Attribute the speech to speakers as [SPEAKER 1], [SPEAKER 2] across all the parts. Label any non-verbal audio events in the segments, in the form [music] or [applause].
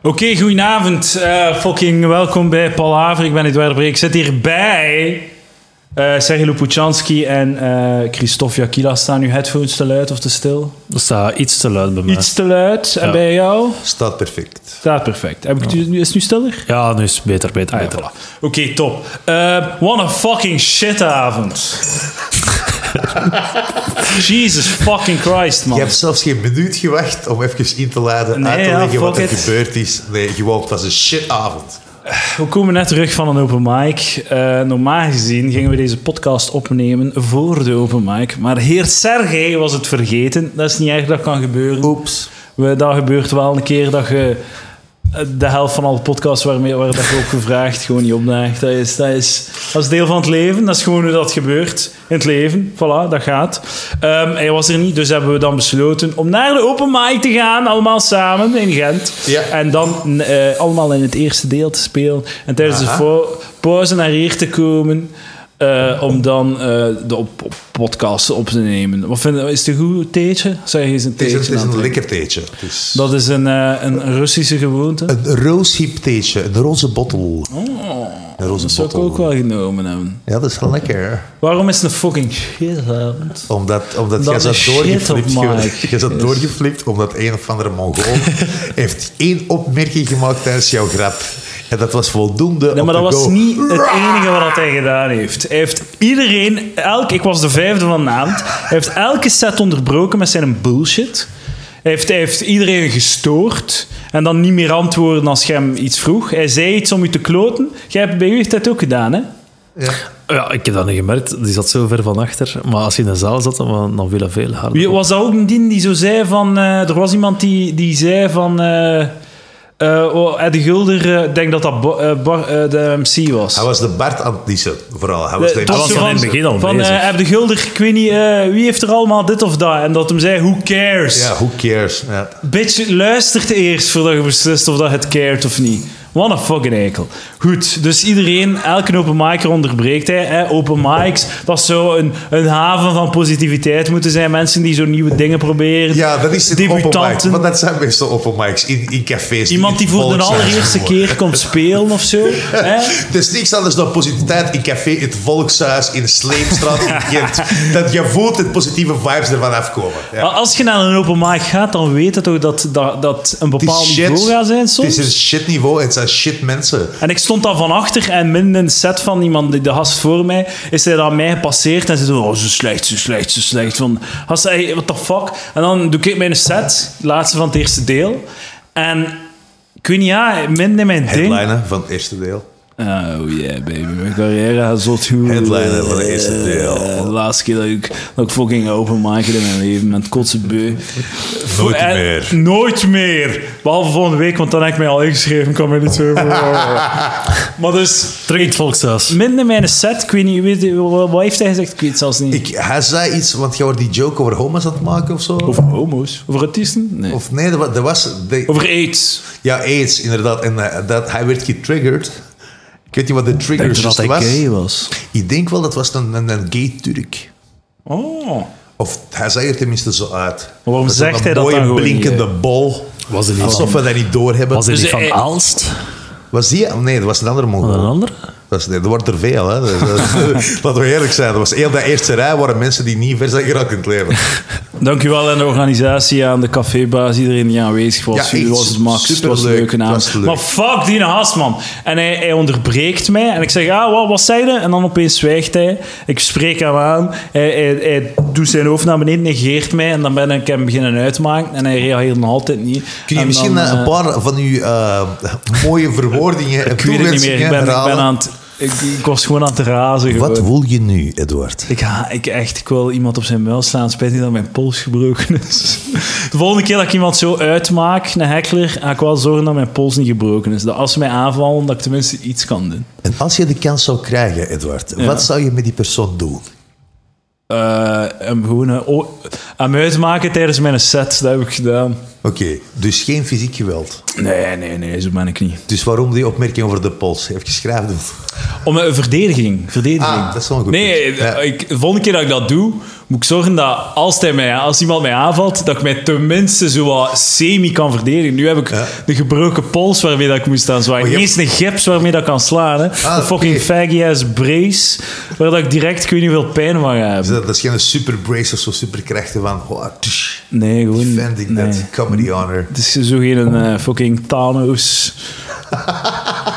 [SPEAKER 1] Oké, goedenavond. Eh, fucking welkom bij Paul Haver. Ik ben Edouard Breek. Ik zit hier bij eh Sergej Lopuchansky en eh Christophe Jakila. Staan uw headphones te luid of te stil?
[SPEAKER 2] Dat staat iets te luid bij mij.
[SPEAKER 1] Iets te luid. En bij jou?
[SPEAKER 3] Staat perfect.
[SPEAKER 1] Staat perfect. Heb ik het nu- is het nu stiller?
[SPEAKER 2] Ah, Ja, nu is het beter, beter, beter.
[SPEAKER 1] Voilà. Oké, top. Eh, what a fucking shitavond. Jesus fucking Christ, man.
[SPEAKER 3] Je hebt zelfs geen minuut gewacht om even in te laden,
[SPEAKER 1] Nee,
[SPEAKER 3] uit te
[SPEAKER 1] ja,
[SPEAKER 3] leggen wat
[SPEAKER 1] fuck
[SPEAKER 3] er
[SPEAKER 1] it.
[SPEAKER 3] gebeurd is. Nee, gewoon, het was een shitavond.
[SPEAKER 1] We komen net terug van een open mic. Eh, normaal gezien gingen we deze podcast opnemen voor de open mic. Maar heer Sergej was het vergeten. Dat is niet erg, dat kan gebeuren. Oeps. We, dat gebeurt wel een keer dat je eh, de helft van alle podcasts waarmee waar dat je op gevraagd gewoon niet opdaagt. Dat is, dat, is, dat is deel van het leven. Dat is gewoon hoe dat gebeurt in het leven. Voilà, dat gaat. Ehm, hij was er niet, dus hebben we dan besloten om naar de open mic te gaan. Allemaal samen in Gent.
[SPEAKER 3] Ja.
[SPEAKER 1] En dan eh, allemaal in het eerste deel te spelen. En tijdens
[SPEAKER 3] Aha.
[SPEAKER 1] de vo- pauze naar hier te komen. eh, om dan eh, de op, op podcast op te nemen. Wat vind, is het een goed theetje? Zeg eens een
[SPEAKER 3] Het is
[SPEAKER 1] theetje.
[SPEAKER 3] een, het is
[SPEAKER 1] aan
[SPEAKER 3] een
[SPEAKER 1] het drinken.
[SPEAKER 3] lekker theetje. Het is
[SPEAKER 1] dat is een, eh, een Russische gewoonte.
[SPEAKER 3] een rooship theetje, een roze bottel. een roze
[SPEAKER 1] Oh, Dat zou ik
[SPEAKER 3] bottel.
[SPEAKER 1] ook wel genomen hebben.
[SPEAKER 3] Ja, dat is wel lekker.
[SPEAKER 1] Waarom is het een fucking shitavond?
[SPEAKER 3] Omdat, omdat
[SPEAKER 1] Dat
[SPEAKER 3] jij zat
[SPEAKER 1] is shit op
[SPEAKER 3] doorgeflipt. geweest-
[SPEAKER 1] Mike.
[SPEAKER 3] [laughs] Jij zat doorgeflipt omdat een of andere
[SPEAKER 1] [laughs]
[SPEAKER 3] Mongool heeft één opmerking gemaakt tijdens jouw grap. En dat was voldoende
[SPEAKER 1] Nee, maar
[SPEAKER 3] op
[SPEAKER 1] dat
[SPEAKER 3] de
[SPEAKER 1] was
[SPEAKER 3] go.
[SPEAKER 1] niet het enige wat hij gedaan heeft. Hij heeft iedereen, elk, ik was de vijfde van de avond, hij heeft elke set onderbroken met zijn bullshit. Hij heeft, hij heeft iedereen gestoord en dan niet meer antwoorden als je hem iets vroeg. Hij zei iets om u te kloten. Jij hebt bij u heeft dat ook gedaan, hè?
[SPEAKER 3] Ja.
[SPEAKER 2] Ja, ik heb dat niet gemerkt. Die zat zo ver van achter. Maar als je in de zaal zat, dan, dan viel dat veel harder.
[SPEAKER 1] Wie- Was dat ook een dien die zo zei van... eh, er was iemand die, die zei van... eh eh, oh, Eddie Gulder, eh, ik denk dat dat Bo- eh, Bar- eh, de MC was.
[SPEAKER 3] Hij was de Bart aan het niezen, vooral. Hij was
[SPEAKER 1] Eh,
[SPEAKER 3] de
[SPEAKER 1] het was
[SPEAKER 2] was
[SPEAKER 1] zo
[SPEAKER 2] van in
[SPEAKER 1] van,
[SPEAKER 2] het begin al
[SPEAKER 1] van
[SPEAKER 2] bezig.
[SPEAKER 1] eh, heb de gulder, ik weet niet, eh, wie heeft er allemaal dit of dat? En dat hem zei, who cares?
[SPEAKER 3] Ja, who cares? Ja.
[SPEAKER 1] Bitch, luistert eerst voordat je beslist of dat het cared of niet. What a fucking eikel. Goed, dus iedereen, elke open micer onderbreekt hij. Hè? Open mics, dat zou een, een haven van positiviteit moeten zijn. Mensen die zo nieuwe dingen proberen.
[SPEAKER 3] Ja, dat is het open mic.
[SPEAKER 1] Debutanten.
[SPEAKER 3] Want dat zijn meestal open mics in, in cafés. die
[SPEAKER 1] Iemand die
[SPEAKER 3] vol
[SPEAKER 1] voor de
[SPEAKER 3] zijn.
[SPEAKER 1] allereerste
[SPEAKER 3] [laughs]
[SPEAKER 1] keer komt spelen of zo. Hè?
[SPEAKER 3] Het is niks anders dan positiviteit in café, het volkshuis, in Sleemstraat,
[SPEAKER 1] [laughs]
[SPEAKER 3] in Gent. Dat je voelt dat positieve vibes ervan afkomen. Ja.
[SPEAKER 1] Maar Als je naar een open mic gaat, dan weet je toch dat dat, dat een
[SPEAKER 3] Het
[SPEAKER 1] bepaald
[SPEAKER 3] is
[SPEAKER 1] niveau gaat zijn soms?
[SPEAKER 3] Het is een shit niveau en het zijn shit mensen.
[SPEAKER 1] En ik stond daar van achter en midden in de set van iemand, die- de gast voor mij, is hij aan mij gepasseerd en zei zo, oh, zo slecht, zo slecht, zo slecht. Van, gast, hey, what the fuck? En dan doe ik mijn set, laatste van het eerste deel. En ik weet niet, ja, midden in mijn ding...
[SPEAKER 3] Headliner van het eerste deel.
[SPEAKER 1] Oh yeah, baby, mijn carrière gaat zot goed.
[SPEAKER 3] Headliner van de eerste deel.
[SPEAKER 1] Eh, de laatste keer dat ik, dat ik fucking open mic in mijn leven, met kotsen beu.
[SPEAKER 3] Nooit
[SPEAKER 1] En-
[SPEAKER 3] meer.
[SPEAKER 1] Nooit meer. Behalve volgende week, want dan heb ik mij al ingeschreven. Kan mij niet zo
[SPEAKER 3] [laughs]
[SPEAKER 1] Maar dus,
[SPEAKER 2] Terug in het volkshuis.
[SPEAKER 1] minder mijn set. Ik weet niet, weet, je, wat wat heeft hij gezegd? Ik weet het zelfs niet.
[SPEAKER 3] Ik, hij zei iets, want jij wordt die joke over homo's aan het maken of zo. Of,
[SPEAKER 1] Over homo's? Over autisten? Nee.
[SPEAKER 3] nee, er wa- er was... de-
[SPEAKER 1] Over aids.
[SPEAKER 3] Ja, AIDS, inderdaad. En eh, dat, hij werd getriggerd. Ik weet niet wat de trigger
[SPEAKER 2] Ik dacht
[SPEAKER 3] juist
[SPEAKER 2] dat
[SPEAKER 3] was.
[SPEAKER 2] hij gay was.
[SPEAKER 3] Ik denk wel dat was een, een, een gay Turk.
[SPEAKER 1] Oh.
[SPEAKER 3] Of hij zag er tenminste zo uit.
[SPEAKER 1] waarom
[SPEAKER 3] Dat is
[SPEAKER 1] zegt
[SPEAKER 3] een
[SPEAKER 1] hij dat
[SPEAKER 3] mooie
[SPEAKER 1] dan gewoon
[SPEAKER 3] blinkende bol.
[SPEAKER 2] Was hij niet
[SPEAKER 3] Alsof
[SPEAKER 2] van-
[SPEAKER 3] we dat niet doorhebben.
[SPEAKER 2] Was hij
[SPEAKER 1] Dus
[SPEAKER 2] niet van
[SPEAKER 1] hij-
[SPEAKER 2] Aalst?
[SPEAKER 3] Was die? Nee, dat was een andere
[SPEAKER 2] Van een
[SPEAKER 3] Mongool.
[SPEAKER 2] ander?
[SPEAKER 3] Dat, is, nee, dat wordt er veel, hè. Dat-
[SPEAKER 1] [laughs]
[SPEAKER 3] dat- Laten we eerlijk zijn. Dat was heel dat eerste rij waren mensen die niet ver zijn geraakt in het leven.
[SPEAKER 1] Dankjewel aan de organisatie, aan de cafébaas, iedereen die aanwezig was.
[SPEAKER 3] Ja,
[SPEAKER 1] Jullie
[SPEAKER 3] echt
[SPEAKER 1] was het max, het was een
[SPEAKER 3] superleuk,
[SPEAKER 1] leuke naam.
[SPEAKER 3] het was leuk.
[SPEAKER 1] Maar fuck die gast, man. En hij, hij onderbreekt mij en ik zeg, ah, wat, wat zei je? En dan opeens zwijgt hij. Ik spreek hem aan, hij, hij, hij doet zijn hoofd naar beneden, negeert mij en dan ben ik hem beginnen uitmaken en hij reageert nog altijd niet.
[SPEAKER 3] Kun je
[SPEAKER 1] En
[SPEAKER 3] misschien
[SPEAKER 1] dan,
[SPEAKER 3] eh,
[SPEAKER 1] eh,
[SPEAKER 3] een paar van uw eh, mooie verwoordingen en
[SPEAKER 1] [laughs] Ik weet het niet meer,
[SPEAKER 3] toewensingen
[SPEAKER 1] ik, ben, ik, ben
[SPEAKER 3] herhalen?
[SPEAKER 1] aan het, ik, ik was gewoon aan het razen.
[SPEAKER 3] Wat
[SPEAKER 1] gewoon.
[SPEAKER 3] wil je nu, Edward?
[SPEAKER 1] Ik, ha- ik, echt, ik wil iemand op zijn muil slaan. Spijt niet dat mijn pols gebroken is. De volgende keer dat ik iemand zo uitmaak, een heckler, ga ik wel zorgen dat mijn pols niet gebroken is. Dat als ze mij aanvallen, dat ik tenminste iets kan doen.
[SPEAKER 3] En als je de kans zou krijgen, Edward,
[SPEAKER 1] Ja.
[SPEAKER 3] wat zou je met die persoon doen?
[SPEAKER 1] Eh, hem gewoon eh, o- hem uitmaken tijdens mijn set, dat heb ik gedaan.
[SPEAKER 3] Oké, dus geen fysiek geweld.
[SPEAKER 1] Nee, nee, nee, zo ben ik niet.
[SPEAKER 3] Dus waarom die opmerking over de pols? Even geschreven. dat.
[SPEAKER 1] Om een verdediging. verdediging.
[SPEAKER 3] Ah, dat is wel een goed
[SPEAKER 1] Nee, eh,
[SPEAKER 3] punt. Ja.
[SPEAKER 1] ik, de volgende keer dat ik dat doe, moet ik zorgen dat als, hij mij, als iemand mij aanvalt, dat ik mij tenminste zo wat semi kan verdedigen. Nu heb ik
[SPEAKER 3] Ja.
[SPEAKER 1] de gebroken pols waarmee dat ik moest aan zwaaien.
[SPEAKER 3] Oh, je Ah,
[SPEAKER 1] Niet eens een gips waarmee dat ik kan slaan. Hè. een fucking
[SPEAKER 3] oké.
[SPEAKER 1] faggy ass brace, waar dat ik direct ik weet niet hoeveel pijn van ga hebben.
[SPEAKER 3] Dat, dat is geen super brace of zo, superkrachten van. Oh, tsch,
[SPEAKER 1] Nee, gewoon
[SPEAKER 3] vind ik
[SPEAKER 1] nee.
[SPEAKER 3] dat. Comedy honor.
[SPEAKER 1] Het is zo geen eh, fucking
[SPEAKER 3] [laughs]
[SPEAKER 1] Thanos,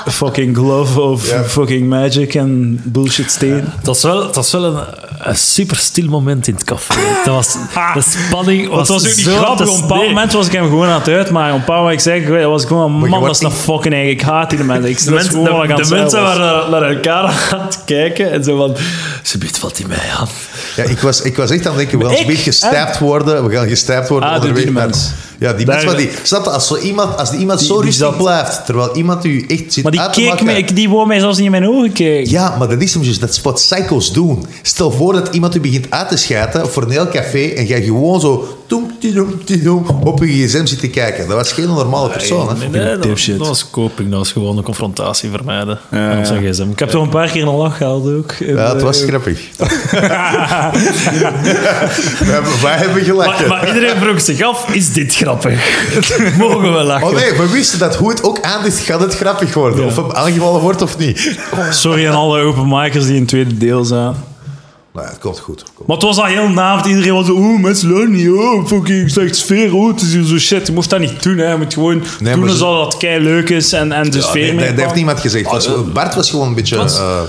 [SPEAKER 1] fucking glove of
[SPEAKER 3] Ja.
[SPEAKER 1] fucking magic en bullshit steen.
[SPEAKER 2] Dat was wel, dat was wel een, een super stil moment in het café. Dat was, de spanning
[SPEAKER 1] Want het
[SPEAKER 2] was,
[SPEAKER 1] was ook niet
[SPEAKER 2] zo-
[SPEAKER 1] grappig.
[SPEAKER 2] dat
[SPEAKER 1] Op
[SPEAKER 2] is-
[SPEAKER 1] een bepaald
[SPEAKER 2] nee.
[SPEAKER 1] moment was ik hem gewoon aan het uitmaken. Op een bepaald moment ik zeg, was ik gewoon
[SPEAKER 3] je
[SPEAKER 1] man, dat
[SPEAKER 3] wordt
[SPEAKER 1] is een
[SPEAKER 3] niet-
[SPEAKER 1] fucking eigen. Ik haat die mensen. Ik
[SPEAKER 2] De,
[SPEAKER 1] dat is
[SPEAKER 2] mensen-
[SPEAKER 1] gewoon wat ik aan het
[SPEAKER 2] de, de
[SPEAKER 1] zeggen
[SPEAKER 2] mensen
[SPEAKER 1] was.
[SPEAKER 2] waren naar, naar elkaar aan het kijken en zo van... Ze biedt valt die mij aan.
[SPEAKER 3] Ja, ik was, ik was echt aan het denken, we gaan
[SPEAKER 1] Ik?
[SPEAKER 3] een beetje gestapt worden. We gaan gestapt worden
[SPEAKER 1] Ah, door
[SPEAKER 3] onderweg.
[SPEAKER 1] die
[SPEAKER 3] naar-
[SPEAKER 1] mens.
[SPEAKER 3] Ja, die
[SPEAKER 1] Daar-
[SPEAKER 3] mensen. Maar die, snap je, als, zo iemand, als die iemand zo
[SPEAKER 1] die
[SPEAKER 3] rustig
[SPEAKER 1] zat-
[SPEAKER 3] blijft, terwijl iemand u echt zit
[SPEAKER 1] Maar die
[SPEAKER 3] uit Ah, te
[SPEAKER 1] keek
[SPEAKER 3] lachen.
[SPEAKER 1] me, ik- die wou mij zelfs niet in mijn ogen kijken.
[SPEAKER 3] Ja, maar dat is hem dus. Dat is wat psychos doen. Stel voor dat iemand u begint uit te schijten voor een heel café en jij gewoon zo toem, tidoem, tidoem, op je gsm zit te kijken. Dat was geen normale persoon. Hè?
[SPEAKER 2] Nee, nee, dat, was,
[SPEAKER 1] dipshit.
[SPEAKER 2] dat was coping. Dat was gewoon een confrontatie vermijden.
[SPEAKER 1] ja.
[SPEAKER 2] Op zijn gsm.
[SPEAKER 1] Ik heb toch een paar keer een lach gehad ook. Eh,
[SPEAKER 3] Ja, het was grappig. We hebben- Wij hebben
[SPEAKER 2] Maar,
[SPEAKER 3] gelachen.
[SPEAKER 2] maar iedereen vroeg zich af, is dit grappig?
[SPEAKER 3] [laughs]
[SPEAKER 2] Mogen we lachen?
[SPEAKER 3] Oh nee, we wisten dat hoe het ook aandacht gaat het grappig worden. Of hem aangevallen wordt of niet.
[SPEAKER 1] Sorry aan alle openmakers die in het tweede deel zijn.
[SPEAKER 3] Nou, ja, het komt goed. Het komt.
[SPEAKER 1] Maar het was al heel naavond. Iedereen was zo, oeh, mensen leunen niet, oh, fucking slecht sfeer, oh, het is hier zo shit. Je moest dat niet doen, hè. Je moet gewoon doen
[SPEAKER 3] maar ze-
[SPEAKER 1] alsof dat kei leuk is en, en de
[SPEAKER 3] Ja,
[SPEAKER 1] sfeer Ah,
[SPEAKER 3] nee, dat, dat
[SPEAKER 1] meepakt.
[SPEAKER 3] heeft niemand gezegd. Was, Bart was gewoon een beetje... eh,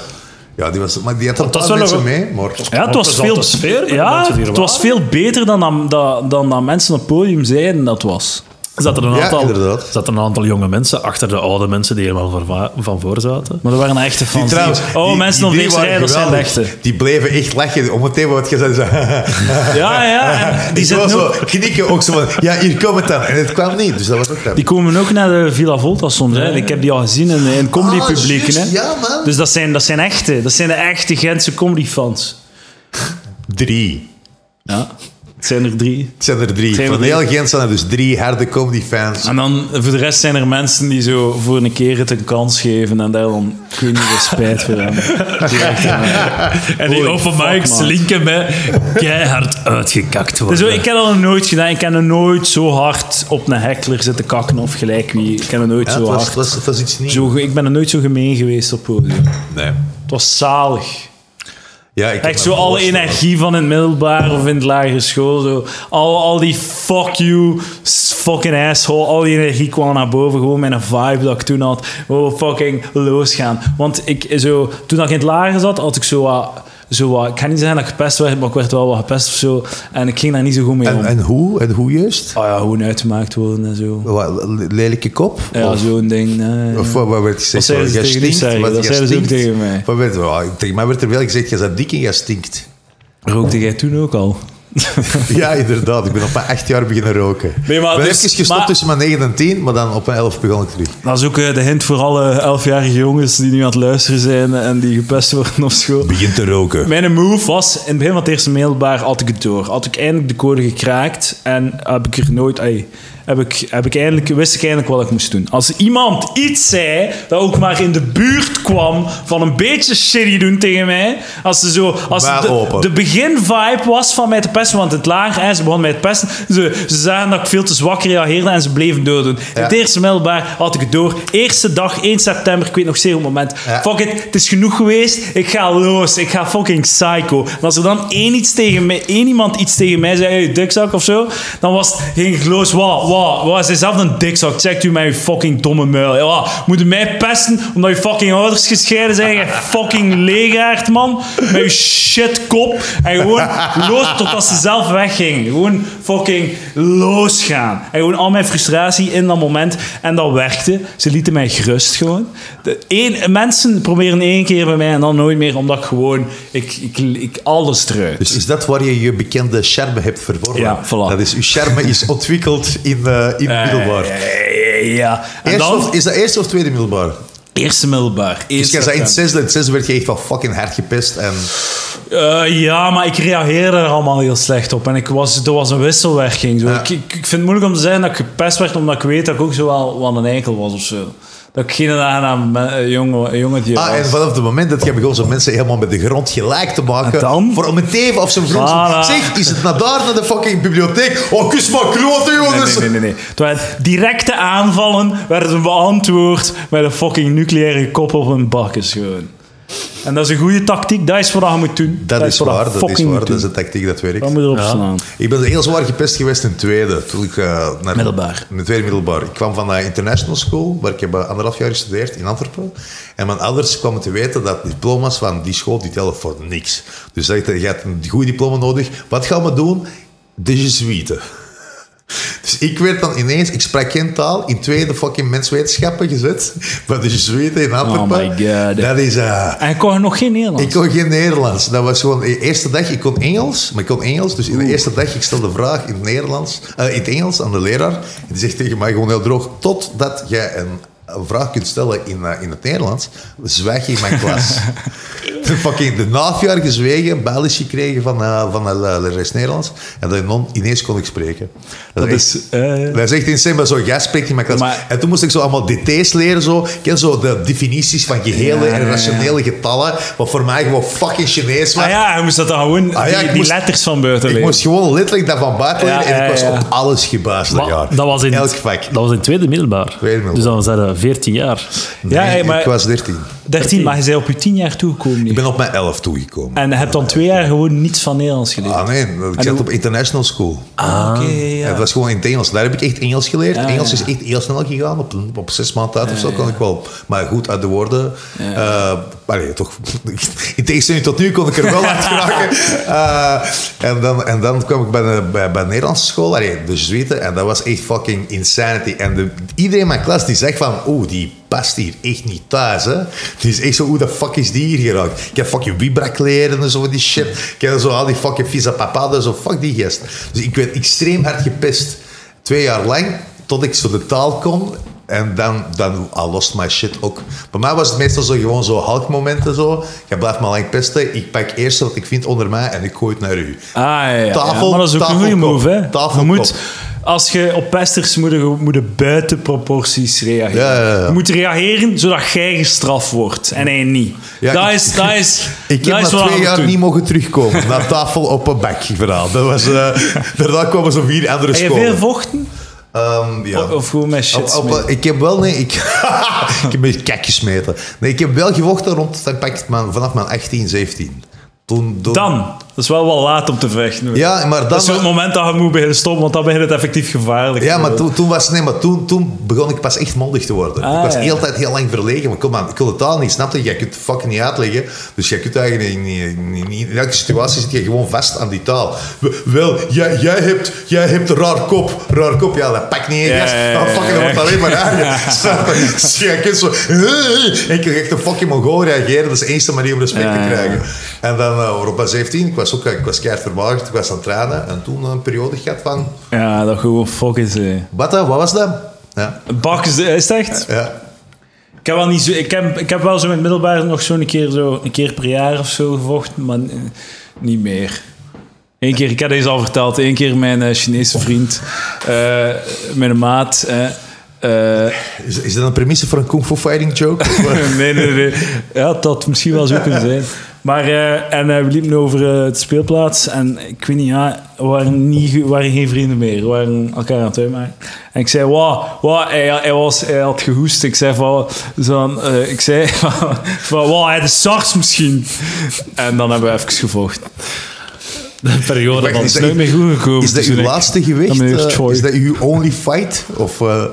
[SPEAKER 3] ja, die, was, maar die had een
[SPEAKER 1] dat is wel
[SPEAKER 3] paar mensen
[SPEAKER 1] nog
[SPEAKER 3] mee, maar...
[SPEAKER 1] Ja, het
[SPEAKER 2] Want
[SPEAKER 1] was,
[SPEAKER 2] het was
[SPEAKER 1] veel,
[SPEAKER 2] altijd sfeer met de
[SPEAKER 1] ja,
[SPEAKER 2] mensen die er
[SPEAKER 1] het was veel beter dan dat, dat, dan dat mensen op het podium zeiden dat was.
[SPEAKER 2] Er zaten een
[SPEAKER 3] Ja,
[SPEAKER 2] aantal,
[SPEAKER 3] inderdaad.
[SPEAKER 2] er zaten een aantal jonge mensen achter de oude mensen die helemaal van, va- van voor zaten.
[SPEAKER 1] Maar er waren echte fans.
[SPEAKER 3] Die trouwens,
[SPEAKER 1] oh,
[SPEAKER 3] die-
[SPEAKER 1] mensen
[SPEAKER 3] die
[SPEAKER 1] op
[SPEAKER 3] drie
[SPEAKER 1] deze
[SPEAKER 3] waren
[SPEAKER 1] rij, dat zijn de
[SPEAKER 3] geweldig.
[SPEAKER 1] echte.
[SPEAKER 3] Die bleven echt lachen. Om het even wat je zei, zo...
[SPEAKER 1] Ja,
[SPEAKER 3] [laughs]
[SPEAKER 1] ja. [laughs] en Die,
[SPEAKER 3] Die
[SPEAKER 1] zitten
[SPEAKER 3] zo
[SPEAKER 1] ook,
[SPEAKER 3] knikken ook zo van, ja, hier komt het dan. En het kwam niet, dus dat was ook grappig.
[SPEAKER 1] die komen ook naar de Villa Volta soms. Hè. Ik heb die al gezien in, in
[SPEAKER 3] Ah,
[SPEAKER 1] comedypublieken.
[SPEAKER 3] juist,
[SPEAKER 1] hè.
[SPEAKER 3] ja, man.
[SPEAKER 1] Dus dat zijn, dat zijn echte. Dat zijn de echte Gentse comedyfans.
[SPEAKER 3] Drie.
[SPEAKER 1] Ja. Het zijn er drie.
[SPEAKER 3] Het zijn er drie.
[SPEAKER 1] Zijn er
[SPEAKER 3] Van
[SPEAKER 1] drie. Ah,
[SPEAKER 3] heel Gent zijn er dus drie harde comedy fans.
[SPEAKER 1] En dan voor de rest zijn er mensen die zo voor een keer het een kans geven en daar dan kun je weer spijt voor hebben. Direct, ja.
[SPEAKER 2] [laughs] En die
[SPEAKER 1] Holy
[SPEAKER 2] open
[SPEAKER 1] fuck,
[SPEAKER 2] mics
[SPEAKER 1] man.
[SPEAKER 2] linken mij keihard uitgekakt worden.
[SPEAKER 1] Dus ik heb dat nog nooit gedaan. Ik heb nog nooit zo hard op een heckler zitten kakken of gelijk wie. Ik heb nog nooit
[SPEAKER 3] Ja,
[SPEAKER 1] zo
[SPEAKER 3] het, was,
[SPEAKER 1] hard.
[SPEAKER 3] het, was, het was iets nieuws.
[SPEAKER 1] Zo, ge- ik ben nog nooit zo gemeen geweest op podium. Het
[SPEAKER 3] Nee.
[SPEAKER 1] was zalig.
[SPEAKER 3] Ja, ik kan
[SPEAKER 1] Echt
[SPEAKER 3] me
[SPEAKER 1] zo alle
[SPEAKER 3] voorstellen.
[SPEAKER 1] energie van in het middelbaar of in het lagere school. Zo. Al, al die fuck you, s- fucking asshole. Al die energie kwam naar boven. Gewoon met een vibe dat ik toen had. Oh, fucking losgaan. Want ik, zo, toen ik in het lager zat, had ik zo wat... Zo wat ik ga niet zeggen dat ik gepest werd, maar ik werd wel wat gepest of zo. En ik ging daar niet zo goed mee om.
[SPEAKER 3] En, en hoe? En hoe juist?
[SPEAKER 1] Ah ja, gewoon uitgemaakt worden en zo.
[SPEAKER 3] Wat, l- Lelijke kop?
[SPEAKER 1] Ja,
[SPEAKER 3] Of-
[SPEAKER 1] zo'n ding. nee.
[SPEAKER 3] Of wat, wat werd gezegd?
[SPEAKER 1] zeiden ze
[SPEAKER 3] Jij
[SPEAKER 1] tegen u,
[SPEAKER 3] stinkt?
[SPEAKER 1] zei je?
[SPEAKER 3] Wat,
[SPEAKER 1] Dat
[SPEAKER 3] jij
[SPEAKER 1] zeiden ze ook
[SPEAKER 3] stinkt?
[SPEAKER 1] tegen mij.
[SPEAKER 3] Wat werd, oh, tegen mij werd er wel gezegd, je bent dik en je stinkt. [laughs]
[SPEAKER 1] Rookte jij toen ook al?
[SPEAKER 3] Ja, inderdaad. Ik ben op mijn acht jaar beginnen roken.
[SPEAKER 1] Nee, maar
[SPEAKER 3] ik ben
[SPEAKER 1] dus-
[SPEAKER 3] even gestopt
[SPEAKER 1] maar-
[SPEAKER 3] tussen mijn 9 en 10, maar dan op mijn 11 begon ik terug.
[SPEAKER 1] Dat is ook eh, de hint voor alle elfjarige jongens die nu aan het luisteren zijn en die gepest worden op school.
[SPEAKER 3] Begin te roken.
[SPEAKER 1] Mijn move was, in het begin van het eerste middelbaar had ik het door. Had ik eindelijk de code gekraakt en heb ik er nooit... ai, heb ik, heb ik eindelijk, wist ik eindelijk wat ik moest doen. Als iemand iets zei dat ook maar in de buurt kwam van een beetje shitty doen tegen mij. Als ze zo... Als
[SPEAKER 3] Maar
[SPEAKER 1] de,
[SPEAKER 3] open.
[SPEAKER 1] de begin-vibe was van mij te pesten, want in het lager, hè, ze begon mij te pesten. Ze, ze zagen dat ik veel te zwak reageerde en ze bleven doordoen. In het eerste middelbaar had ik het door. Eerste dag, 1 september, ik weet nog zeer op het moment.
[SPEAKER 3] Ja.
[SPEAKER 1] Fuck it, het is genoeg geweest. Ik ga los. Ik ga fucking psycho. En als er dan één, iets tegen mij, één iemand iets tegen mij zei, hey, dikzak of zo, dan was het, ging ik los. Wow, wow, wow, is zelf een dikzak. Checkt u mijn fucking domme muil. Ja, moet u mij pesten omdat je fucking ouders gescheiden zijn? Je fucking leegaard, man. Met je shitkop. En gewoon los totdat ze zelf weggingen. Gewoon fucking losgaan. En gewoon al mijn frustratie in dat moment. En dat werkte. Ze lieten mij gerust gewoon. De één, mensen proberen één keer bij mij en dan nooit meer, omdat ik gewoon... Ik, ik, ik alles eruit.
[SPEAKER 3] Dus is dat waar je je bekende charme hebt verworven?
[SPEAKER 1] Ja, voilà.
[SPEAKER 3] Dat is, je charme is ontwikkeld in, eh, in het middelbaar.
[SPEAKER 1] Eh, Ja. En
[SPEAKER 3] Eerst
[SPEAKER 1] dan...
[SPEAKER 3] of- is dat eerste of tweede middelbaar?
[SPEAKER 1] Eerste middelbaar.
[SPEAKER 3] Dus
[SPEAKER 1] Eerste
[SPEAKER 3] jij zei in het
[SPEAKER 1] attempt.
[SPEAKER 3] zesde, in het zesde werd je echt wel fucking hard gepest. En
[SPEAKER 1] Eh, ja, maar ik reageerde er allemaal heel slecht op. En ik was, er was een wisselwerking. Zo.
[SPEAKER 3] Ja.
[SPEAKER 1] Ik, ik, ik vind het moeilijk om te zeggen dat ik gepest werd, omdat ik weet dat ik ook zo wel wat een eikel was of zo. Dat ik geen aangenaam me- eh, jongen, jongetje
[SPEAKER 3] Ah,
[SPEAKER 1] was.
[SPEAKER 3] en vanaf het moment dat je begon zo'n mensen helemaal met de grond gelijk te maken.
[SPEAKER 1] En dan?
[SPEAKER 3] Voor om een teven of zo'n groen.
[SPEAKER 1] Voilà.
[SPEAKER 3] Zeg, is het naar daar, naar de fucking bibliotheek? Oh, kus maar kloten,
[SPEAKER 1] Nee,
[SPEAKER 3] jongens.
[SPEAKER 1] nee, nee, nee, nee. Het waren directe aanvallen werden beantwoord met een fucking nucleaire kop op een bakjes gewoon. En dat is een goede tactiek, dat is wat je moet doen.
[SPEAKER 3] Dat is
[SPEAKER 1] wat je
[SPEAKER 3] waar, dat is
[SPEAKER 1] fucking
[SPEAKER 3] waar.
[SPEAKER 1] moet
[SPEAKER 3] Dat is
[SPEAKER 1] doen.
[SPEAKER 3] een tactiek dat
[SPEAKER 1] Dat
[SPEAKER 3] werkt.
[SPEAKER 1] moet erop staan.
[SPEAKER 3] Ik ben heel zwaar gepest geweest in het tweede. Toen ik, eh, naar
[SPEAKER 1] Middelbaar.
[SPEAKER 3] In het tweede middelbaar. Ik kwam van de international school, waar ik heb eh, anderhalf jaar gestudeerd in Antwerpen. En mijn ouders kwamen te weten dat diploma's van die school, die tellen voor niks. Dus dat, je hebt een goed diploma nodig. Wat gaan we doen? De Jesuiten. [laughs] Dus ik werd dan ineens, ik sprak geen taal, in tweede fucking menswetenschappen gezet. Bij de Jesuiten in Antwerpen.
[SPEAKER 1] Oh my God.
[SPEAKER 3] Dat is... eh,
[SPEAKER 1] En ik kon nog geen Nederlands.
[SPEAKER 3] ik kon geen Nederlands. Dat was gewoon de eerste dag. Ik kon Engels, maar ik kon Engels. Dus in de eerste dag, ik stelde de vraag in het, Nederlands, eh, in het Engels aan de leraar. En die zegt tegen mij gewoon heel droog: Totdat jij een, een vraag kunt stellen in, eh, in het Nederlands, zwijg je in mijn
[SPEAKER 1] [laughs]
[SPEAKER 3] klas. de fucking de naafjaar gezwegen, belletje gekregen van, eh, van de le- lerares Nederlands. En dan non- ineens kon ik spreken.
[SPEAKER 1] Dat is, eh,
[SPEAKER 3] Dat is echt insane, maar zo, jij spreekt in mijn klas.
[SPEAKER 1] Maar-
[SPEAKER 3] en toen moest ik zo allemaal details leren, zo. Ik ken zo de definities van gehele
[SPEAKER 1] Ja, ja,
[SPEAKER 3] en
[SPEAKER 1] ja.
[SPEAKER 3] rationele getallen, wat voor mij gewoon fucking Chinees was.
[SPEAKER 1] Ah ja, je moest dat dan gewoon,
[SPEAKER 3] Ah ja,
[SPEAKER 1] die,
[SPEAKER 3] ik
[SPEAKER 1] die
[SPEAKER 3] moest-
[SPEAKER 1] letters van buiten
[SPEAKER 3] Ik
[SPEAKER 1] leren.
[SPEAKER 3] moest gewoon letterlijk dat van buiten leren
[SPEAKER 1] Ja,
[SPEAKER 3] en ik
[SPEAKER 1] ja,
[SPEAKER 3] was
[SPEAKER 1] ja.
[SPEAKER 3] op alles gebaasd dat
[SPEAKER 2] Maar
[SPEAKER 3] jaar.
[SPEAKER 2] dat was in
[SPEAKER 3] Elk vak.
[SPEAKER 2] Dat was in het tweede middelbaar.
[SPEAKER 3] middelbaar.
[SPEAKER 2] Dus dan zijn dat 14
[SPEAKER 1] [laughs]
[SPEAKER 2] jaar.
[SPEAKER 1] ja,
[SPEAKER 3] Nee,
[SPEAKER 1] hey, maar
[SPEAKER 3] Ik was 13.
[SPEAKER 1] 13, maar je bent op je 10 jaar toegekomen nu.
[SPEAKER 3] Ik ben op mijn 11 toegekomen.
[SPEAKER 1] En je hebt dan twee jaar gewoon niets van Nederlands geleerd.
[SPEAKER 3] Ah nee, ik
[SPEAKER 1] hoe-
[SPEAKER 3] zat op international school.
[SPEAKER 1] Ah, oké, ja.
[SPEAKER 3] Het was gewoon in het Engels. Daar heb ik echt Engels geleerd.
[SPEAKER 1] Ja,
[SPEAKER 3] Engels
[SPEAKER 1] ja.
[SPEAKER 3] is echt heel snel gegaan. Op, op zes maanden tijd of zo kon ik wel. Maar goed, uit de woorden. Eh maar nee, toch. [laughs] In tegenstelling tot nu kon ik er wel
[SPEAKER 1] [laughs]
[SPEAKER 3] uit geraken. Eh, en, dan, en dan kwam ik bij de, bij, bij de Nederlandse school. Allee, de Zweden. En dat was echt fucking insanity. En de, iedereen in mijn klas die zegt van... Oeh, die past hier echt niet thuis, hè. Het is echt zo, hoe de fuck is die hier geraakt? Ik heb fucking Vibra-kleren en zo van die shit. Ik heb zo al die fucking visa papada, zo fuck die gast. Dus ik werd extreem hard gepest. Twee jaar lang, tot ik zo de taal kon. En dan, dan I lost my shit ook. Bij mij was het meestal zo gewoon zo halkmomenten zo. Je blijft me lang pesten. Ik pak eerst wat ik vind onder mij en ik gooi het naar u.
[SPEAKER 1] Ah, ja, ja.
[SPEAKER 3] Tafel-
[SPEAKER 1] ja, maar dat is ook een
[SPEAKER 3] tafelkop.
[SPEAKER 1] goede move, hè.
[SPEAKER 3] Tafelkop.
[SPEAKER 1] Je moet, als je op pesters moet, je moet je buiten proporties reageren.
[SPEAKER 3] Ja, ja, ja.
[SPEAKER 1] Je moet reageren zodat jij gestraft wordt en hij niet.
[SPEAKER 3] Ja,
[SPEAKER 1] dat
[SPEAKER 3] ik-
[SPEAKER 1] is, dat is,
[SPEAKER 3] [laughs] Ik
[SPEAKER 1] dat
[SPEAKER 3] heb
[SPEAKER 1] is
[SPEAKER 3] na
[SPEAKER 1] wat je
[SPEAKER 3] twee
[SPEAKER 1] moet
[SPEAKER 3] jaar
[SPEAKER 1] doen.
[SPEAKER 3] niet mogen terugkomen. Naar tafel op een bek verhaal. Dat was, eh, [laughs] daarna kwamen zo vier andere
[SPEAKER 1] Heb je
[SPEAKER 3] scholen.
[SPEAKER 1] veel vochten?
[SPEAKER 3] Ehm, ja.
[SPEAKER 1] Of- Of gewoon met shit
[SPEAKER 3] Op- op-
[SPEAKER 1] smeren?
[SPEAKER 3] ik heb wel, nee, ik, [laughs] ik heb me kek gesmeten. Nee, ik heb wel gevochten rond, dat pak ik mijn- vanaf mijn 18, 17. Toen, toen-
[SPEAKER 1] Dan. Dat is wel wel laat om te vechten. hoor.
[SPEAKER 3] Ja, maar dan...
[SPEAKER 1] dat is het moment dat je moet beginnen stoppen, want dan begint het effectief gevaarlijk.
[SPEAKER 3] Ja, maar toen, toen was nee, maar toen, toen begon ik pas echt mondig te worden.
[SPEAKER 1] Ah,
[SPEAKER 3] ik was
[SPEAKER 1] ja.
[SPEAKER 3] de hele tijd heel lang verlegen. Maar kom aan, ik kon de taal niet snappen. Jij kunt het fucking niet uitleggen. Dus jij kunt eigenlijk niet, niet- niet- in elke situatie zit je gewoon vast aan die taal. We- Wel, jij, jij, hebt, jij hebt een raar kop. Raar kop, ja, dat pak niet in,
[SPEAKER 1] Ja,
[SPEAKER 3] gast.
[SPEAKER 1] ja, ja,
[SPEAKER 3] Dan fucking, dat
[SPEAKER 1] ja.
[SPEAKER 3] wordt alleen
[SPEAKER 1] [laughs]
[SPEAKER 3] maar aan. Snap je? Dus jij kunt zo... [laughs] En ik kreeg echt een fucking Mongool reageren. Dat is de enige manier om respect
[SPEAKER 1] Ja, Ah, ja, ja.
[SPEAKER 3] te krijgen. En dan eh, op mijn 17, ik was ook eh, ik was keihard vermagerd. Ik was aan het trainen. En toen eh, een periode gehad van...
[SPEAKER 1] Ja, dat gewoon fuck is. eh.
[SPEAKER 3] Wat, dat? wat was dat? Ja.
[SPEAKER 1] Bak is, is het echt?
[SPEAKER 3] Ja.
[SPEAKER 1] Ik heb wel, niet zo, ik heb, ik heb wel zo in het middelbaar nog zo'n keer, zo, een keer per jaar of zo gevochten, maar eh, niet meer. Eén keer, ik had deze al verteld, één keer mijn eh, Chinese vriend, eh, mijn maat. eh, eh,
[SPEAKER 3] Is, is dat een premisse voor een kung fu
[SPEAKER 1] [laughs]
[SPEAKER 3] fighting joke? Of wat?
[SPEAKER 1] nee, nee, nee. Ja, dat had misschien wel zo kunnen zijn. Maar, eh, en eh, we liepen over eh, het speelplaats en ik weet niet, ja, we waren, niet, we waren geen vrienden meer. We waren elkaar aan het uitmaken. En ik zei, wow, wow hij, hij, was, hij had gehoest. Ik zei van, zo'n, eh, ik zei [laughs] van, van, wow, hij had de SARS misschien. En dan hebben we even gevochten.
[SPEAKER 2] De periode
[SPEAKER 3] Wacht,
[SPEAKER 2] van...
[SPEAKER 1] Het is
[SPEAKER 3] dat-
[SPEAKER 1] nooit meer goed gekomen.
[SPEAKER 3] Is dat uw
[SPEAKER 1] tussen-
[SPEAKER 3] laatste gewicht?
[SPEAKER 1] dan meneer
[SPEAKER 3] Eh,
[SPEAKER 1] Choi.
[SPEAKER 3] is dat uw only fight? Of eh,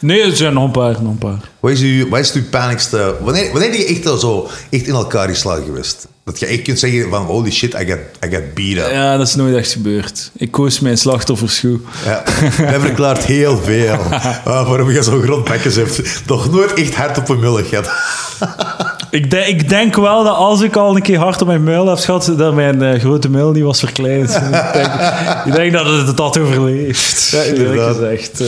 [SPEAKER 1] Nee, er zijn nog een paar, nog een paar.
[SPEAKER 3] wat, is uw, wat is uw pijnlijkste... Wanneer, wanneer ben je echt al zo echt in elkaar geslagen geweest? Dat je echt kunt zeggen van holy shit, I got, I got beat up.
[SPEAKER 1] Ja, dat is nooit echt gebeurd. Ik koos mijn slachtoffers goed.
[SPEAKER 3] Ja. Dat verklaart heel
[SPEAKER 1] [laughs]
[SPEAKER 3] veel. Ah, waarom je zo'n groot bekjes hebt. Toch nooit echt hard op een mullig gehad.
[SPEAKER 1] Ik, de- ik denk wel dat als ik al een keer hard op mijn muil heb gehad, dat mijn eh, grote muil niet was verkleind. ik, denk, ik denk dat het het had overleefd.
[SPEAKER 3] Ja, inderdaad.
[SPEAKER 1] Dat is echt... eh,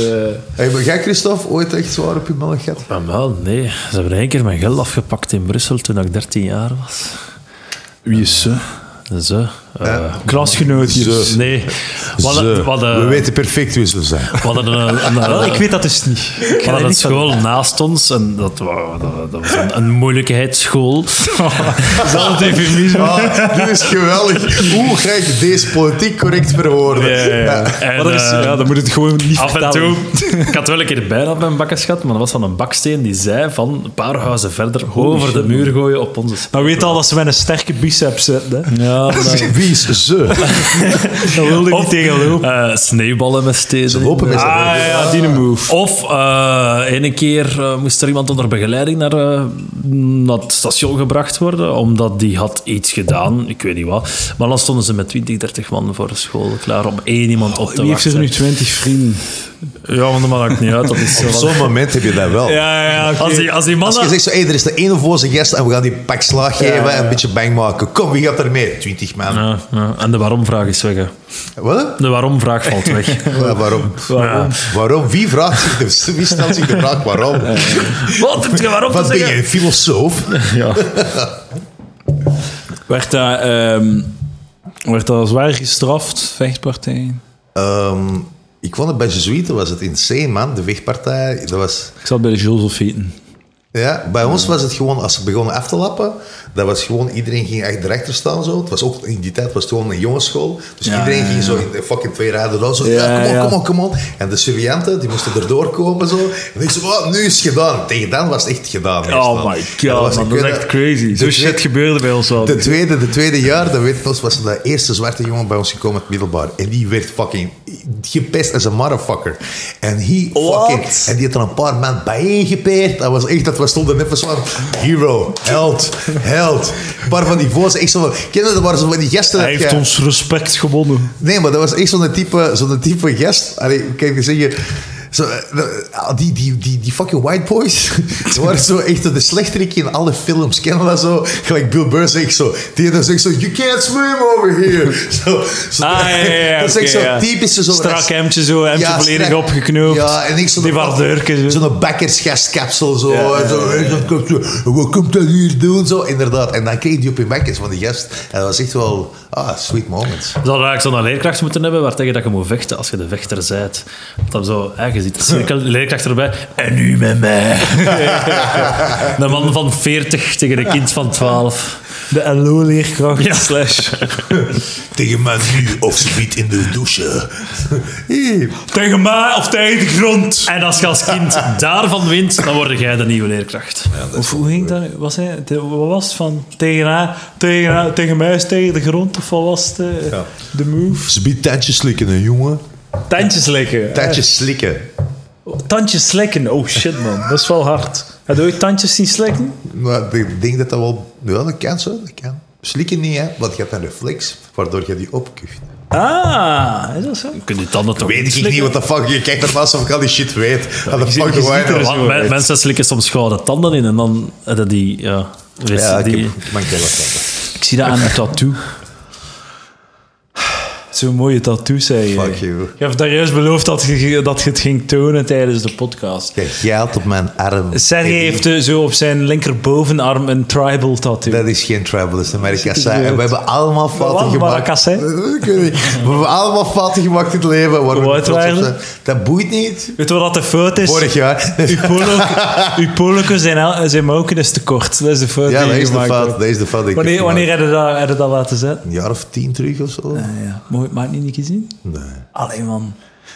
[SPEAKER 3] Hey, maar jij, Christophe, ooit echt zwaar op je mullig gehad?
[SPEAKER 2] Ah, Maar wel, nee. Ze hebben één keer mijn geld afgepakt in Brussel toen ik 13 jaar was.
[SPEAKER 4] Wie is ze?
[SPEAKER 2] Ze. eh,
[SPEAKER 1] Klasgenootjes.
[SPEAKER 2] nee. We hadden,
[SPEAKER 3] Ze.
[SPEAKER 2] we hadden-
[SPEAKER 3] We weten perfect wie ze zijn.
[SPEAKER 2] we hadden een, een,
[SPEAKER 1] [laughs] Wel, ik weet dat dus niet. Ik
[SPEAKER 2] we
[SPEAKER 1] ga
[SPEAKER 2] hadden
[SPEAKER 1] er
[SPEAKER 2] een
[SPEAKER 1] niet van-
[SPEAKER 2] school naast ons en dat, wa- dat, dat was een, een
[SPEAKER 1] [laughs]
[SPEAKER 2] [laughs] moeilijkheidsschool.
[SPEAKER 1] Dat is een eufemisme.
[SPEAKER 3] Ah, dit is geweldig. Hoe ga ik deze politiek correct verwoorden?
[SPEAKER 2] En,
[SPEAKER 1] Maar dat is-
[SPEAKER 2] eh,
[SPEAKER 1] ja, dan moet het gewoon niet
[SPEAKER 2] Af en
[SPEAKER 1] vertellen.
[SPEAKER 2] toe. Ik had wel een keer bijna op mijn bakkes gehad, maar dat was van een baksteen die zei van een paar huizen verder over de muur gooien op onze sp-
[SPEAKER 1] Dan weet al dat ze met een sterke biceps zitten. Hè. [laughs]
[SPEAKER 2] Ja, maar-
[SPEAKER 3] Wie is ze?
[SPEAKER 1] Dan wilde ik
[SPEAKER 2] Of-
[SPEAKER 1] niet tegen lopen.
[SPEAKER 2] eh, sneeuwballen met steden. Ze
[SPEAKER 3] Lopen met z'n
[SPEAKER 1] Ah
[SPEAKER 3] allen.
[SPEAKER 1] ja, die move.
[SPEAKER 2] Of eh ene keer eh, moest er iemand onder begeleiding naar, eh, naar het station gebracht worden, omdat die had iets gedaan, ik weet niet wat. Maar dan stonden ze met 20, 30 man voor de school klaar om één iemand op te
[SPEAKER 1] Wie heeft
[SPEAKER 2] wachten.
[SPEAKER 1] er nu 20 vrienden?
[SPEAKER 2] Ja, want dat maakt niet uit. Dat [laughs] is,
[SPEAKER 3] Op zo'n moment heb je dat wel.
[SPEAKER 1] Ja, ja, oké.
[SPEAKER 2] als, die, als die
[SPEAKER 3] Als je
[SPEAKER 2] mannen...
[SPEAKER 3] zegt, zo, hey, er is de ene of andere gast en we gaan die een pak slaag geven en een beetje bang maken. Kom, wie gaat er mee? Twintig man.
[SPEAKER 2] Ja, ja. En de waarom-vraag is weg. hè.
[SPEAKER 3] Wat?
[SPEAKER 2] De waarom-vraag valt
[SPEAKER 3] [laughs]
[SPEAKER 2] weg.
[SPEAKER 3] Ja, waarom? Waarom? Waarom? Wie, vraagt zich de, [laughs] wie stelt zich de vraag waarom?
[SPEAKER 2] Wat heb je waarom te
[SPEAKER 3] Wat ben
[SPEAKER 2] zeggen?
[SPEAKER 3] je, een filosoof?
[SPEAKER 1] Werd dat, ehm, werd dat zwaar gestraft, vechtpartijen?
[SPEAKER 3] Ehm, ik vond het bij Jesuiten was het insane, man. De vechtpartij, dat was...
[SPEAKER 1] Ik zat bij de Josephiten.
[SPEAKER 3] Ja, bij ons was het gewoon, als ze begonnen af te lappen, dat was gewoon, iedereen ging echt erachter staan zo. Het was ook, in die tijd was het gewoon een jongensschool. Dus
[SPEAKER 1] Ja,
[SPEAKER 3] iedereen
[SPEAKER 1] ja,
[SPEAKER 3] ging zo in de fucking twee raden door, zo,
[SPEAKER 1] Ja,
[SPEAKER 3] ja, kom op,
[SPEAKER 1] ja.
[SPEAKER 3] kom op, kom op. En de surveillanten, die moesten erdoor komen zo. En ik zo, oh, nu is het gedaan. Tegen dan was het echt
[SPEAKER 1] Oh
[SPEAKER 3] gedaan. meestal. En was- ik weet dat-
[SPEAKER 1] Dus
[SPEAKER 3] de tweede-
[SPEAKER 1] gebeurde bij ons wel.
[SPEAKER 3] De tweede, de tweede jaar, dat weet ik nog, was de eerste zwarte jongen bij ons gekomen uit het middelbaar. En die werd fucking gepest als een motherfucker. En he fucking... En die had er een paar man bijeengepeerd. Dat was echt, dat we stonden net zo van... Hero, held, held. Een paar van die vozen, echt zo van... Ken je, dat waren zo van die gasten...
[SPEAKER 1] Hij
[SPEAKER 3] dat
[SPEAKER 1] heeft
[SPEAKER 3] je-
[SPEAKER 1] ons respect gewonnen.
[SPEAKER 3] Nee, maar dat was echt zo'n type, zo'n type gast. Allee, kijk, ik zeg je... Zo, eh, ah, die, die, die, die fucking white boys, [laughs] ze waren zo echt de slechterik in alle films. Kennen we dat zo? Gelijk Bill Burr zegt zo, die dan zegt zo, you can't swim over here. [laughs] Zo, zo,
[SPEAKER 1] Ah, ja, ja, ja,
[SPEAKER 3] [laughs] dat is echt
[SPEAKER 1] oké,
[SPEAKER 3] zo
[SPEAKER 1] ja.
[SPEAKER 3] typisch. Zo
[SPEAKER 1] Strak hemdje zo, hemdje
[SPEAKER 3] Ja,
[SPEAKER 1] volledig
[SPEAKER 3] strak.
[SPEAKER 1] opgeknoopt.
[SPEAKER 3] Ja, en ik zo'n-
[SPEAKER 1] Die waardeurken zo.
[SPEAKER 3] Zo'n bakkersgastkapsel zo. en zo, en dan komt zo, Wat komt dat hier doen? Zo, inderdaad. En dan kreeg die op je bakkers van die gast. En dat was echt wel, ah, sweet moments.
[SPEAKER 2] Je zou eigenlijk zo'n leerkracht moeten hebben waar tegen dat je moet vechten als je de vechter zijt. Dat zo, hè, je ziet
[SPEAKER 1] [laughs]
[SPEAKER 2] de cirkel, de leerkracht erbij. En nu met mij. De man van 40 tegen een kind van 12.
[SPEAKER 1] De LO-leerkracht. Slash.
[SPEAKER 3] [laughs] Tegen mij nu of ze biedt in de douche.
[SPEAKER 1] Tegen mij of tegen de grond.
[SPEAKER 2] En als je als kind daarvan wint, dan word jij de nieuwe leerkracht.
[SPEAKER 1] Of hoe ging dat? Was hij, de- wat was het van? Tegen, haar, tegen, haar, tegen mij is tegen de grond? Of wat was het? eh,
[SPEAKER 3] Ja.
[SPEAKER 1] De move?
[SPEAKER 3] Ze biedt tandjes slikken, hè, jongen.
[SPEAKER 1] Tandjes likken.
[SPEAKER 3] Tandjes slikken.
[SPEAKER 1] Tandjes slikken. Oh shit man, dat is wel hard. Heb je ooit tandjes zien slikken?
[SPEAKER 3] Maar ik denk dat dat wel... Ja, dat kan zo, dat kan. Slikken niet, hè. Want je hebt een reflex, waardoor je die opkuft.
[SPEAKER 1] Ah, is dat zo?
[SPEAKER 2] Je kunt die tanden toch
[SPEAKER 3] Weet ik
[SPEAKER 2] slikken?
[SPEAKER 3] niet wat de fuck... Je kijkt ernaast of ik al die shit weet. Wat de
[SPEAKER 1] je
[SPEAKER 3] fuck nou?
[SPEAKER 1] ziet
[SPEAKER 3] doe
[SPEAKER 1] er
[SPEAKER 3] ik
[SPEAKER 1] zo.
[SPEAKER 2] Want men- mensen slikken soms gouden tanden in en dan hebben die... Ja, weet
[SPEAKER 3] Ja,
[SPEAKER 2] je,
[SPEAKER 3] ik
[SPEAKER 2] die
[SPEAKER 3] heb- ik maak daar wat van.
[SPEAKER 1] Ik zie dat aan een tattoo. Zo'n mooie tattoo, zei je.
[SPEAKER 3] Fuck you.
[SPEAKER 1] Je hebt daar juist beloofd dat je, dat je het ging tonen tijdens de podcast.
[SPEAKER 3] Kijk, geld op mijn arm.
[SPEAKER 1] Sergej heeft eh, zo op zijn linkerbovenarm een tribal tattoo.
[SPEAKER 3] Dat is geen trouble, dat is een
[SPEAKER 1] Ziet er
[SPEAKER 3] Maracassa.
[SPEAKER 1] niet
[SPEAKER 3] En we
[SPEAKER 1] uit.
[SPEAKER 3] hebben allemaal fouten
[SPEAKER 1] Wat?
[SPEAKER 3] gemaakt.
[SPEAKER 1] Maracassa?
[SPEAKER 3] [laughs] Ik weet niet. We hebben allemaal fouten gemaakt in het leven. waar we
[SPEAKER 1] Hoe oud
[SPEAKER 3] trots op
[SPEAKER 1] waren
[SPEAKER 3] zijn. Dat boeit niet.
[SPEAKER 1] Weet je wat de fout [laughs] is?
[SPEAKER 3] Vorig jaar.
[SPEAKER 1] Uw polo- Uw poloken zijn, el- zijn mouken is te kort. Dat is de fout
[SPEAKER 3] Ja,
[SPEAKER 1] die
[SPEAKER 3] dat
[SPEAKER 1] je
[SPEAKER 3] is de
[SPEAKER 1] gemaakt
[SPEAKER 3] fout.
[SPEAKER 1] hebt.
[SPEAKER 3] Dat is de fout. die ik heb
[SPEAKER 1] Wanneer,
[SPEAKER 3] gemaakt.
[SPEAKER 1] wanneer heb je dat, heb je dat laten zetten? Ah,
[SPEAKER 3] Een jaar of tien terug of zo?
[SPEAKER 1] Ja, mooi, maar niet niet gezien?
[SPEAKER 3] Nee.
[SPEAKER 1] Allee man.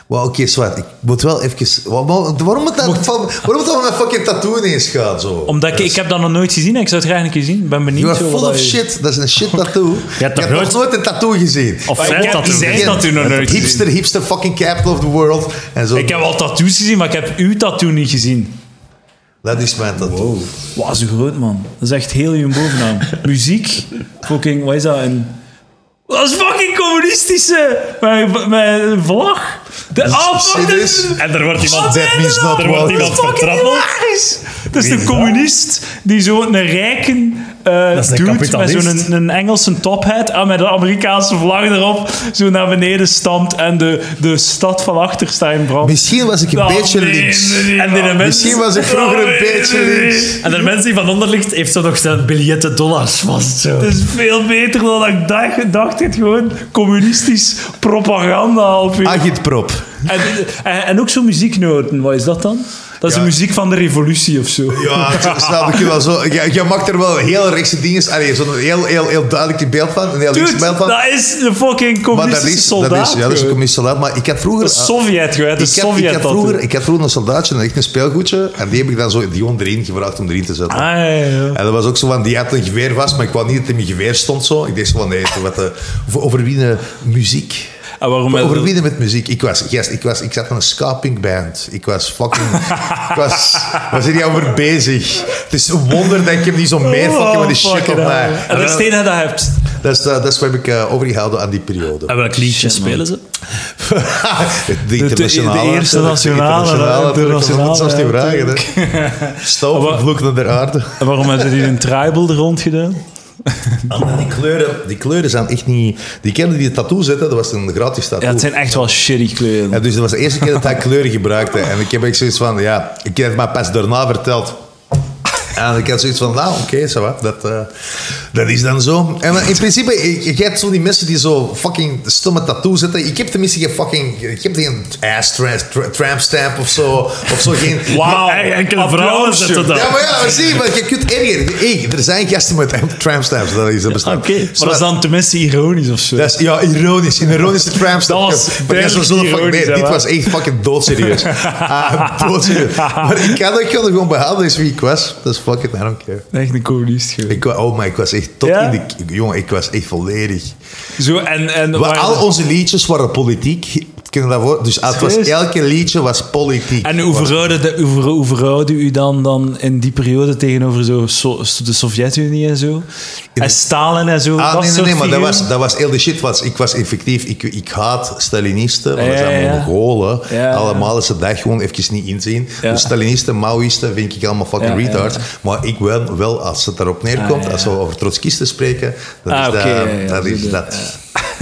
[SPEAKER 3] Maar oké, zwart. Ik moet wel even... wa- wa- Waarom moet dat van... Waarom moet dat van een fucking tattoo ineens gaan, zo?
[SPEAKER 1] Omdat ik, ik heb dat nog nooit gezien en ik zou het graag een keer zien. Ik ben benieuwd.
[SPEAKER 3] You are
[SPEAKER 1] zo
[SPEAKER 3] full
[SPEAKER 1] wat
[SPEAKER 3] of
[SPEAKER 1] dat je-
[SPEAKER 3] shit. Dat is een shit
[SPEAKER 1] [laughs]
[SPEAKER 3] tattoo. Je
[SPEAKER 2] hebt toch
[SPEAKER 3] hebt nog
[SPEAKER 2] nooit-
[SPEAKER 3] nooit een tattoo gezien.
[SPEAKER 2] Of
[SPEAKER 1] Maar
[SPEAKER 2] zijn
[SPEAKER 1] ik heb
[SPEAKER 2] tattoo.
[SPEAKER 1] die zijn
[SPEAKER 3] Geen-
[SPEAKER 1] tattoo nog nooit gezien.
[SPEAKER 3] Hipster, hipster fucking capital of the world. En zo.
[SPEAKER 1] Ik heb wel tattoos gezien, maar ik heb uw tattoo niet gezien.
[SPEAKER 3] Dat is mijn tattoo.
[SPEAKER 1] Wauw, zo groot man. Dat is echt heel je [laughs] bovennaam. Muziek. Fucking, wat is dat? Een... Dat is fucking communistische! Mijn, mijn vlag. De oh, fuck,
[SPEAKER 3] shit
[SPEAKER 1] dit
[SPEAKER 3] is-
[SPEAKER 1] En er wordt
[SPEAKER 3] That means not
[SPEAKER 1] Er wordt
[SPEAKER 3] welcome.
[SPEAKER 1] iemand
[SPEAKER 3] Dat is fucking
[SPEAKER 1] vertrappeld. Dat Het is een communist die zo'n rijken eh
[SPEAKER 2] Dat is een
[SPEAKER 1] dude met
[SPEAKER 2] kapitalist.
[SPEAKER 1] zo'n een Engelse tophead en met de Amerikaanse vlag erop zo naar beneden stampt en de, de stad van achter staat in brand.
[SPEAKER 3] Misschien was ik een
[SPEAKER 1] Ah,
[SPEAKER 3] beetje
[SPEAKER 1] nee,
[SPEAKER 3] links.
[SPEAKER 1] nee, Oh, nee, Oh,
[SPEAKER 2] En die
[SPEAKER 1] man.
[SPEAKER 2] mensen-
[SPEAKER 3] Misschien was ik vroeger een beetje links.
[SPEAKER 2] En de mens die van onder ligt, heeft zo nog zijn biljetten dollars vast. Zo.
[SPEAKER 1] Het is veel beter dan ik dacht. dacht het gewoon communistisch propaganda op
[SPEAKER 3] Ah,
[SPEAKER 1] je.
[SPEAKER 3] Agitprop.
[SPEAKER 1] En, en, en ook zo'n muzieknoten, wat is dat dan? Dat is
[SPEAKER 3] Ja.
[SPEAKER 1] de muziek van de revolutie of zo.
[SPEAKER 3] Ja, dat snap ik wel zo. Jij, jij maakt er wel heel rechtse dingen. Allee, zo'n heel, heel, heel duidelijk beeld van. Een heel
[SPEAKER 1] Dude,
[SPEAKER 3] links beeld van.
[SPEAKER 1] dat is de fucking
[SPEAKER 3] Maar dat
[SPEAKER 1] communistische
[SPEAKER 3] is, dat
[SPEAKER 1] soldaat.
[SPEAKER 3] is, ja, dat is een
[SPEAKER 1] gewoon.
[SPEAKER 3] communist soldaat. Maar ik had vroeger...
[SPEAKER 1] Dat is Sovjet, gewoon, hè.
[SPEAKER 3] ik,
[SPEAKER 1] Dat is
[SPEAKER 3] had, ik,
[SPEAKER 1] Sovjet
[SPEAKER 3] had
[SPEAKER 1] dat
[SPEAKER 3] vroeger,
[SPEAKER 1] doet.
[SPEAKER 3] ik had vroeger een soldaatje, een echt een speelgoedje. En die heb ik dan zo die gewoon erin gevraagd om erin te zetten.
[SPEAKER 1] Ah, ja, ja.
[SPEAKER 3] En dat was ook zo van, die had een geweer vast, maar ik wou niet dat hij mijn geweer stond zo. Ik dacht zo van, nee, wat, eh, voor overwinnen muziek.
[SPEAKER 1] En waarom
[SPEAKER 3] Voor
[SPEAKER 1] heb je-
[SPEAKER 3] overwinnen met muziek. Ik was, gast, ik was, ik zat in een ska-punk band. Ik was fucking, ik
[SPEAKER 1] [laughs]
[SPEAKER 3] was, was er niet over bezig. Het is een wonder dat ik hem niet zo meer fucking met die shit op
[SPEAKER 1] fucking
[SPEAKER 3] mij.
[SPEAKER 1] hell. Oh, En dat is het enige dat je hebt.
[SPEAKER 3] Dat is, eh, dat is wat ik eh, overgehouden aan die periode. [laughs]
[SPEAKER 2] En welk liedje spelen ze?
[SPEAKER 3] de internationale.
[SPEAKER 1] de eerste
[SPEAKER 3] natuurlijk,
[SPEAKER 1] nationale,
[SPEAKER 3] internationale,
[SPEAKER 1] de
[SPEAKER 3] natuurlijk, want dat is
[SPEAKER 1] nationale,
[SPEAKER 3] zelfs niet vragen. [laughs] hè. Stoop, vloeken der aarde.
[SPEAKER 1] En waarom hebben ze die in tribal er rond gedaan?
[SPEAKER 3] Maar Die kleuren, die kleuren zijn echt niet... Die kinderen die het tattoo zetten, dat was een gratis tattoo.
[SPEAKER 1] Ja, het zijn echt wel shitty kleuren.
[SPEAKER 3] En dus dat was de eerste keer dat hij kleuren gebruikte. En ik heb echt zoiets van, ja, ik heb het maar pas daarna verteld. En ik had zoiets van, nou, oké, zo wat, dat, eh, dat is dan zo. En in principe, je je hebt zo die mensen die zo fucking stomme tattoo zetten. Ik heb tenminste geen fucking, ik heb geen ass tra- tra- tramp stamp of zo. Of zo geen...
[SPEAKER 2] [laughs] Wauw, enkele
[SPEAKER 1] applausje.
[SPEAKER 2] vrouwen zetten dat.
[SPEAKER 3] Ja, maar ja, maar zie, maar je kunt erger. Hey, er zijn gasten met tramp stamps, dat is dat bestaat.
[SPEAKER 2] oké. Maar
[SPEAKER 1] Maar dat is dan tenminste ironisch of zo.
[SPEAKER 3] Dat is, ja, ironisch. Een ironische
[SPEAKER 1] Dat
[SPEAKER 3] tramstap.
[SPEAKER 1] was duidelijk ironisch, hè,
[SPEAKER 3] dit
[SPEAKER 1] waar?
[SPEAKER 3] was echt fucking doodserieus.
[SPEAKER 1] [laughs]
[SPEAKER 3] Ah, doodserieus. Maar ik had dat gewoon behouden, is wie ik was. Dat is fucking, I don't care.
[SPEAKER 1] Echt een communist gewoon.
[SPEAKER 3] Ik, wa- oh, maar ik was echt tot
[SPEAKER 1] Ja?
[SPEAKER 3] in de... Jongen, ik was echt volledig...
[SPEAKER 1] Zo, en... en
[SPEAKER 3] Maar
[SPEAKER 1] waar-
[SPEAKER 3] al onze liedjes waren politiek. Kunnen dat voor? Dus het was,
[SPEAKER 1] Serieus?
[SPEAKER 3] elke liedje was politiek.
[SPEAKER 1] En hoe verhoudde, de- hoe ver- hoe verhoudde u dan, dan in die periode tegenover zo, so- de Sovjet-Unie en zo? En Stalin en zo? dat
[SPEAKER 3] Ah, nee, nee,
[SPEAKER 1] soort
[SPEAKER 3] nee, maar dat
[SPEAKER 1] figuren?
[SPEAKER 3] was, dat was heel de shit. Was, ik was effectief, ik, ik haat Stalinisten, want dat
[SPEAKER 1] Ja,
[SPEAKER 3] zijn
[SPEAKER 1] ja, ja.
[SPEAKER 3] Mongolen.
[SPEAKER 1] Ja, ja.
[SPEAKER 3] Allemaal is ze dat gewoon even niet inzien.
[SPEAKER 1] Ja.
[SPEAKER 3] Dus Stalinisten, Maoïsten vind ik allemaal fucking
[SPEAKER 1] Ja, ja,
[SPEAKER 3] retards. Maar ik wel, wel, als het daarop neerkomt, als we over trotskisten spreken, dat
[SPEAKER 1] Ah,
[SPEAKER 3] is
[SPEAKER 1] oké,
[SPEAKER 3] dat.
[SPEAKER 1] ja, ja,
[SPEAKER 3] dat,
[SPEAKER 1] zo
[SPEAKER 3] is
[SPEAKER 1] de-
[SPEAKER 3] dat.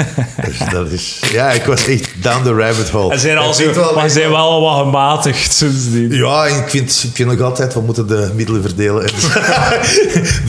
[SPEAKER 3] [laughs] Dus dat is, ja, ik was echt down the rabbit hole.
[SPEAKER 1] En zijn
[SPEAKER 3] Ik
[SPEAKER 1] al zo,
[SPEAKER 3] vind wel-
[SPEAKER 1] maar zijn wel wat gematigd sindsdien.
[SPEAKER 3] ja, en ik vind, ik vind nog altijd, we moeten de middelen verdelen. [laughs]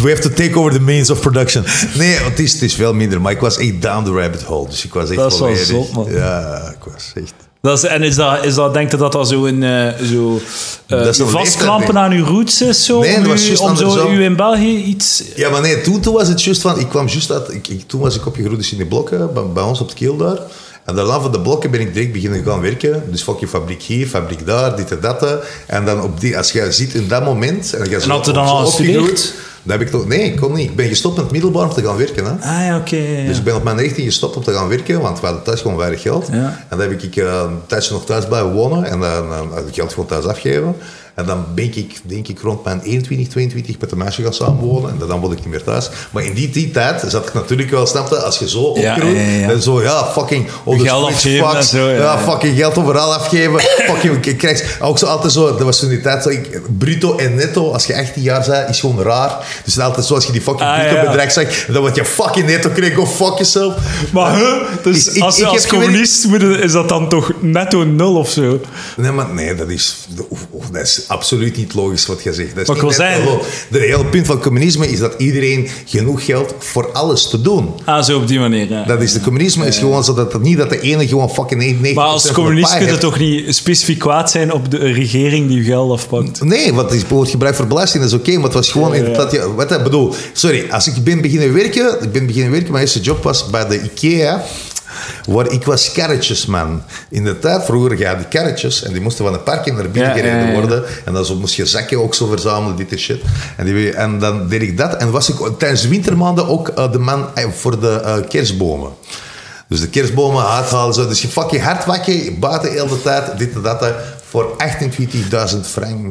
[SPEAKER 3] we have to take over the means of production. Nee, het is, het is veel minder, maar ik was echt down the rabbit hole. Dus ik was echt
[SPEAKER 1] Dat is wel
[SPEAKER 3] volledig-
[SPEAKER 1] zot, man.
[SPEAKER 3] Ja, ik was echt...
[SPEAKER 1] Dat is, en is dat, is dat, denk je dat dat zo een eh, zo, eh,
[SPEAKER 3] Dat is een
[SPEAKER 1] vastklampen
[SPEAKER 3] leeftijdding.
[SPEAKER 1] aan uw roots is? Zo,
[SPEAKER 3] Nee, dat
[SPEAKER 1] om
[SPEAKER 3] was
[SPEAKER 1] u-
[SPEAKER 3] juist
[SPEAKER 1] om zo
[SPEAKER 3] andersom.
[SPEAKER 1] u in België iets...
[SPEAKER 3] Ja, maar nee, toen, toen was het juist van... Ik kwam juist uit... Ik, ik- toen was ik opgegroeid dus in de blokken, bij, bij ons op het keel daar. En daarna van de blokken ben ik direct beginnen gaan werken. Dus fucking fabriek hier, fabriek daar, dit en dat. eh. En dan op die... Als jij ziet in dat moment... En, jij zo-
[SPEAKER 1] had je dan
[SPEAKER 3] zo
[SPEAKER 1] al
[SPEAKER 3] opgegroeid,
[SPEAKER 1] gestudeerd?
[SPEAKER 3] Dat heb ik nog... Nee, ik kon niet. Ik ben gestopt met het middelbaar om te gaan werken, hè.
[SPEAKER 1] Ah ja, oké. ja, ja.
[SPEAKER 3] Dus ik ben op mijn 19 gestopt om te gaan werken, want we hadden thuis gewoon weinig geld.
[SPEAKER 1] Ja.
[SPEAKER 3] En dan heb ik eh, een tijdje nog thuis blijven wonen en dan eh, had ik geld gewoon thuis afgeven. En dan ben ik, denk ik, rond mijn 21, 22 met een meisje gaan samenwonen en dan dan woon ik niet meer thuis. Maar in die, die tijd zat ik natuurlijk wel, snapte, als je zo
[SPEAKER 1] Ja,
[SPEAKER 3] opgroeit,
[SPEAKER 1] ja, ja, ja.
[SPEAKER 3] en zo, ja, fucking... op de
[SPEAKER 1] Geld
[SPEAKER 3] streets,
[SPEAKER 1] afgeven en
[SPEAKER 3] fucks,
[SPEAKER 1] zo, ja, ja.
[SPEAKER 3] fucking geld overal afgeven. fucking, ik krijg ook zo altijd zo, dat was toen die tijd, zo, ik, bruto en netto, als je 18 jaar bent, is gewoon raar. Dus altijd zo, als je die fucking
[SPEAKER 1] Ah,
[SPEAKER 3] bruto
[SPEAKER 1] ja.
[SPEAKER 3] bedrag zegt, dan word je fucking netto kreeg, go fuck yourself.
[SPEAKER 1] Maar huh? dus
[SPEAKER 3] Ik- ik-
[SPEAKER 1] als, je
[SPEAKER 3] ik
[SPEAKER 1] als
[SPEAKER 3] heb gewerkt-
[SPEAKER 1] communist moet je- is dat dan toch netto nul of zo?
[SPEAKER 3] Nee, maar nee, dat is, oef, oef, dat is absoluut niet logisch wat je zegt. Dat is
[SPEAKER 1] Maar ik
[SPEAKER 3] niet
[SPEAKER 1] wil
[SPEAKER 3] net
[SPEAKER 1] zeggen-
[SPEAKER 3] wel logisch. De hele punt van communisme is dat iedereen genoeg geld voor alles te doen.
[SPEAKER 1] Ah, zo op die manier, ja.
[SPEAKER 3] Dat is, de communisme is gewoon zo dat het niet dat de ene gewoon fucking 99%
[SPEAKER 1] Maar als
[SPEAKER 3] van de
[SPEAKER 1] communist
[SPEAKER 3] paai
[SPEAKER 1] kun je
[SPEAKER 3] heeft.
[SPEAKER 1] toch niet specifiek kwaad zijn op de regering die je geld afpakt?
[SPEAKER 3] Nee, want het wordt gebruikt voor belasting, dat is oké, maar het was gewoon inderdaad... Ja, wat ik bedoel, sorry, als ik ben beginnen werken, ik ben beginnen werken, mijn eerste job was bij de IKEA, waar ik was karretjesman. Inderdaad, vroeger ja, die karretjes, en die moesten van een parkje naar binnen
[SPEAKER 1] Ja, ja,
[SPEAKER 3] gereden
[SPEAKER 1] ja.
[SPEAKER 3] worden, en dan zo moest je zakken ook zo verzamelen, dit en shit. En, die, en dan deed ik dat, en was ik tijdens de wintermaanden ook eh, de man eh, voor de eh, kerstbomen. Dus de kerstbomen uithalen, zo. Dus je fucking hard wakken, buiten heel de tijd, dit en dat, eh, voor 28.000 frank.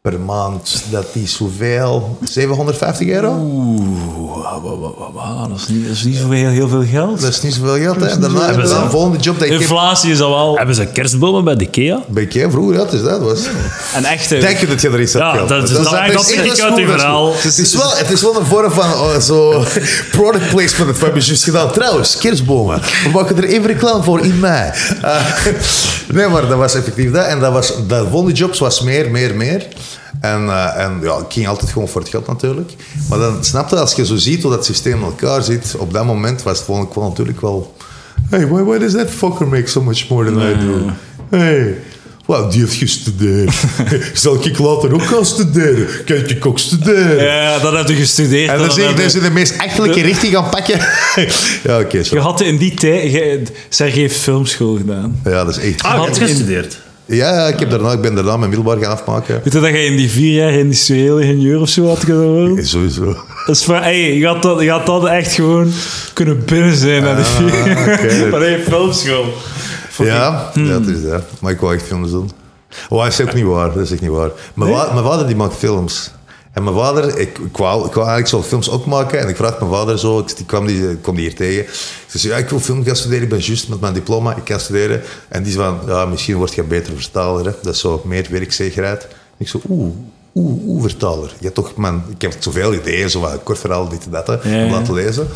[SPEAKER 3] per maand, dat is hoeveel? 750 euro?
[SPEAKER 1] Oeh, wa- wa- wa-
[SPEAKER 3] Oh,
[SPEAKER 1] wa- wa, dat is niet, dat is niet voor heel, heel veel geld.
[SPEAKER 3] Dat is niet zoveel geld. Hè? En daarna
[SPEAKER 1] zoveel
[SPEAKER 3] heb je dan
[SPEAKER 1] geld.
[SPEAKER 3] een volgende job dat ik heb.
[SPEAKER 1] Inflatie is al wel
[SPEAKER 2] Hebben ze kerstbomen bij de IKEA?
[SPEAKER 3] Bij Ikea vroeger, dat is dat. Was.
[SPEAKER 1] een echte...
[SPEAKER 3] Denk je dat je er iets
[SPEAKER 2] Ja,
[SPEAKER 3] aan geld?
[SPEAKER 2] dat is- dat- dat
[SPEAKER 3] echt
[SPEAKER 2] pik ik
[SPEAKER 3] een
[SPEAKER 2] uit die
[SPEAKER 3] smoel, dat is
[SPEAKER 2] verhaal.
[SPEAKER 3] smoel. Het is, wel, het is wel een vorm van oh, zo [laughs] product placement dat we hebben juist gedaan. Trouwens, kerstbomen. We maken er even reclame voor in mei. Eh, [laughs] nee, maar dat was effectief dat. En dat was, dat volgende jobs was meer, meer, meer. En, eh, en ja, ik ging altijd gewoon voor het geld natuurlijk. Maar dan snapte als je zo ziet hoe dat systeem in elkaar zit. Op dat moment was het gewoon, gewoon natuurlijk wel... Hey, why, why does that fucker make so much more than I do? Hey... Wauw, die heeft gestudeerd. Zal ik later ook gaan studeren? Kan ik ook studeren?
[SPEAKER 1] Ja, dat heb je gestudeerd.
[SPEAKER 3] En dan
[SPEAKER 1] dat
[SPEAKER 3] zie ik
[SPEAKER 1] heb je-
[SPEAKER 3] dus in de meest achterlijke richting gaan pakken. [laughs] ja, oké.
[SPEAKER 1] Je
[SPEAKER 3] zo.
[SPEAKER 1] had in die tijd... je- Sergej heeft filmschool gedaan.
[SPEAKER 3] ja, dat is echt...
[SPEAKER 2] Ah, je hebt
[SPEAKER 1] in-
[SPEAKER 2] gestudeerd.
[SPEAKER 3] Ja, ja, ik, heb daarna, ik ben daarna mijn middelbaar gaan afmaken.
[SPEAKER 1] Weet je dat je in die vier jaar industrieel ingenieur of zo had kunnen worden?
[SPEAKER 3] [laughs] Eh, Sowieso.
[SPEAKER 1] Dat is van, hey, je had dat, je had dat echt gewoon kunnen binnen zijn na die vier jaar. [laughs]
[SPEAKER 3] Ah, oké.
[SPEAKER 1] Maar hij heeft filmschool.
[SPEAKER 3] Ja,
[SPEAKER 1] Hmm.
[SPEAKER 3] ja, dat is dat. Maar ik wou echt films doen. Oh, dat is ook niet waar. Dat is echt niet waar. Mijn, wa- mijn vader die maakt films. En mijn vader, ik, ik, wou, ik wou eigenlijk zo films ook maken. En ik vraag mijn vader zo, ik, ik kwam, die, ik kwam die hier tegen. Ze zei, ja, ik wil film gaan studeren. Ik ben juist met mijn diploma, ik kan studeren. En die zei van, ja, misschien word je beter vertaler. Hè. Dat is zo meer werkzekerheid. En ik zo, oeh. Oeh, oeh, vertaler. Je hebt toch, man, ik heb zoveel ideeën, zo wat een kort verhaal, dit en dat, hè,
[SPEAKER 1] Ja,
[SPEAKER 3] om
[SPEAKER 1] ja.
[SPEAKER 3] dat te lezen.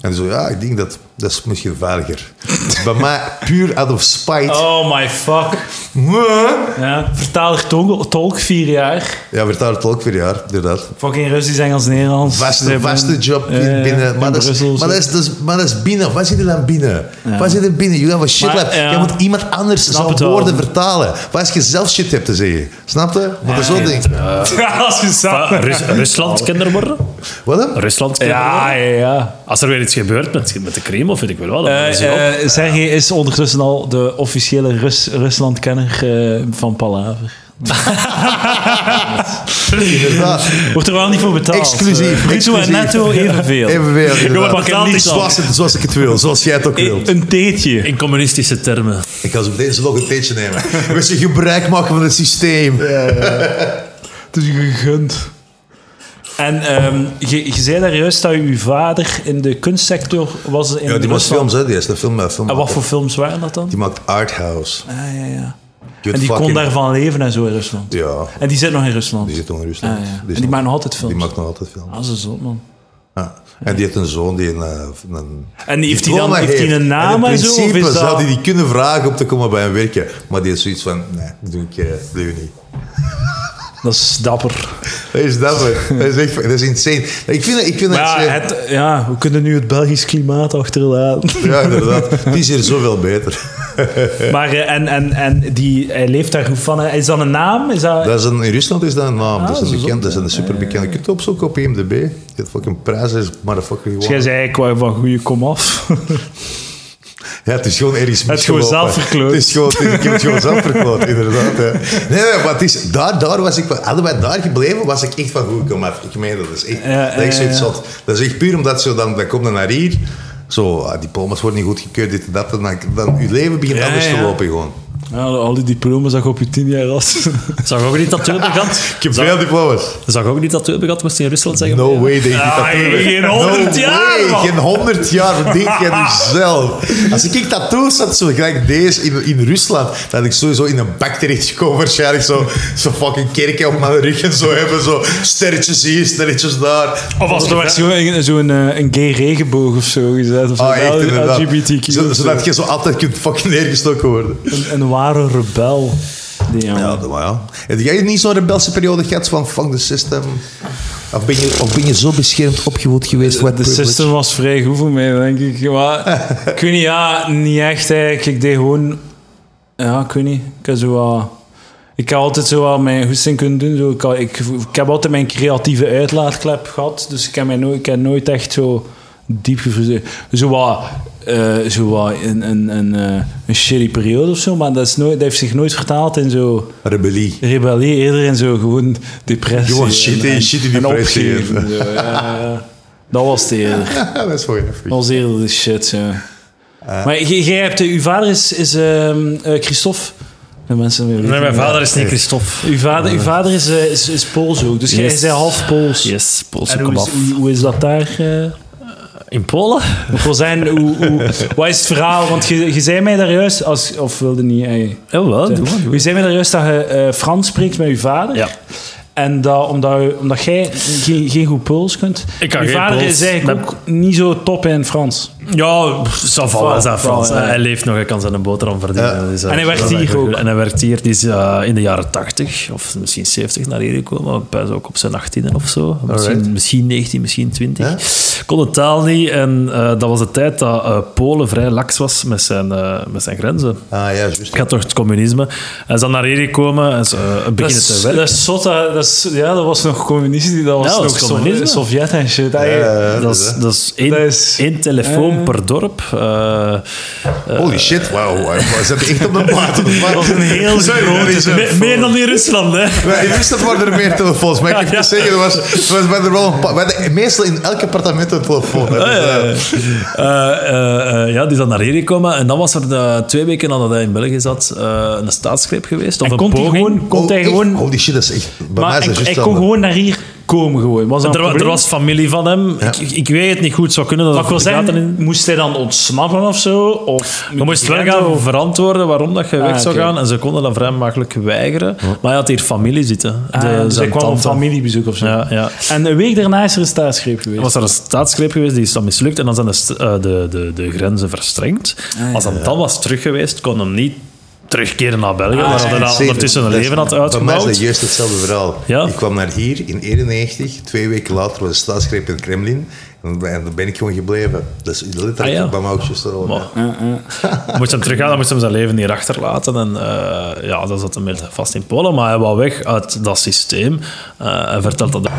[SPEAKER 3] En zo, ja, ik denk dat, dat is misschien veiliger. [laughs] Dus bij mij, puur out of spite,
[SPEAKER 1] Oh my fuck. Ja, vertaler tolk, tolk vier jaar.
[SPEAKER 3] Ja, werd daar het ook weer jaar, inderdaad.
[SPEAKER 1] Fucking Russisch, Engels, Nederlands. Ze
[SPEAKER 3] Vaste,
[SPEAKER 1] hebben-
[SPEAKER 3] vaste job
[SPEAKER 1] Ja, ja,
[SPEAKER 3] in binnen.
[SPEAKER 1] in
[SPEAKER 3] Maar dat, is,
[SPEAKER 1] Brussel,
[SPEAKER 3] maar,
[SPEAKER 1] zo.
[SPEAKER 3] dat is, dat is- maar dat is binnen. Wat zit er dan binnen? Wat zit er binnen? Jullie hebben shit.
[SPEAKER 1] Maar,
[SPEAKER 3] lab.
[SPEAKER 1] ja.
[SPEAKER 3] Jij moet iemand anders zijn
[SPEAKER 1] het wel.
[SPEAKER 3] woorden vertalen. Waar als je zelf shit hebt te zeggen. Snap je? Maar dat is zo'n ding.
[SPEAKER 1] [laughs] Ja, als je
[SPEAKER 2] Ah,
[SPEAKER 1] zat.
[SPEAKER 2] [laughs] Rus- Rusland kinder worden?
[SPEAKER 3] Wat dan?
[SPEAKER 2] Rusland kinder
[SPEAKER 1] Ja, ja,
[SPEAKER 2] worden?
[SPEAKER 1] ja.
[SPEAKER 2] Als er weer iets gebeurt met, met de creme, of weet ik wel wat, dan
[SPEAKER 1] Eh,
[SPEAKER 2] worden ze op.
[SPEAKER 1] eh, Sergej is ondertussen al de officiële Rus Rusland-kenner eh, van Palaver.
[SPEAKER 2] eh.
[SPEAKER 3] Inderdaad.
[SPEAKER 1] Wordt er wel niet voor betaald.
[SPEAKER 3] Exclusief,
[SPEAKER 1] Eh, Bruto en
[SPEAKER 3] exclusief.
[SPEAKER 1] netto evenveel. E-
[SPEAKER 3] Evenveel.
[SPEAKER 1] Gewoon
[SPEAKER 3] inderdaad.
[SPEAKER 1] pak hem niet
[SPEAKER 3] Zoals,
[SPEAKER 1] af.
[SPEAKER 3] het- zoals ik het wil. Zoals jij het ook
[SPEAKER 1] E-
[SPEAKER 3] wilt.
[SPEAKER 1] Een theetje.
[SPEAKER 2] In communistische termen.
[SPEAKER 3] Ik ga zo meteen nog een teentje nemen. [laughs] We je gebruik maken van het systeem.
[SPEAKER 1] Het is je gegund. En ehm, je, je zei daar juist dat uw vader in de kunstsector was in
[SPEAKER 3] Ja, die maakt
[SPEAKER 1] Rusland.
[SPEAKER 3] films, hè. Die is een film, eh, film
[SPEAKER 1] En wat voor films waren dat dan?
[SPEAKER 3] Die maakt Arthouse.
[SPEAKER 1] Ah, ja, ja.
[SPEAKER 3] Good
[SPEAKER 1] En die kon
[SPEAKER 3] fucking-
[SPEAKER 1] daarvan leven en zo in Rusland.
[SPEAKER 3] Ja.
[SPEAKER 1] En die zit nog in Rusland.
[SPEAKER 3] Die zit nog in Rusland.
[SPEAKER 1] Ah, ja. En
[SPEAKER 3] is
[SPEAKER 1] die maakt nog altijd films.
[SPEAKER 3] Die maakt nog altijd films.
[SPEAKER 1] Ah, ze zot, man.
[SPEAKER 3] Ja. En die heeft een zoon die een, eh, een
[SPEAKER 1] En die heeft die
[SPEAKER 3] diploma
[SPEAKER 1] dan- heeft die een naam
[SPEAKER 3] in
[SPEAKER 1] en zo, of is
[SPEAKER 3] principe
[SPEAKER 1] dat-
[SPEAKER 3] zou die die kunnen vragen om te komen bij hem werken. Maar die is zoiets van, nee, dat doe ik, eh, dat doe ik niet.
[SPEAKER 1] Dat is dapper.
[SPEAKER 3] Dat is dapper. [laughs] dat is echt, dat is insane. Ik vind, ik vind
[SPEAKER 1] Maar
[SPEAKER 3] het,
[SPEAKER 1] ja, het, ja, we kunnen nu het Belgisch klimaat achterlaten.
[SPEAKER 3] ja, inderdaad. Het is hier zoveel beter.
[SPEAKER 1] [laughs] Maar eh, en, en, en die, hij leeft daar goed van. hè. Is dat een naam? Is dat...
[SPEAKER 3] Dat is een, in Rusland is dat een naam. dat is
[SPEAKER 1] dat
[SPEAKER 3] een
[SPEAKER 1] is
[SPEAKER 3] bekend, dat is een superbekend. Je kunt het opzoeken op IMDb. Je hebt fucking prijs, is motherfucker
[SPEAKER 1] Dus jij
[SPEAKER 3] gewonnen.
[SPEAKER 1] zei eigenlijk wel van goede kom
[SPEAKER 3] [laughs]
[SPEAKER 1] af.
[SPEAKER 3] Ja, het is gewoon ergens
[SPEAKER 1] is gewoon
[SPEAKER 3] misgelopen.
[SPEAKER 1] zelf verkloot.
[SPEAKER 3] Het is gewoon, ik heb het gewoon zelf
[SPEAKER 1] [laughs]
[SPEAKER 3] verkloot, inderdaad. hè. Nee, nee, maar het is, daar, daar was ik, van- hadden wij daar gebleven, was ik echt van goed gekomen. Ik meen dat, dat is echt,
[SPEAKER 1] Ja,
[SPEAKER 3] dat is
[SPEAKER 1] ja,
[SPEAKER 3] zoiets
[SPEAKER 1] ja.
[SPEAKER 3] zot. Dat is echt puur omdat zo dan, dan komt dan naar hier, zo, ah, diploma's worden niet goedgekeurd, dit en dat, en dan, dan je leven begint
[SPEAKER 1] Ja,
[SPEAKER 3] anders
[SPEAKER 1] ja.
[SPEAKER 3] te lopen gewoon.
[SPEAKER 1] Ja, al die diploma's dat je op je tien jaar
[SPEAKER 3] [laughs]
[SPEAKER 1] was.
[SPEAKER 2] Zag ook niet dat we hebben gehad?
[SPEAKER 3] Ik heb
[SPEAKER 2] Zag-
[SPEAKER 3] veel diploma's.
[SPEAKER 2] Zag ook niet dat we hebben gehad, moest hij in Rusland zeggen.
[SPEAKER 3] No
[SPEAKER 2] maar
[SPEAKER 3] way dat je
[SPEAKER 1] Ah,
[SPEAKER 3] dat doet.
[SPEAKER 1] geen honderd
[SPEAKER 3] no
[SPEAKER 1] jaar,
[SPEAKER 3] way.
[SPEAKER 1] man.
[SPEAKER 3] Geen honderd jaar
[SPEAKER 1] [laughs]
[SPEAKER 3] verdient jij dus zelf. Als ik tattoos had, zo gelijk deze in, in Rusland, dat ik sowieso in een bak terechtgekomen waarschijnlijk. Zo, zo fucking kerken op mijn rug en zo hebben. Zo sterretjes hier, sterretjes daar.
[SPEAKER 1] Of als er werd zo'n een, zo'n, eh, een gay regenboog of zo gezet. Of zo,
[SPEAKER 3] Ah, echt,
[SPEAKER 1] L-
[SPEAKER 3] inderdaad.
[SPEAKER 1] LGBTQ.
[SPEAKER 3] Zo-
[SPEAKER 1] of zo.
[SPEAKER 3] zodat je zo altijd kunt fucking neergestoken worden.
[SPEAKER 1] Een, een ware rebel. Die jongen.
[SPEAKER 3] Ja, dat maar ja. Heb jij niet zo'n rebelse periode gehad van fuck the system? Of ben je, of ben je zo beschermd opgevoed geweest?
[SPEAKER 1] De system was vrij goed voor mij, denk ik. Maar ik weet niet, ja, niet echt eigenlijk. Ik deed gewoon... Ja, ik weet niet. Ik heb zo wat- Ik heb altijd zo wel mijn goesting kunnen doen. Zo. Ik, had- ik, ik heb altijd mijn creatieve uitlaatklep gehad. Dus ik heb, mij nooit, ik heb nooit echt zo diep gefrustreerd. Zo wat... eh, zo wat een, een, een, eh, een shitty periode of zo. Maar dat, is nooit, dat heeft zich nooit vertaald in zo
[SPEAKER 3] Rebellie.
[SPEAKER 1] rebellie. Eerder in zo gewoon depressie.
[SPEAKER 3] Gewoon
[SPEAKER 1] en-
[SPEAKER 3] shitty-
[SPEAKER 1] en-
[SPEAKER 3] shitty
[SPEAKER 1] en
[SPEAKER 3] depressie.
[SPEAKER 1] opgeven, zo. Ja, ja, ja. Dat was het eerder.
[SPEAKER 3] [laughs] dat is mooi. hè.
[SPEAKER 1] Dat was eerder de shit, ja. maar j- jij hebt... eh, Uw vader is, is ehm, eh, Christophe De mensen weer weten.
[SPEAKER 2] Nee, mijn vader is niet Christophe.
[SPEAKER 1] Uw vader, uw vader is, eh, is, is Pools ook, dus jij
[SPEAKER 2] Yes.
[SPEAKER 1] bent half Pools.
[SPEAKER 2] Yes, Poolse
[SPEAKER 1] En hoe is,
[SPEAKER 2] kebab.
[SPEAKER 1] hoe, hoe is dat daar? eh?
[SPEAKER 2] In Polen?
[SPEAKER 1] Ik wil zeggen, hoe, hoe, wat is het verhaal? Want je, je zei mij daar juist, als, of wilde niet... eh,
[SPEAKER 2] Oh, wel, doe maar.
[SPEAKER 1] je zei mij daar juist dat je eh, Frans spreekt met je vader.
[SPEAKER 2] Ja.
[SPEAKER 1] En dat, omdat, je- omdat jij geen, geen goed Pools kunt.
[SPEAKER 2] Ik kan
[SPEAKER 1] je
[SPEAKER 2] geen
[SPEAKER 1] vader
[SPEAKER 2] Pools.
[SPEAKER 1] is eigenlijk
[SPEAKER 2] Mijn-
[SPEAKER 1] ook niet zo top in Frans.
[SPEAKER 2] Ja, ça va, is dat Frans.
[SPEAKER 1] wel, ja.
[SPEAKER 2] Hij leeft nog, hij kan zijn boterham verdienen.
[SPEAKER 3] Ja.
[SPEAKER 2] Dus, eh,
[SPEAKER 1] En hij werkt
[SPEAKER 2] dat is
[SPEAKER 1] hier
[SPEAKER 2] eigenlijk
[SPEAKER 1] ook.
[SPEAKER 2] goed. En hij werkt hier, die is eh, in de jaren 80 of misschien 70 naar hier gekomen. Hij is ook op zijn 18e of zo. Misschien,
[SPEAKER 3] Alright.
[SPEAKER 2] misschien 19, misschien 20. Kon de taal niet. En eh, dat was de tijd dat eh, Polen vrij laks was met zijn, eh, met zijn grenzen.
[SPEAKER 3] Ah ja, juist.
[SPEAKER 2] Ik had toch het communisme. Hij is dan naar hier gekomen en is, eh,
[SPEAKER 1] Dat
[SPEAKER 2] beginnen te
[SPEAKER 1] is,
[SPEAKER 2] werken.
[SPEAKER 1] dat is zot, dat, dat is- ja, dat was nog communistisch, dat was
[SPEAKER 2] Ja, dat
[SPEAKER 1] nog
[SPEAKER 2] is
[SPEAKER 1] Sov-
[SPEAKER 2] communisme.
[SPEAKER 1] Sovjet en shit.
[SPEAKER 3] Ja,
[SPEAKER 1] Eigenlijk-
[SPEAKER 3] ja, ja,
[SPEAKER 2] Dat
[SPEAKER 3] dus,
[SPEAKER 2] is,
[SPEAKER 3] hè.
[SPEAKER 2] dat is één,
[SPEAKER 1] Dat is-
[SPEAKER 2] één telefoon
[SPEAKER 1] eh.
[SPEAKER 2] per dorp. Eh, eh,
[SPEAKER 3] Holy shit, wauw. We zitten echt op de [laughs] maat.
[SPEAKER 1] Dat was een [laughs] heel grote...
[SPEAKER 2] me- meer dan in Rusland, hè?
[SPEAKER 3] Wij, in Rusland waren er meer telefoons, maar ik moet
[SPEAKER 2] [laughs] Ja.
[SPEAKER 3] zeggen, er was, er was, waren er wel een paar, we hadden meestal in elk appartement een telefoon.
[SPEAKER 2] Oh,
[SPEAKER 1] Oh,
[SPEAKER 3] hè. Dus, eh,
[SPEAKER 2] Eh, eh, eh, ja, die is dan naar hier gekomen. En dan was er de, twee weken nadat hij in België zat eh, een staatsgreep geweest. Of
[SPEAKER 1] En
[SPEAKER 2] een
[SPEAKER 1] kon hij
[SPEAKER 2] poging.
[SPEAKER 1] gewoon... Kon
[SPEAKER 3] oh,
[SPEAKER 1] hij
[SPEAKER 3] echt?
[SPEAKER 1] gewoon
[SPEAKER 3] Holy shit, dat is echt... Bij mij
[SPEAKER 1] maar
[SPEAKER 3] is
[SPEAKER 1] hij,
[SPEAKER 3] dat juist
[SPEAKER 1] hij kon
[SPEAKER 3] wel-
[SPEAKER 1] gewoon naar hier komen gewoon. Was dat
[SPEAKER 2] Er,
[SPEAKER 1] een
[SPEAKER 2] wa- er
[SPEAKER 1] probleem?
[SPEAKER 2] was familie van hem. Ik, ik weet het niet goed, zou kunnen. Dat
[SPEAKER 1] Maar ik wil
[SPEAKER 2] het later in-
[SPEAKER 1] zeggen, moest hij dan ontsnappen of zo? Of
[SPEAKER 2] Je moest wel gaan verantwoorden waarom dat je weg zou
[SPEAKER 1] Ah, oké.
[SPEAKER 2] gaan. En ze konden dat vrij makkelijk weigeren. Maar hij had hier familie zitten. De,
[SPEAKER 1] Ah, dus hij
[SPEAKER 2] zijn
[SPEAKER 1] kwam op
[SPEAKER 2] tante.
[SPEAKER 1] familiebezoek of zo.
[SPEAKER 2] Ja, ja.
[SPEAKER 1] En een week daarna is er een staatsgreep geweest.
[SPEAKER 2] Er was er een staatsgreep geweest, die is dan mislukt. En dan zijn de, st- eh, de, de, de grenzen verstrengd.
[SPEAKER 3] Ah,
[SPEAKER 2] Als dat dan was terug geweest, kon hem niet terugkeren naar België.
[SPEAKER 3] Ah,
[SPEAKER 2] waar hij dan
[SPEAKER 3] Zeven.
[SPEAKER 2] ondertussen een
[SPEAKER 3] Dat is-
[SPEAKER 2] leven had
[SPEAKER 3] Bij mij is
[SPEAKER 2] uitgebouwd.
[SPEAKER 3] dat juist hetzelfde verhaal.
[SPEAKER 2] Ja.
[SPEAKER 3] Ik kwam naar hier in 91, twee weken later was de staatsgreep in het Kremlin. En, en dan ben ik gewoon gebleven. Dat is letterlijk
[SPEAKER 2] Ah, ja.
[SPEAKER 3] bij mij ook juist zo.
[SPEAKER 2] Maar- Moest hem teruggaan, dan moest hem zijn leven hier achterlaten. En eh, ja, dan zat hij met- vast in Polen. Maar hij wou weg uit dat systeem. Eh, hij vertelt dat... eh,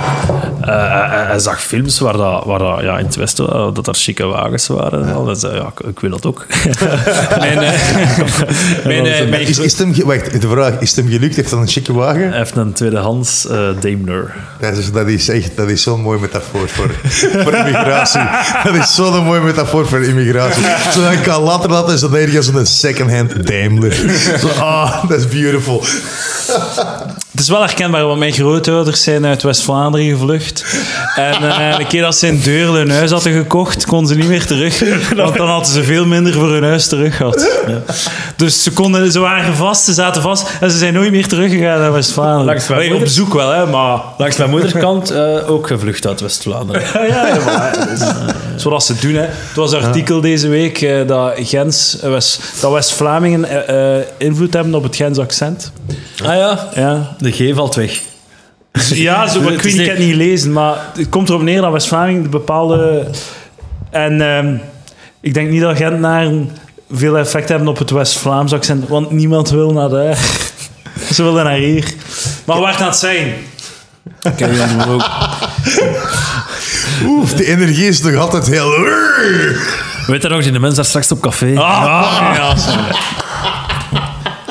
[SPEAKER 2] hij, hij- hij zag films waar, dat, waar dat, ja, in het Westen eh, dat er chique wagens waren. En al. Hij zei, ja, ik, ik wil dat
[SPEAKER 3] [laughs]
[SPEAKER 2] ook. [laughs]
[SPEAKER 1] Mijn, eh, mijn, eh, mijn-
[SPEAKER 3] Is, is het hem, ge- wacht, de vraag, is het hem gelukt? Heeft hij een chique wagen?
[SPEAKER 2] Hij heeft een tweedehands eh, Daimler.
[SPEAKER 3] Dat is, dat is echt dat is zo'n mooie metafoor voor, voor immigratie. Dat is zo'n mooie metafoor voor immigratie. Zodat ik kan later laten is dat ergens een second-hand Daimler. Zo, Ah, dat is beautiful.
[SPEAKER 1] het is wel herkenbaar, want mijn grootouders zijn uit West-Vlaanderen gevlucht. En eh, de keer dat ze in Deurle een huis hadden gekocht, konden ze niet meer terug. Want dan hadden ze veel minder voor hun huis terug gehad. Dus ze, konden, ze waren vast, ze zaten vast en ze zijn nooit meer teruggegaan naar West-Vlaanderen.
[SPEAKER 2] Langs mijn
[SPEAKER 1] Allee, Op
[SPEAKER 2] moeder.
[SPEAKER 1] zoek wel, hè, maar...
[SPEAKER 2] Langs mijn moederkant eh, ook gevlucht uit West-Vlaanderen.
[SPEAKER 1] Ja, ja, ja, maar, dat is, eh, [laughs] Zoals ze het doen. Hè. Het was een artikel deze week eh, dat, Gens, eh, West, dat West-Vlamingen eh, eh, invloed hebben op het Gens accent.
[SPEAKER 2] Ah ja,
[SPEAKER 1] Ja,
[SPEAKER 2] de G valt weg.
[SPEAKER 1] ja zo, maar ik,
[SPEAKER 2] Het
[SPEAKER 1] weet
[SPEAKER 2] is
[SPEAKER 1] niet, ik heb
[SPEAKER 2] niet-
[SPEAKER 1] het niet gelezen, maar het komt erop neer dat West-Vlamingen de bepaalde... En ehm, ik denk niet dat Gentenaren veel effect hebben op het West-Vlaams accent, want niemand wil naar daar. [laughs] Ze willen naar hier. Maar waar kan het zijn? Kijk, dan ook.
[SPEAKER 3] Oef, de energie is nog altijd heel...
[SPEAKER 2] Weet je nog, die mensen daar straks op café?
[SPEAKER 1] Ah, ja, sorry.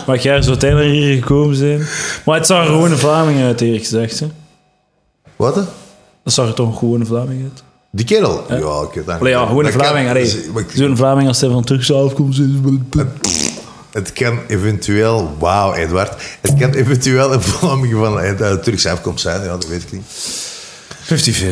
[SPEAKER 1] Mag jij zo tijdig hier gekomen zijn? Maar het zag er gewoon een Vlaming uit, eerlijk gezegd. Hè.
[SPEAKER 3] Wat? hè?
[SPEAKER 1] Dat zag er toch een gewone Vlaming uit?
[SPEAKER 3] Die kerel? Ja, ik weet dat
[SPEAKER 1] Allee, ja, gewoon een
[SPEAKER 3] Dat kan-
[SPEAKER 1] Vlaming. allee.
[SPEAKER 3] dus, maar ik-
[SPEAKER 1] Zo'n Vlaming als hij van Turkse afkomst is.
[SPEAKER 3] Het kan eventueel... Wauw, Edward. Het kan eventueel een Vlaming van eh, Turkse afkomst zijn. Ja, dat weet ik niet.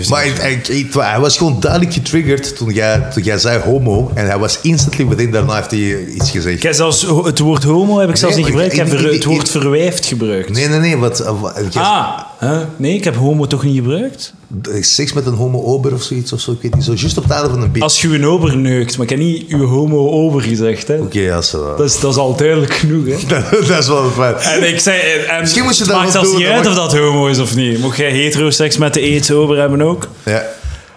[SPEAKER 1] 50-50.
[SPEAKER 3] Maar hij, hij- hij- hij was gewoon duidelijk getriggerd toen jij, toen jij zei homo. En hij was instantly within daarna heeft hij iets gezegd.
[SPEAKER 1] Ik heb zelfs ho- het woord homo heb ik zelfs
[SPEAKER 3] Nee,
[SPEAKER 1] niet gebruikt. Ik heb
[SPEAKER 3] ik- ik-
[SPEAKER 1] ver- het
[SPEAKER 3] ik-
[SPEAKER 1] woord verwijfd gebruikt.
[SPEAKER 3] Nee, nee, nee. Wat, eh, wat- jij-
[SPEAKER 1] Ah, hè? nee, ik heb homo toch niet gebruikt?
[SPEAKER 3] Seks met een homo-ober of zoiets of zo. Ik weet niet. Zo juist op het einde van een beat.
[SPEAKER 1] Als je een ober neukt, maar ik heb niet uw homo ober gezegd. Hè?
[SPEAKER 3] Oké, ja, zo. [laughs]
[SPEAKER 1] Dat, is, dat is al duidelijk genoeg. Hè?
[SPEAKER 3] Dat, is wel fijn.
[SPEAKER 1] En ik zei, en- en
[SPEAKER 3] Misschien moest je
[SPEAKER 1] het
[SPEAKER 3] dat
[SPEAKER 1] maakt
[SPEAKER 3] wel
[SPEAKER 1] zelfs
[SPEAKER 3] doen,
[SPEAKER 1] niet
[SPEAKER 3] dat
[SPEAKER 1] uit of
[SPEAKER 3] mag-
[SPEAKER 1] dat homo is of niet. Mocht jij heteroseks met de aids over hebben ook?
[SPEAKER 3] Ja.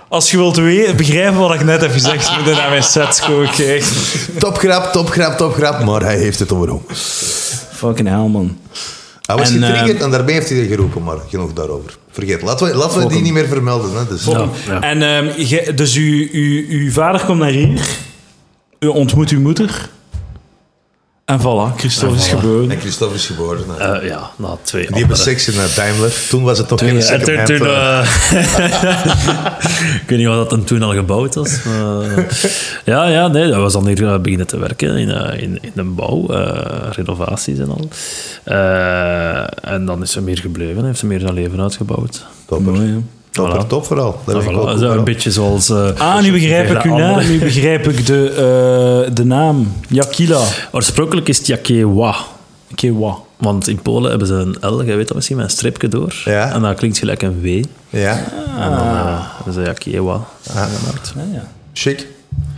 [SPEAKER 1] Als je wilt we- begrijpen wat ik net heb gezegd, moet je naar mijn sets komen kijken.
[SPEAKER 3] Topgrap, topgrap, topgrap. Maar hij heeft het over homo's.
[SPEAKER 1] Fucking hell, man.
[SPEAKER 3] Hij was
[SPEAKER 1] En,
[SPEAKER 3] getriggerd
[SPEAKER 1] ehm,
[SPEAKER 3] en daarmee heeft hij geroepen. Maar genoeg daarover. Vergeet. Laten we, laten we die niet meer vermelden. Hè, dus.
[SPEAKER 2] Ja, ja.
[SPEAKER 1] En ehm, jij- dus uw, uw, uw vader komt naar hier, u ontmoet uw moeder. En voilà, Christophe is geboren.
[SPEAKER 3] En Christophe is geboren. hè.
[SPEAKER 2] Eh, ja, na twee
[SPEAKER 3] die hebben seks in eh, Daimler. Toen was het nog geen
[SPEAKER 2] En toen,
[SPEAKER 3] secondhand.
[SPEAKER 2] toen,
[SPEAKER 3] eh,
[SPEAKER 2] eh, [laughs] ik weet niet wat dat dan toen al gebouwd was. maar, eh, ja, ja, nee, dat was dan hier eh, beginnen te werken in, eh, in, in de bouw, eh, renovaties en al. Eh, en dan is ze meer gebleven, heeft ze meer haar leven uitgebouwd.
[SPEAKER 3] Topper.
[SPEAKER 1] Mooi, hè.
[SPEAKER 3] Topper,
[SPEAKER 2] Voilà.
[SPEAKER 3] top vooral. Dat
[SPEAKER 2] Nou,
[SPEAKER 3] vind
[SPEAKER 2] voilà,
[SPEAKER 3] ik ook
[SPEAKER 2] dat
[SPEAKER 3] goed
[SPEAKER 2] is een
[SPEAKER 3] vooral.
[SPEAKER 2] beetje zoals... eh,
[SPEAKER 1] Ah, nu begrijp ik
[SPEAKER 2] de
[SPEAKER 1] uw naam.
[SPEAKER 2] andere.
[SPEAKER 1] Nu begrijp ik de, eh, de naam. Jakila.
[SPEAKER 2] Oorspronkelijk is het Jakewa.
[SPEAKER 1] Kewa.
[SPEAKER 2] Want in Polen hebben ze een L, jij weet dat misschien, met een streepje door.
[SPEAKER 3] Ja.
[SPEAKER 2] En dat klinkt gelijk een W.
[SPEAKER 3] Ja,
[SPEAKER 2] En dan
[SPEAKER 1] Ah.
[SPEAKER 2] eh, hebben ze Jakewa aangemaakt.
[SPEAKER 1] Ja, ja.
[SPEAKER 3] chic.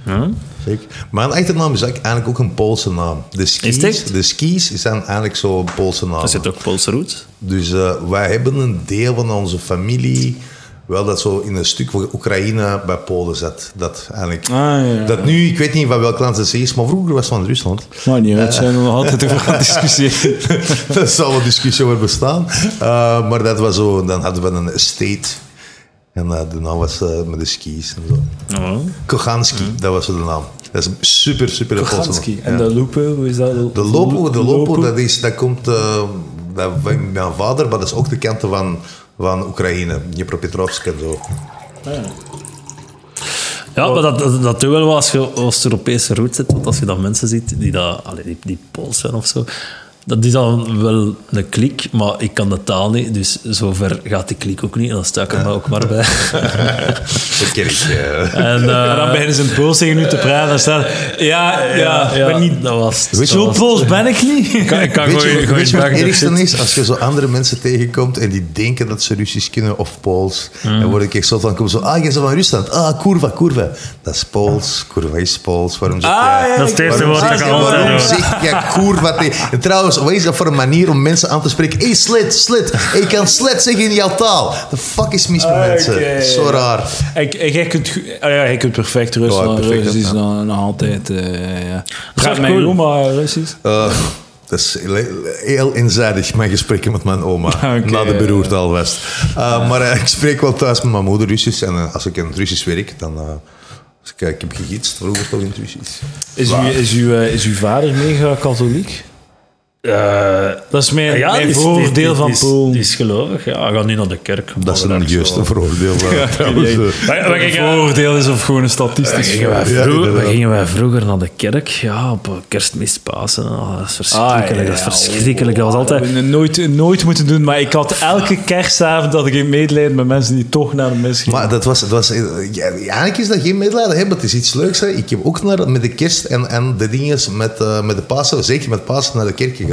[SPEAKER 2] Hm?
[SPEAKER 3] Chic. Mijn achternaam is eigenlijk ook een Poolse naam. De skis,
[SPEAKER 2] het echt?
[SPEAKER 3] de skis zijn eigenlijk zo'n Poolse naam.
[SPEAKER 2] Dat zit ook Poolse roet.
[SPEAKER 3] Dus eh, wij hebben een deel van onze familie, wel dat zo in een stuk van Oekraïne bij Polen zat. Dat eigenlijk.
[SPEAKER 1] Ah, ja, ja.
[SPEAKER 3] Dat nu, ik weet niet van welk land het is, maar vroeger was het van Rusland. [laughs]
[SPEAKER 1] Maar niet
[SPEAKER 3] Eh.
[SPEAKER 1] uit, zijn we nog altijd over aan het discussiëren.
[SPEAKER 3] Daar zal een discussie over bestaan. Eh, maar dat was zo, dan hadden we een estate. En eh, de naam was eh, met de skis en zo.
[SPEAKER 2] Ja.
[SPEAKER 3] Kochanski, dat was zo de naam. Dat is een super, super Poolse naam.
[SPEAKER 1] Kochanski.
[SPEAKER 3] Ja.
[SPEAKER 1] En de Loepe, hoe is dat?
[SPEAKER 3] De Lopo, de Lopo, dat, is, dat komt eh, dat, van mijn vader, maar dat is ook de kanten van, van Oekraïne, Dnipropetrovsk en zo.
[SPEAKER 2] Ja, maar dat, dat, dat doe je wel wat als je Oost-Europese route zit. Want als je dan mensen ziet die, dat, allee, die, die Pools zijn of zo. Dat is dan wel een klik, maar ik kan de taal niet. Dus zover gaat die klik ook niet. En dan sta ik er maar ook
[SPEAKER 1] [laughs]
[SPEAKER 2] maar bij.
[SPEAKER 3] Dat ken ik. eh.
[SPEAKER 2] En,
[SPEAKER 1] Ja,
[SPEAKER 2] eh,
[SPEAKER 1] dan beginnen ze in het Pools tegen u te praten. Dan staat ja, ja,
[SPEAKER 2] ja,
[SPEAKER 1] ik ben niet...
[SPEAKER 2] dat was...
[SPEAKER 1] Weet je
[SPEAKER 2] dat
[SPEAKER 1] hoe
[SPEAKER 2] was-
[SPEAKER 1] Pools ben ik niet?
[SPEAKER 2] Kan- Ik kan
[SPEAKER 3] Weet
[SPEAKER 2] gewoon-
[SPEAKER 3] je,
[SPEAKER 2] gewoon
[SPEAKER 3] weet je wat het
[SPEAKER 2] zeggen,
[SPEAKER 3] ergste
[SPEAKER 2] shit.
[SPEAKER 3] is? Als je zo andere mensen tegenkomt en die denken dat ze Russisch kunnen of Pools,
[SPEAKER 2] Mm.
[SPEAKER 3] dan word ik echt zo van, kom zo, ah, jij bent van Rusland, ah, kurva, kurva. Dat is Pools, kurva is Pools, waarom zeg jij...
[SPEAKER 2] Dat is het eerste
[SPEAKER 3] Waarom
[SPEAKER 2] woord dat
[SPEAKER 3] zeg
[SPEAKER 2] ik
[SPEAKER 3] je-
[SPEAKER 2] altijd
[SPEAKER 3] waarom
[SPEAKER 2] hoor.
[SPEAKER 3] zeg jij kurva tegen... En trouwens, wat is dat voor een manier om mensen aan te spreken? Hé, hey, slit, slit. Ik kan slit zeggen in jouw taal. The fuck is mis met
[SPEAKER 1] Ah, oké.
[SPEAKER 3] mensen? Zo raar.
[SPEAKER 1] Ik, ik, jij, kunt, goed- ah ja, jij kunt perfect Russisch.
[SPEAKER 3] Ja,
[SPEAKER 1] maar
[SPEAKER 3] perfect,
[SPEAKER 1] Russisch is
[SPEAKER 3] ja.
[SPEAKER 1] nog, nog altijd... eh ja.
[SPEAKER 2] wel
[SPEAKER 1] Praat mijn
[SPEAKER 2] cool.
[SPEAKER 1] oma Russisch.
[SPEAKER 3] Eh, [laughs] dat is le- heel eenzijdig, mijn gesprekken met mijn oma.
[SPEAKER 1] Oké.
[SPEAKER 3] na de beroerte alvast. Eh, Maar eh, ik spreek wel thuis met mijn moeder Russisch. En eh, als ik in het Russisch werk, dan... eh, als ik, eh, ik heb gegietst vroeger toch in het Russisch.
[SPEAKER 1] Is, uw, is, uw, eh, is uw vader mega katholiek?
[SPEAKER 2] Eh,
[SPEAKER 1] Dat is mijn,
[SPEAKER 2] ja,
[SPEAKER 1] mijn
[SPEAKER 2] die is- die- die-
[SPEAKER 1] voordeel van
[SPEAKER 2] die is-
[SPEAKER 1] Polen.
[SPEAKER 2] Die is gelovig, ja. Hij gaat nu naar de kerk.
[SPEAKER 3] Dat is een juiste [laughs] veroordeel. eh, trouwens, eh.
[SPEAKER 2] Maar- maar kijk,
[SPEAKER 1] Een
[SPEAKER 2] eh,
[SPEAKER 1] voordeel is of gewoon een statistisch
[SPEAKER 2] Gingen wij,
[SPEAKER 1] voordeel.
[SPEAKER 3] Ja,
[SPEAKER 2] vroeger,
[SPEAKER 3] inderdaad.
[SPEAKER 2] gingen wij vroeger naar de kerk? Ja, op eh, kerstmis, Pasen. Oh, dat is verschrikkelijk.
[SPEAKER 1] Ah, ja,
[SPEAKER 2] dat is
[SPEAKER 1] ja. Oh,
[SPEAKER 2] verschrikkelijk. Dat was
[SPEAKER 1] Ik
[SPEAKER 2] altijd...
[SPEAKER 1] heb het nooit, nooit moeten doen, maar ik had elke kerstavond dat ik in medelijden met mensen die toch naar de mis gingen.
[SPEAKER 3] Maar dat was, dat was, eh, ja, eigenlijk is dat geen medelijden, hè, maar het is iets leuks. Hè. Ik heb ook naar, met de kerst en, en de dingen met, eh, met de Pasen, zeker met Pasen, naar de kerk gegaan.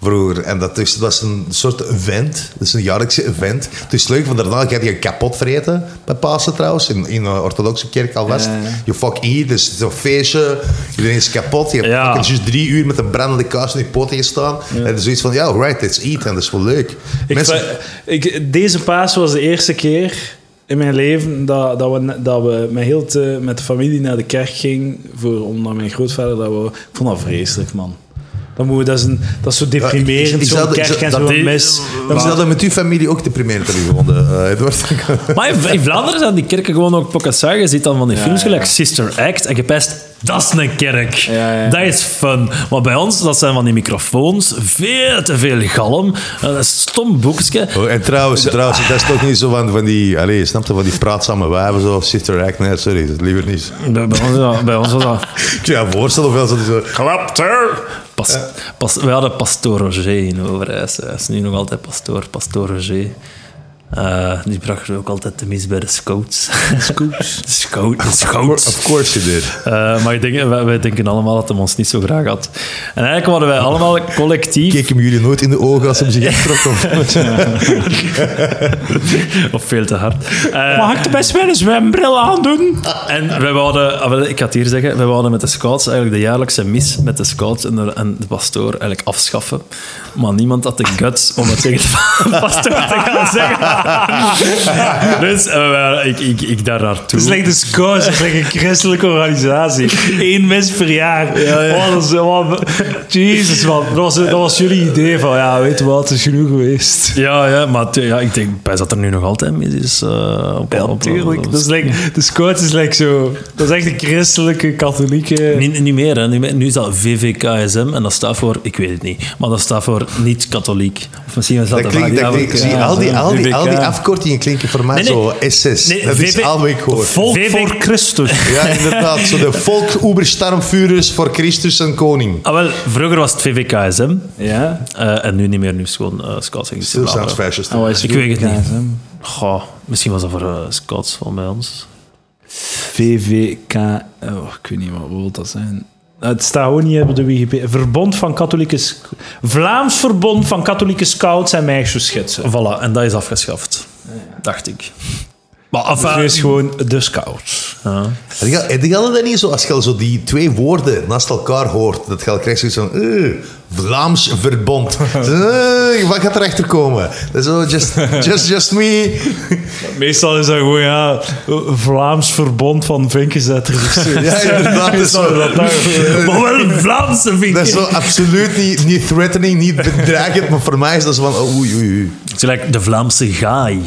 [SPEAKER 3] Vroeger. En dat, dus, dat was een soort event. Dat is een jaarlijkse event. Het is leuk, want daarna ga je kapot vreten. Bij Pasen trouwens, in, in de orthodoxe kerk alvast.
[SPEAKER 1] Ja.
[SPEAKER 3] Je fuck eat, dus het is een feestje. Iedereen is kapot. Je hebt
[SPEAKER 2] Ja.
[SPEAKER 3] fucking juist drie uur met een brandende kaas in je poten gestaan. En het is zoiets van, ja, right, let's eat. En dat is wel leuk.
[SPEAKER 1] Ik va- ik, deze paas was de eerste keer in mijn leven dat, dat we, dat we met, heel te- met de familie naar de kerk gingen voor, om naar mijn grootvader. Dat we, ik vond dat vreselijk, man. Dat, moet, dat, is een, dat is zo
[SPEAKER 3] Ja, ik-
[SPEAKER 1] deprimerend,
[SPEAKER 3] ik- ik
[SPEAKER 1] zo'n
[SPEAKER 3] zou- ik
[SPEAKER 1] kerk
[SPEAKER 3] zou-
[SPEAKER 1] en
[SPEAKER 3] dat
[SPEAKER 1] zo'n
[SPEAKER 2] die-
[SPEAKER 1] mis.
[SPEAKER 3] Dan zou dat met uw familie ook de primaire hebben gewonnen, eh, Edward.
[SPEAKER 2] Maar in, in Vlaanderen zijn die kerken gewoon ook pokkasai. Je ziet dan van die films
[SPEAKER 1] ja.
[SPEAKER 2] gelijk Sister Act. En je pijst, dat is een kerk.
[SPEAKER 1] Ja, ja.
[SPEAKER 2] Dat is fun. Maar bij ons, dat zijn van die microfoons. Veel te veel galm. Eh, Een stom boekje.
[SPEAKER 3] [laughs] Oh, en [laughs] trouwens, trouwens, dat is toch niet zo van, van die... Allee, snap je, van die praatzame wijven zo, of Sister Act? Nee, sorry, dat liever niet.
[SPEAKER 2] Bij, bij ons, ja, bij ons was dat...
[SPEAKER 3] Ik kan je voorstellen of wel zo... die zo
[SPEAKER 2] Pas, pas, we hadden Pastoor Roger in Overijs. Hij is nu nog altijd pastoor, Pastoor Roger. Eh, die bracht ook altijd de mis bij de scouts. Scouts? [laughs] de scout, de scouts.
[SPEAKER 3] Of course you did.
[SPEAKER 2] Eh, maar ik denk, wij, wij denken allemaal dat hij ons niet zo graag had. En eigenlijk hadden wij allemaal collectief...
[SPEAKER 3] Kijk hem jullie nooit in de ogen als hem zich [laughs] echt trok.
[SPEAKER 2] of veel te
[SPEAKER 1] [laughs]
[SPEAKER 2] hard. Eh,
[SPEAKER 1] Mag ik er best wel eens mijn bril aandoen?
[SPEAKER 2] En wij wouden, ah, wel, ik ga het hier zeggen, wij wouden met de scouts eigenlijk de jaarlijkse mis met de scouts en de, en de pastoor eigenlijk afschaffen. Maar niemand had de guts om het tegen de [laughs] pastoor te gaan zeggen.
[SPEAKER 1] [laughs]
[SPEAKER 2] dus eh, wel, ik, ik, ik daar naartoe.
[SPEAKER 1] Het is like de scouts, het is like een christelijke organisatie. Eén mis per jaar. Oh, dat is, oh, Jezus, man. Dat was, dat was jullie idee van, ja, weet je wat, het is genoeg [laughs] geweest.
[SPEAKER 2] Ja, ja, maar t- ja, ik denk best dat er nu nog altijd mis is. eh, op,
[SPEAKER 1] Ja,
[SPEAKER 2] op- op-
[SPEAKER 1] natuurlijk. Dat is like, de scouts is like zo... Dat is echt een christelijke, katholieke...
[SPEAKER 2] Niet, niet meer, hè. Niet meer. Nu is dat VVKSM en dat staat voor, ik weet het niet, maar dat staat voor niet-katholiek. Of misschien is dat
[SPEAKER 3] Dat
[SPEAKER 2] de
[SPEAKER 3] klinkt,
[SPEAKER 2] vraag
[SPEAKER 3] dat
[SPEAKER 2] die
[SPEAKER 3] klinkt-
[SPEAKER 2] we-
[SPEAKER 3] zie,
[SPEAKER 1] ja,
[SPEAKER 3] al die,
[SPEAKER 1] ja,
[SPEAKER 3] al die, al die
[SPEAKER 1] VVK.
[SPEAKER 3] afkortingen klinken voor mij
[SPEAKER 2] Nee, nee.
[SPEAKER 3] zo SS.
[SPEAKER 2] Nee,
[SPEAKER 3] dat is
[SPEAKER 2] VV
[SPEAKER 3] al wat ik hoor.
[SPEAKER 1] Volk
[SPEAKER 2] VV
[SPEAKER 1] voor
[SPEAKER 3] [laughs]
[SPEAKER 1] Christus.
[SPEAKER 3] Ja, inderdaad. Zo [laughs] de volk-oeberstarmvuurders voor Christus en koning.
[SPEAKER 2] Ah, wel, vroeger was het VVKSM
[SPEAKER 1] Ja?
[SPEAKER 2] eh, en nu niet meer. Nu is het gewoon eh, Scouts en
[SPEAKER 3] Still sounds
[SPEAKER 2] Christen.
[SPEAKER 3] fascist.
[SPEAKER 1] Oh, is
[SPEAKER 2] Ik weet het niet.
[SPEAKER 1] VVKSM?
[SPEAKER 2] Goh, misschien was dat voor eh, Scouts van bij ons.
[SPEAKER 1] VVK... Oh, ik weet niet wat wil dat zijn. Het staat gewoon niet op de Wikipedia. Verbond van katholieke... Sc- Vlaams Verbond van Katholieke Scouts en Meisjesschetsen.
[SPEAKER 2] Voilà, en dat is afgeschaft, dacht ik. Maar
[SPEAKER 1] Dus
[SPEAKER 2] enfin,
[SPEAKER 1] is gewoon de Scouts.
[SPEAKER 2] ja.
[SPEAKER 3] En die- en die hadden dat niet zo, als je al zo die twee woorden naast elkaar hoort, dat je al krijgt zoiets van, eh, Vlaams
[SPEAKER 2] [laughs]
[SPEAKER 3] verbond. Eh, wat gaat erachter komen? Dat is zo, just, just, just me.
[SPEAKER 1] Meestal is dat gewoon, ja... Vlaams Verbond van [laughs] Vinkenzetters.
[SPEAKER 3] Ja, inderdaad. Dat is zo,
[SPEAKER 1] [laughs]
[SPEAKER 2] Maar wel een Vlaamse vind
[SPEAKER 3] dat is zo absoluut niet, niet threatening, niet bedreigend, maar voor mij is dat zo van, oh, oei, oei, oei.
[SPEAKER 2] Het is gelijk de Vlaamse gaai.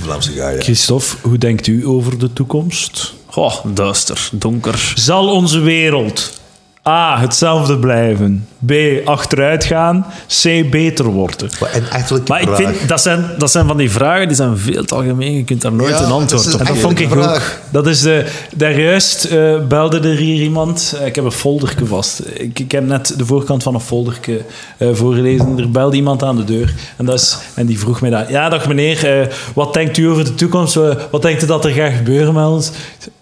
[SPEAKER 3] Vlaamse gaai, ja.
[SPEAKER 1] Christophe, hoe denkt u over de toekomst?
[SPEAKER 2] Goh, duister, donker.
[SPEAKER 1] Zal onze wereld A. hetzelfde blijven, B. achteruit gaan, C. beter worden?
[SPEAKER 3] Maar- En eigenlijk
[SPEAKER 2] Maar ik
[SPEAKER 3] vraag.
[SPEAKER 2] vind, dat zijn, dat zijn van die vragen, die zijn veel te algemeen. Je kunt daar nooit
[SPEAKER 3] Ja,
[SPEAKER 2] een antwoord
[SPEAKER 3] dat is
[SPEAKER 2] op
[SPEAKER 1] En dat
[SPEAKER 2] geven.
[SPEAKER 1] vond ik
[SPEAKER 3] Eigenlijk een vraag.
[SPEAKER 1] ook. Dat is de, daarjuist eh belde er hier iemand. Eh, ik heb een folderke vast. Ik, ik heb net de voorkant van een folderke eh, voorgelezen. Er belde iemand aan de deur. En, dat is, en die vroeg mij dat. Ja, dag meneer, eh, wat denkt u over de toekomst? Eh, wat denkt u dat er gaat gebeuren met ons?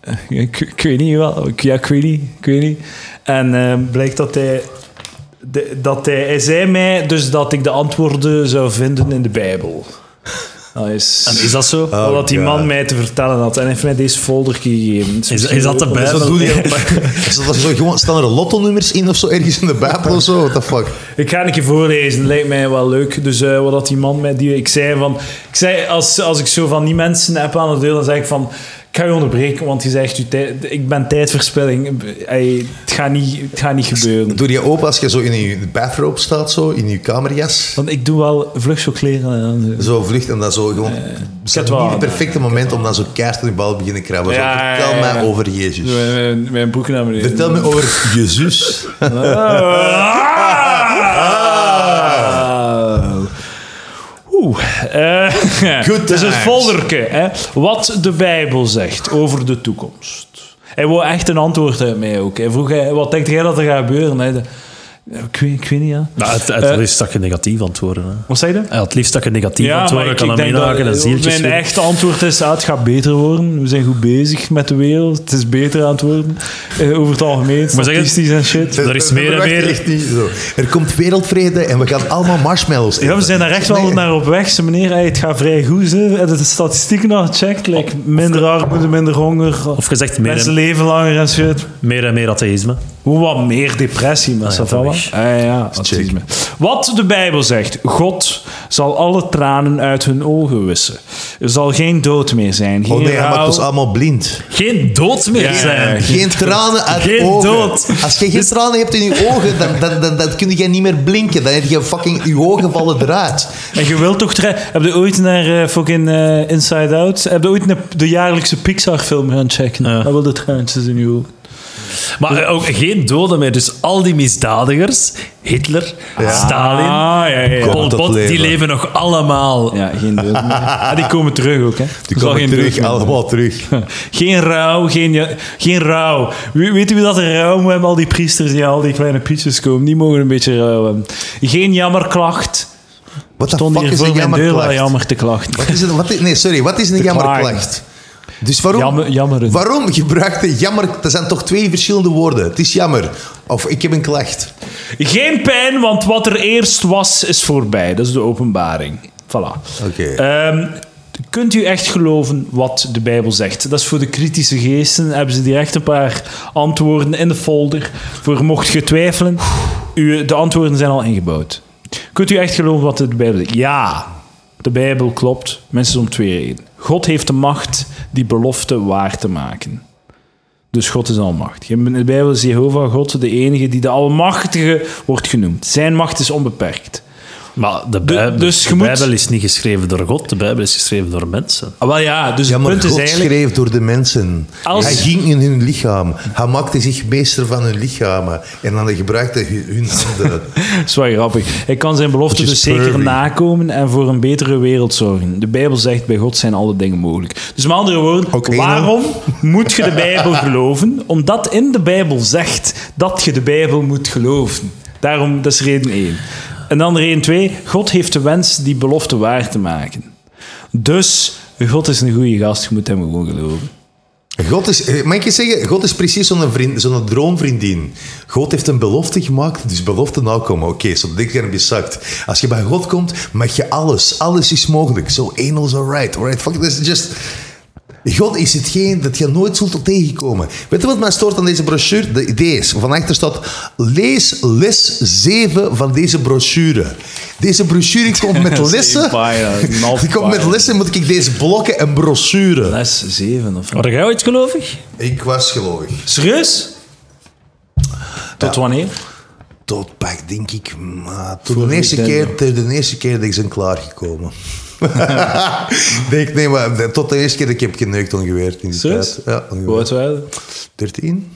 [SPEAKER 1] Eh, ik, ik weet niet wel. Ik- Ja, ik weet niet. Ik weet niet. En eh, blijkt dat hij... de- dat hij, hij zei mij dus dat ik de antwoorden zou vinden in de Bijbel. Dat is,
[SPEAKER 2] En is dat zo?
[SPEAKER 3] Oh,
[SPEAKER 1] wat die
[SPEAKER 3] God.
[SPEAKER 1] man mij te vertellen had. En hij heeft mij deze folder gegeven. Dus
[SPEAKER 2] Is,
[SPEAKER 1] misschien
[SPEAKER 2] is dat de
[SPEAKER 1] ook-
[SPEAKER 3] Zo
[SPEAKER 2] Bijbel?
[SPEAKER 3] doe je Is dat zo gewoon, staan er lotto-nummers in of zo, ergens in de Bijbel of zo? What the fuck?
[SPEAKER 1] [laughs] Ik ga een keer voorlezen, lijkt mij wel leuk. Dus eh, wat had die man mij... Die, ik zei van... Ik zei, als, als ik zo van die mensen heb aan de deur, dan zeg ik van... Ik ga je onderbreken, want je zegt, u tij- ik ben tijdverspilling. Ey, het, gaat niet, het gaat niet gebeuren.
[SPEAKER 3] Doe je open als je zo in je bathrobe staat, zo, in je kamerjas?
[SPEAKER 1] Want ik doe wel vlug zo kleren aan.
[SPEAKER 3] Zo vliegt en dat zo gewoon...
[SPEAKER 1] Eh,
[SPEAKER 3] Het
[SPEAKER 1] heb
[SPEAKER 3] is
[SPEAKER 1] wel
[SPEAKER 3] niet
[SPEAKER 1] aan,
[SPEAKER 3] het perfecte moment om dan zo keihard in de bal te beginnen krabben.
[SPEAKER 1] Ja,
[SPEAKER 3] zo, vertel
[SPEAKER 1] ja, ja.
[SPEAKER 3] mij over Jezus.
[SPEAKER 1] Mijn, mijn, mijn broek naar beneden.
[SPEAKER 3] Vertel me over
[SPEAKER 1] [laughs]
[SPEAKER 3] Jezus.
[SPEAKER 1] Ah. Oeh. eh,
[SPEAKER 3] Good
[SPEAKER 1] dus het
[SPEAKER 3] times.
[SPEAKER 1] folderke. Hè. Wat de Bijbel zegt over de toekomst. Hij wou echt een antwoord uit mij ook. Hij vroeg, hè, wat denkt jij dat er gaat gebeuren? Hij zei, ik, weet, ik weet niet, ja.
[SPEAKER 2] Nou, het, het liefst dat je negatief antwoorden. Hè.
[SPEAKER 1] Wat zei je?
[SPEAKER 2] Ja, het liefst dat je negatief antwoorden kan hem inhaken en zieltjes
[SPEAKER 1] mijn
[SPEAKER 2] vinden.
[SPEAKER 1] echte antwoord is, ah, het gaat beter worden. We zijn goed bezig met de wereld. Het is beter aan het worden. Eh, over het algemeen,
[SPEAKER 2] Maar zeg het-
[SPEAKER 1] statistisch en shit.
[SPEAKER 2] Er is meer en
[SPEAKER 3] Verwacht
[SPEAKER 2] meer-
[SPEAKER 3] echt niet, zo. Er komt wereldvrede en we gaan allemaal marshmallows
[SPEAKER 1] Ja, we
[SPEAKER 3] eten.
[SPEAKER 1] zijn daar echt wel
[SPEAKER 3] Nee.
[SPEAKER 1] naar op weg. Ze meneer, hey, het gaat vrij goed. Ze. En de statistieken nog gecheckt. Like, minder armoede, minder honger.
[SPEAKER 2] Of gezegd, meer
[SPEAKER 1] Mensen
[SPEAKER 2] en,
[SPEAKER 1] leven langer en shit.
[SPEAKER 2] meer en meer atheïsme.
[SPEAKER 1] Hoe wat meer depressie, maar
[SPEAKER 2] ja,
[SPEAKER 1] dat
[SPEAKER 2] dat
[SPEAKER 1] wel.
[SPEAKER 2] weg.
[SPEAKER 1] Ah, ja, autisme. Wat de Bijbel zegt: God zal alle tranen uit hun ogen wissen. Er zal geen dood meer zijn. Geen
[SPEAKER 3] Oh nee, hij
[SPEAKER 1] rouw.
[SPEAKER 3] maakt ons allemaal blind.
[SPEAKER 2] Geen dood meer zijn.
[SPEAKER 3] Geen tranen uit
[SPEAKER 2] Geen
[SPEAKER 3] ogen.
[SPEAKER 2] dood.
[SPEAKER 3] Als je
[SPEAKER 1] Dus-
[SPEAKER 3] geen tranen hebt in je ogen, dan, dan, dan, dan kun je niet meer blinken. Dan heb je fucking... Je ogen vallen eruit.
[SPEAKER 1] En je wilt toch. tra- Heb je ooit naar eh, fucking eh, Inside Out? Heb je ooit naar de jaarlijkse Pixar-film gaan checken?
[SPEAKER 2] Ja.
[SPEAKER 1] Dat wil de traantjes in je ogen.
[SPEAKER 2] Maar eh, ook geen doden meer. Dus al die misdadigers, Hitler, Stalin,
[SPEAKER 1] Ah, ja, ja, ja.
[SPEAKER 3] Komt
[SPEAKER 2] Pol
[SPEAKER 3] tot
[SPEAKER 2] Pot, die
[SPEAKER 3] leven.
[SPEAKER 2] leven nog allemaal.
[SPEAKER 1] Ja, geen deugd meer. [laughs] Ah, die komen terug ook, hè.
[SPEAKER 3] Die
[SPEAKER 1] Er zal
[SPEAKER 3] komen
[SPEAKER 1] geen
[SPEAKER 3] terug,
[SPEAKER 1] deugd meer
[SPEAKER 3] allemaal terug.
[SPEAKER 1] zijn. Geen rouw, geen, ja- geen rouw. Wie- Weet u wie dat er rouw moet hebben? Al die priesters die al die kleine pietjes komen, die mogen een beetje rouw hebben. Geen jammerklacht.
[SPEAKER 3] Wat de
[SPEAKER 1] Stond
[SPEAKER 3] fuck
[SPEAKER 1] hier
[SPEAKER 3] is een
[SPEAKER 1] voor mijn deur wel
[SPEAKER 3] jammerklacht?
[SPEAKER 1] jammer te klachten.
[SPEAKER 3] Wat is een, wat is- nee, sorry, wat is een jammerklacht? Dus waarom,
[SPEAKER 1] Jammer- jammeren.
[SPEAKER 3] waarom gebruik je jammer... Er zijn toch twee verschillende woorden. Het is jammer. Of ik heb een klacht.
[SPEAKER 1] Geen pijn, want wat er eerst was, is voorbij. Dat is de openbaring. Voilà.
[SPEAKER 3] Oké.
[SPEAKER 1] Ehm, kunt u echt geloven wat de Bijbel zegt? Dat is voor de kritische geesten. Hebben ze direct een paar antwoorden in de folder. Voor mocht je twijfelen, u, de antwoorden zijn al ingebouwd. Kunt u echt geloven wat de Bijbel zegt? Ja. De Bijbel klopt, minstens om twee redenen. God heeft de macht die belofte waar te maken. Dus God is almachtig. In de Bijbel is Jehovah God de enige die de Almachtige wordt genoemd. Zijn macht is onbeperkt.
[SPEAKER 2] Maar de, Bijbel,
[SPEAKER 1] dus je
[SPEAKER 2] de
[SPEAKER 1] moet-
[SPEAKER 2] Bijbel is niet geschreven door God, de Bijbel is geschreven door mensen.
[SPEAKER 1] Ah, wel ja, dus
[SPEAKER 3] Ja,
[SPEAKER 1] het
[SPEAKER 3] maar
[SPEAKER 1] punt
[SPEAKER 3] God
[SPEAKER 1] is eigenlijk...
[SPEAKER 3] schreef door de mensen.
[SPEAKER 1] Als-
[SPEAKER 3] Hij ging in hun lichaam. Hij maakte zich meester van hun lichamen. En dan gebruikte hij hun handen.
[SPEAKER 1] Dat is wel grappig. Hij kan zijn belofte
[SPEAKER 3] Which
[SPEAKER 1] dus
[SPEAKER 3] is
[SPEAKER 1] zeker
[SPEAKER 3] pervy.
[SPEAKER 1] nakomen en voor een betere wereld zorgen. De Bijbel zegt, bij God zijn alle dingen mogelijk. Dus met andere woorden,
[SPEAKER 3] Oké, dan.
[SPEAKER 1] waarom moet je de Bijbel geloven? Omdat in de Bijbel zegt dat je de Bijbel moet geloven. Daarom, dat is reden één. En dan reden twee, God heeft de wens die belofte waar te maken. Dus, God is een goede gast, je moet hem gewoon geloven.
[SPEAKER 3] God is, eh, mag ik je zeggen, God is precies zo'n, vriend, zo'n droomvriendin. God heeft een belofte gemaakt, dus belofte nou komen. Oké, zo dik en bezakt. Als je bij God komt, mag je alles. Alles is mogelijk. Zo so, anal is alright. Alright, fuck it, this is just... God is hetgeen dat je nooit zult tegenkomen. Weet je wat mij stoort aan deze brochure? De idee is, van achter staat, lees les 7 van deze brochure. Deze brochure komt met lessen. Die komt met lessen, moet ik deze blokken en brochure.
[SPEAKER 1] Les 7 of
[SPEAKER 2] Word jij ooit gelovig?
[SPEAKER 3] Ik was gelovig.
[SPEAKER 1] Serieus? Tot wanneer?
[SPEAKER 3] Tot pak, denk ik. Maar tot de, eerste keer, tot de eerste keer dat ik zijn klaargekomen. [laughs] denk, nee, maar de- tot de eerste keer dat ik heb geneukt ongeveer. In die
[SPEAKER 1] Serieus?
[SPEAKER 3] tijd. Ja,
[SPEAKER 1] Hoe
[SPEAKER 3] ongeveer.
[SPEAKER 1] oud waren
[SPEAKER 3] [laughs] 13?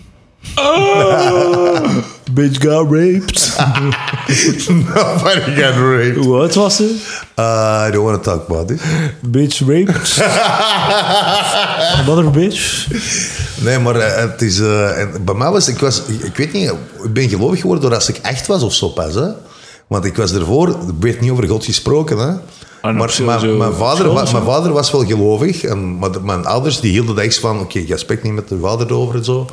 [SPEAKER 1] Bitch got raped.
[SPEAKER 3] Nobody got raped.
[SPEAKER 1] [laughs] Hoe oud was ze?
[SPEAKER 3] Uh, I don't want to talk about [laughs] it.
[SPEAKER 1] Bitch [laughs] raped. Mother bitch.
[SPEAKER 3] Nee, maar eh, het is... eh, en bij mij was... Ik was... Ik ik weet niet... Ik ben gelovig geworden doordat ik echt was of zo pas, hè. Want ik was ervoor... Er werd niet over God gesproken, hè.
[SPEAKER 1] op
[SPEAKER 3] Maar
[SPEAKER 1] Ah, nou, zo-
[SPEAKER 3] mijn-
[SPEAKER 1] zo-
[SPEAKER 3] mijn, vader,
[SPEAKER 1] school
[SPEAKER 3] wa-
[SPEAKER 1] of zo?
[SPEAKER 3] mijn vader was wel gelovig. En, maar de- mijn ouders die hielden dat echt van... Oké, je spreekt niet met je vader over en zo.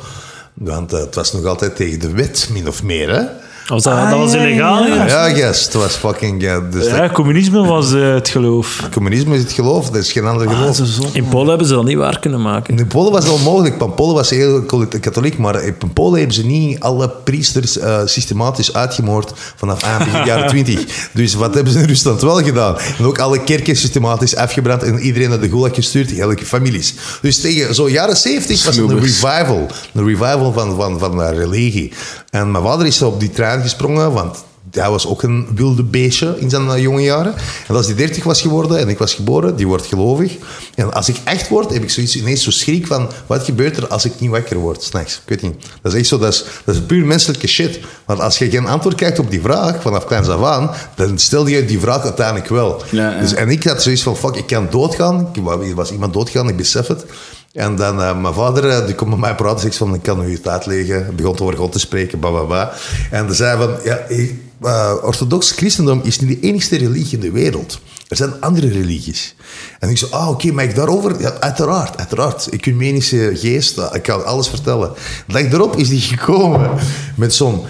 [SPEAKER 3] Want eh, het was nog altijd tegen de wet, min of meer, hè.
[SPEAKER 2] Of dat,
[SPEAKER 1] Ah,
[SPEAKER 2] dat was
[SPEAKER 1] ja, ja,
[SPEAKER 2] illegaal?
[SPEAKER 1] ja.
[SPEAKER 2] ja.
[SPEAKER 3] Ja, yes. Het was fucking... ja, dus dat-
[SPEAKER 1] Ja, communisme was eh, het geloof.
[SPEAKER 3] communisme is het geloof. Dat is geen ander
[SPEAKER 1] Ah,
[SPEAKER 3] geloof.
[SPEAKER 2] In Polen hebben ze dat niet waar kunnen maken.
[SPEAKER 3] In Polen was het onmogelijk. want Polen was heel katholiek, maar in Polen hebben ze niet alle priesters eh, systematisch uitgemoord vanaf aan begin jaren 20. Dus wat hebben ze in Rusland wel gedaan? En ook alle kerken systematisch afgebrand en iedereen naar de gulag gestuurd, elke families. Dus tegen zo jaren 70 was het een revival. Een revival van, van, van de religie. En mijn vader is op die trein gesprongen, want hij was ook een wilde beestje in zijn eh, jonge jaren. En als hij 30 was geworden en ik was geboren, die wordt gelovig. En als ik echt word, heb ik zoiets ineens zo schrik van... Wat gebeurt er als ik niet wakker word, s'nachts? Ik weet niet. Dat is echt zo, dat is, dat is puur menselijke shit. Want als je geen antwoord krijgt op die vraag, vanaf kleins af aan... Dan stel je die vraag uiteindelijk wel.
[SPEAKER 1] Ja, ja.
[SPEAKER 3] Dus, en ik had zoiets van, fuck, ik kan doodgaan. Ik wa- Er was iemand doodgaan, ik besef het. En dan, eh, mijn vader, eh, die komt met mij praten, zegt van, ik kan u het uitleggen. Hij begon over God te spreken, bla, bla, bla. En dan zei hij van, ja, ik- eh, orthodox christendom is niet de enigste religie in de wereld. Er zijn andere religies. En ik zei, ah, oké, maar ik daarover... Ja, uiteraard, uiteraard. Ecumenische geest, eh, ik kan alles vertellen. De dag daarop is die gekomen met zo'n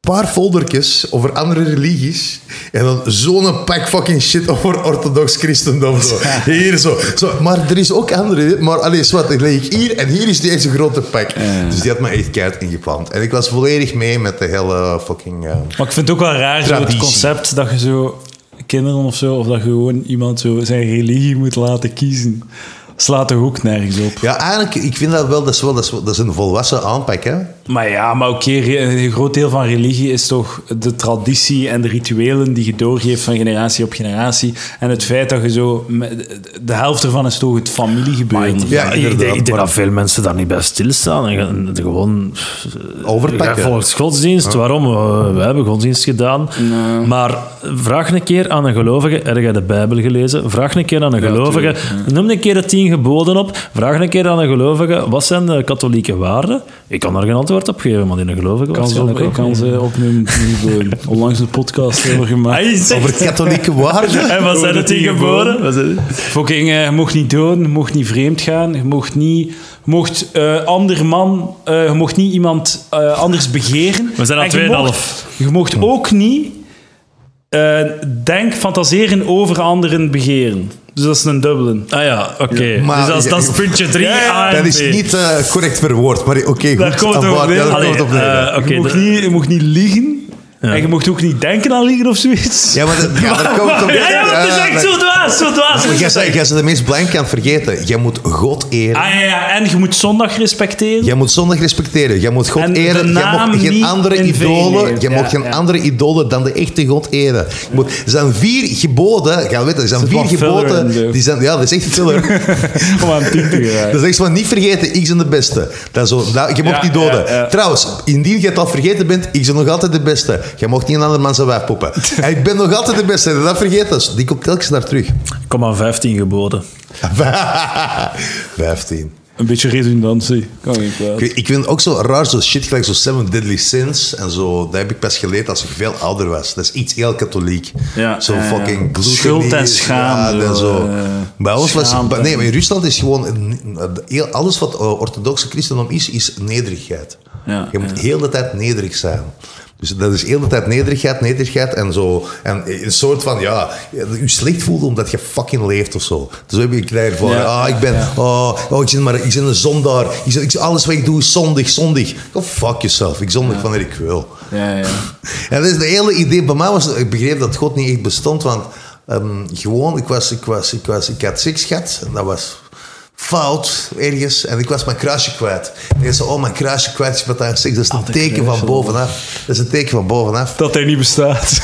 [SPEAKER 3] paar foldertjes over andere religies. En dan zo'n pak fucking shit over orthodox christendom. Zo. Hier zo. zo. Maar er is ook andere. Maar allee, zwart, ik leg hier en hier is deze grote pak. Dus die had me echt keihard ingeplant. En ik was volledig mee met de hele fucking... eh,
[SPEAKER 1] Maar ik vind het ook wel raar, zo het
[SPEAKER 3] Traditie.
[SPEAKER 1] concept dat je zo kinderen of zo, of dat je gewoon iemand zo zijn religie moet laten kiezen, slaat toch ook nergens op.
[SPEAKER 3] Ja, eigenlijk, ik vind dat wel, dat is, wel, dat is, wel- dat is een volwassen aanpak, hè.
[SPEAKER 1] Maar ja, maar oké, re- een groot deel van religie is toch de traditie en de rituelen die je doorgeeft van generatie op generatie. En het feit dat je zo... met- De helft ervan is toch het familiegebeuren.
[SPEAKER 3] Ja,
[SPEAKER 2] ik denk- ik denk,
[SPEAKER 3] inderdaad, maar-
[SPEAKER 2] dat veel mensen daar niet bij stilstaan. En ge- gewoon eh,
[SPEAKER 3] Overpakken.
[SPEAKER 2] Ja, volgens godsdienst, waarom? Eh, We hebben godsdienst gedaan. Maar vraag een keer aan een gelovige, heb jij de Bijbel gelezen? Vraag een keer aan een gelovige, noem een keer de tien geboden op. Vraag een keer aan een gelovige, wat zijn de katholieke waarden? Ik kan daar geen antwoord op geven, maar die een gelovige
[SPEAKER 1] Ik kan ze, op,
[SPEAKER 2] waarschijnlijk
[SPEAKER 1] ik kan
[SPEAKER 2] niet.
[SPEAKER 1] ze opnemen. gewoon. [laughs] Onlangs een podcast hebben we gemaakt.
[SPEAKER 3] Over [laughs] katholieke waarden.
[SPEAKER 2] En wat zijn de tien geboden? Wat zijn-
[SPEAKER 1] Fucking, eh, je mocht niet doden, je mocht niet vreemd gaan, je mocht niet... Je mocht eh, ander man, eh, je mocht niet iemand eh, anders begeren.
[SPEAKER 2] We zijn aan
[SPEAKER 1] En je
[SPEAKER 2] 2,5.
[SPEAKER 1] mocht- Je mocht ook niet eh, denk, fantaseren over anderen begeren. Dus dat is een dubbele.
[SPEAKER 2] Ah ja, oké.
[SPEAKER 3] maar-
[SPEAKER 2] dus dat is, dat is puntje 3
[SPEAKER 1] Ja, ja.
[SPEAKER 2] A en
[SPEAKER 3] Dat is
[SPEAKER 2] B.
[SPEAKER 3] niet eh, correct verwoord, maar oké, goed.
[SPEAKER 1] komt het over
[SPEAKER 3] aanvaard.
[SPEAKER 1] neer.
[SPEAKER 3] Ja, daar
[SPEAKER 2] Allee,
[SPEAKER 3] komt het op neer.
[SPEAKER 2] eh, oké,
[SPEAKER 1] je, mocht
[SPEAKER 2] de-
[SPEAKER 1] niet, je mocht niet liegen. En je mocht ook niet denken aan liegen of zoiets.
[SPEAKER 3] Ja, maar dat, ja, dat komt om-
[SPEAKER 1] [laughs] Ja, ja, maar het is
[SPEAKER 3] Ja,
[SPEAKER 1] echt
[SPEAKER 3] dat-
[SPEAKER 1] zo dwaas, zo dwaas.
[SPEAKER 3] Maar Ah, Jij zei- jij bent de meest blank aan het vergeten. Jij moet God eren.
[SPEAKER 1] Ah ja, ja, en je moet zondag respecteren.
[SPEAKER 3] Jij moet zondag respecteren. Jij moet God
[SPEAKER 1] En de
[SPEAKER 3] eren. Jij
[SPEAKER 1] naam
[SPEAKER 3] mag geen
[SPEAKER 1] niet
[SPEAKER 3] andere
[SPEAKER 1] in veen
[SPEAKER 3] idolen.
[SPEAKER 1] nemen.
[SPEAKER 3] Jij
[SPEAKER 1] Ja,
[SPEAKER 3] mag geen
[SPEAKER 1] ja.
[SPEAKER 3] andere idolen dan de echte God eren. Je moet, er zijn vier geboden. Ga weten, er zijn
[SPEAKER 1] Zit
[SPEAKER 3] vier
[SPEAKER 1] wat filler
[SPEAKER 3] geboden.
[SPEAKER 1] in, zo.
[SPEAKER 3] Die zijn, ja, dat is echt filler.
[SPEAKER 1] [laughs] Om aan tien te geraken.
[SPEAKER 3] Dat is echt van niet vergeten, ik ben de beste. Dat is zo, nou, je mocht
[SPEAKER 1] Ja,
[SPEAKER 3] niet doden.
[SPEAKER 1] ja, ja.
[SPEAKER 3] Trouwens, indien je het al vergeten bent, ik ben nog altijd de beste. Je mocht niet een ander man zijn wijf
[SPEAKER 1] [laughs]
[SPEAKER 3] poppen. En ik ben nog altijd de beste. En dat vergeet dat. Die komt telkens naar terug. [laughs]
[SPEAKER 2] Ik kom aan 15 geboden.
[SPEAKER 3] 15.
[SPEAKER 1] Een beetje redundantie. Kan geen kwaad.
[SPEAKER 3] Ik, weet- ik vind ook zo raar, zo shit gelijk zo Seven Deadly Sins en zo. Dat heb ik pas geleerd als ik veel ouder was. Dat is iets heel katholiek.
[SPEAKER 1] Ja,
[SPEAKER 3] zo
[SPEAKER 1] ja, ja.
[SPEAKER 3] fucking gluten
[SPEAKER 1] Schuld en
[SPEAKER 3] is,
[SPEAKER 1] schaamte,
[SPEAKER 3] ja, En zo.
[SPEAKER 1] eh,
[SPEAKER 3] Bij ons was
[SPEAKER 1] schaamte.
[SPEAKER 3] nee, maar in Rusland is gewoon een- heel, alles wat eh, orthodoxe christendom is, is nederigheid.
[SPEAKER 1] Ja,
[SPEAKER 3] Je moet heel de tijd nederig zijn. Dus dat is heel de tijd nederigheid, nederigheid en zo. En een soort van, ja, je slecht voelt omdat je fucking leeft of zo. Dus zo heb ik daar van,
[SPEAKER 1] Ja,
[SPEAKER 3] ah, ik ben, oh, oh, ik ben maar, ik ben een zondaar. Ik ben- ik- alles wat ik doe is zondig, zondig. Go fuck yourself, ik zondig wanneer ik wil.
[SPEAKER 1] Ja, ja.
[SPEAKER 3] En dat is de hele idee. Bij mij was, ik begreep dat God niet echt bestond, want ehm, gewoon, ik was, ik was, ik was, ik had seks gehad en dat was fout ergens en ik was mijn kruisje kwijt. En ik zei, oh, mijn kruisje kwijt is wat aan seks. Dat is een
[SPEAKER 1] Altijd
[SPEAKER 3] teken van
[SPEAKER 1] kruisje,
[SPEAKER 3] bovenaf. Dat is een teken van bovenaf.
[SPEAKER 1] Dat hij niet [laughs] bestaat.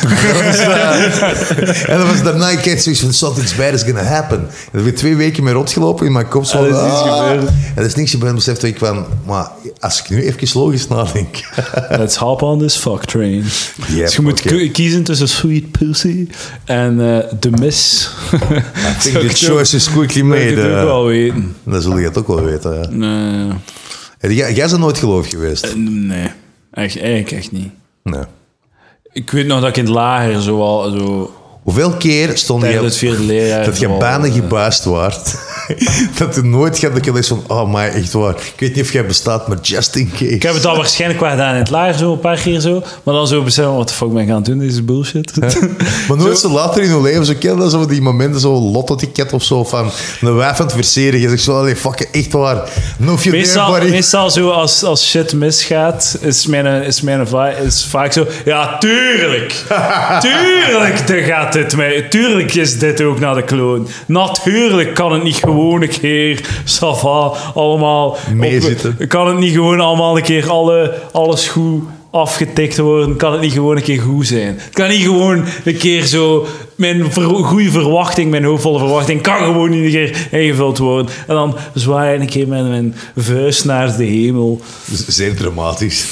[SPEAKER 3] en dat was daarna, ik kreeg zoiets van, something's bad is gonna happen. En dat heb ik twee weken mee rondgelopen in mijn kop. Zo,
[SPEAKER 1] En er is niets
[SPEAKER 3] ah.
[SPEAKER 1] gebeurd.
[SPEAKER 3] En er is niks gebeurd. Ik besefte ik van, maar als ik nu even
[SPEAKER 1] [laughs]
[SPEAKER 3] logisch nadenk. [laughs]
[SPEAKER 1] Let's hop on this fuck train. dus je moet
[SPEAKER 3] oké.
[SPEAKER 1] k- kiezen tussen Sweet Pussy en eh de Mis.
[SPEAKER 3] I
[SPEAKER 1] [laughs]
[SPEAKER 3] think the choice is quickly made.
[SPEAKER 1] Ik
[SPEAKER 3] eh.
[SPEAKER 1] het ook wel weten.
[SPEAKER 3] Dan zul je het ook wel weten. ja.
[SPEAKER 1] Nee,
[SPEAKER 3] En Jij, jij bent nooit geloof geweest.
[SPEAKER 1] Eh, nee. Echt, eigenlijk echt niet.
[SPEAKER 3] Nee.
[SPEAKER 1] Ik weet nog dat ik in het lager zo al... Zo,
[SPEAKER 3] Hoeveel keer stond je...
[SPEAKER 1] tijdens het vierde leerjaar...
[SPEAKER 3] dat je
[SPEAKER 1] zo al,
[SPEAKER 3] bijna
[SPEAKER 1] eh,
[SPEAKER 3] gebuist waard. [laughs] dat je nooit gaat dat je denkt van, oh maar echt waar. Ik weet niet of jij bestaat, maar just in case.
[SPEAKER 1] Ik heb het al waarschijnlijk wel gedaan in het lager, zo een paar keer zo. Maar dan zo beseffen, wat de fuck ben ik aan het doen, deze bullshit.
[SPEAKER 3] Maar nooit zo later in je leven, zo ken dat zo die momenten, zo lotto-ticket of zo, van een wijf aan het verseren. Je zegt zo, allee, fuck, echt waar. No of you there,
[SPEAKER 1] Meestal,
[SPEAKER 3] buddy.
[SPEAKER 1] meestal zo als, als shit misgaat, is mijn, is mijn va- is vaak zo... Ja, tuurlijk!
[SPEAKER 3] [laughs]
[SPEAKER 1] Tuurlijk dan gaat dit mee. Tuurlijk is dit ook naar de kloon. Natuurlijk kan het niet gewoon een keer... Sava, allemaal...
[SPEAKER 3] Meezitten.
[SPEAKER 1] op- Kan het niet gewoon allemaal een keer alle, alles goed afgetikt worden? Kan het niet gewoon een keer goed zijn? Kan niet gewoon een keer zo... Mijn ver- goede verwachting, mijn hoopvolle verwachting... kan gewoon niet een keer ingevuld worden. En dan zwaai ik een keer met mijn vuist naar de hemel.
[SPEAKER 3] Zeer dramatisch.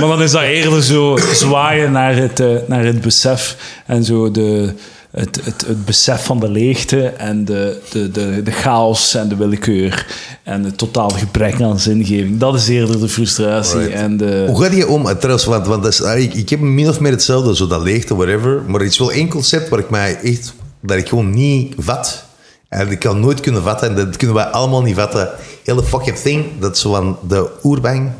[SPEAKER 1] Maar dan is dat eerder zo zwaaien naar het, eh, naar het besef en zo de, het, het, het besef van de leegte en de, de, de, de chaos en de willekeur en het totaal gebrek aan zingeving. Dat is eerder de frustratie
[SPEAKER 3] Alright.
[SPEAKER 1] en de...
[SPEAKER 3] Hoe ga je om, eh, trouwens, want, want dat is, ah, ik, ik heb min of meer hetzelfde, zo dat leegte, whatever. Maar er is wel één concept waar ik mij echt, dat ik gewoon niet vat. En ik kan nooit kunnen vatten, en dat kunnen wij allemaal niet vatten. Hele fucking thing, dat zo van de oerbang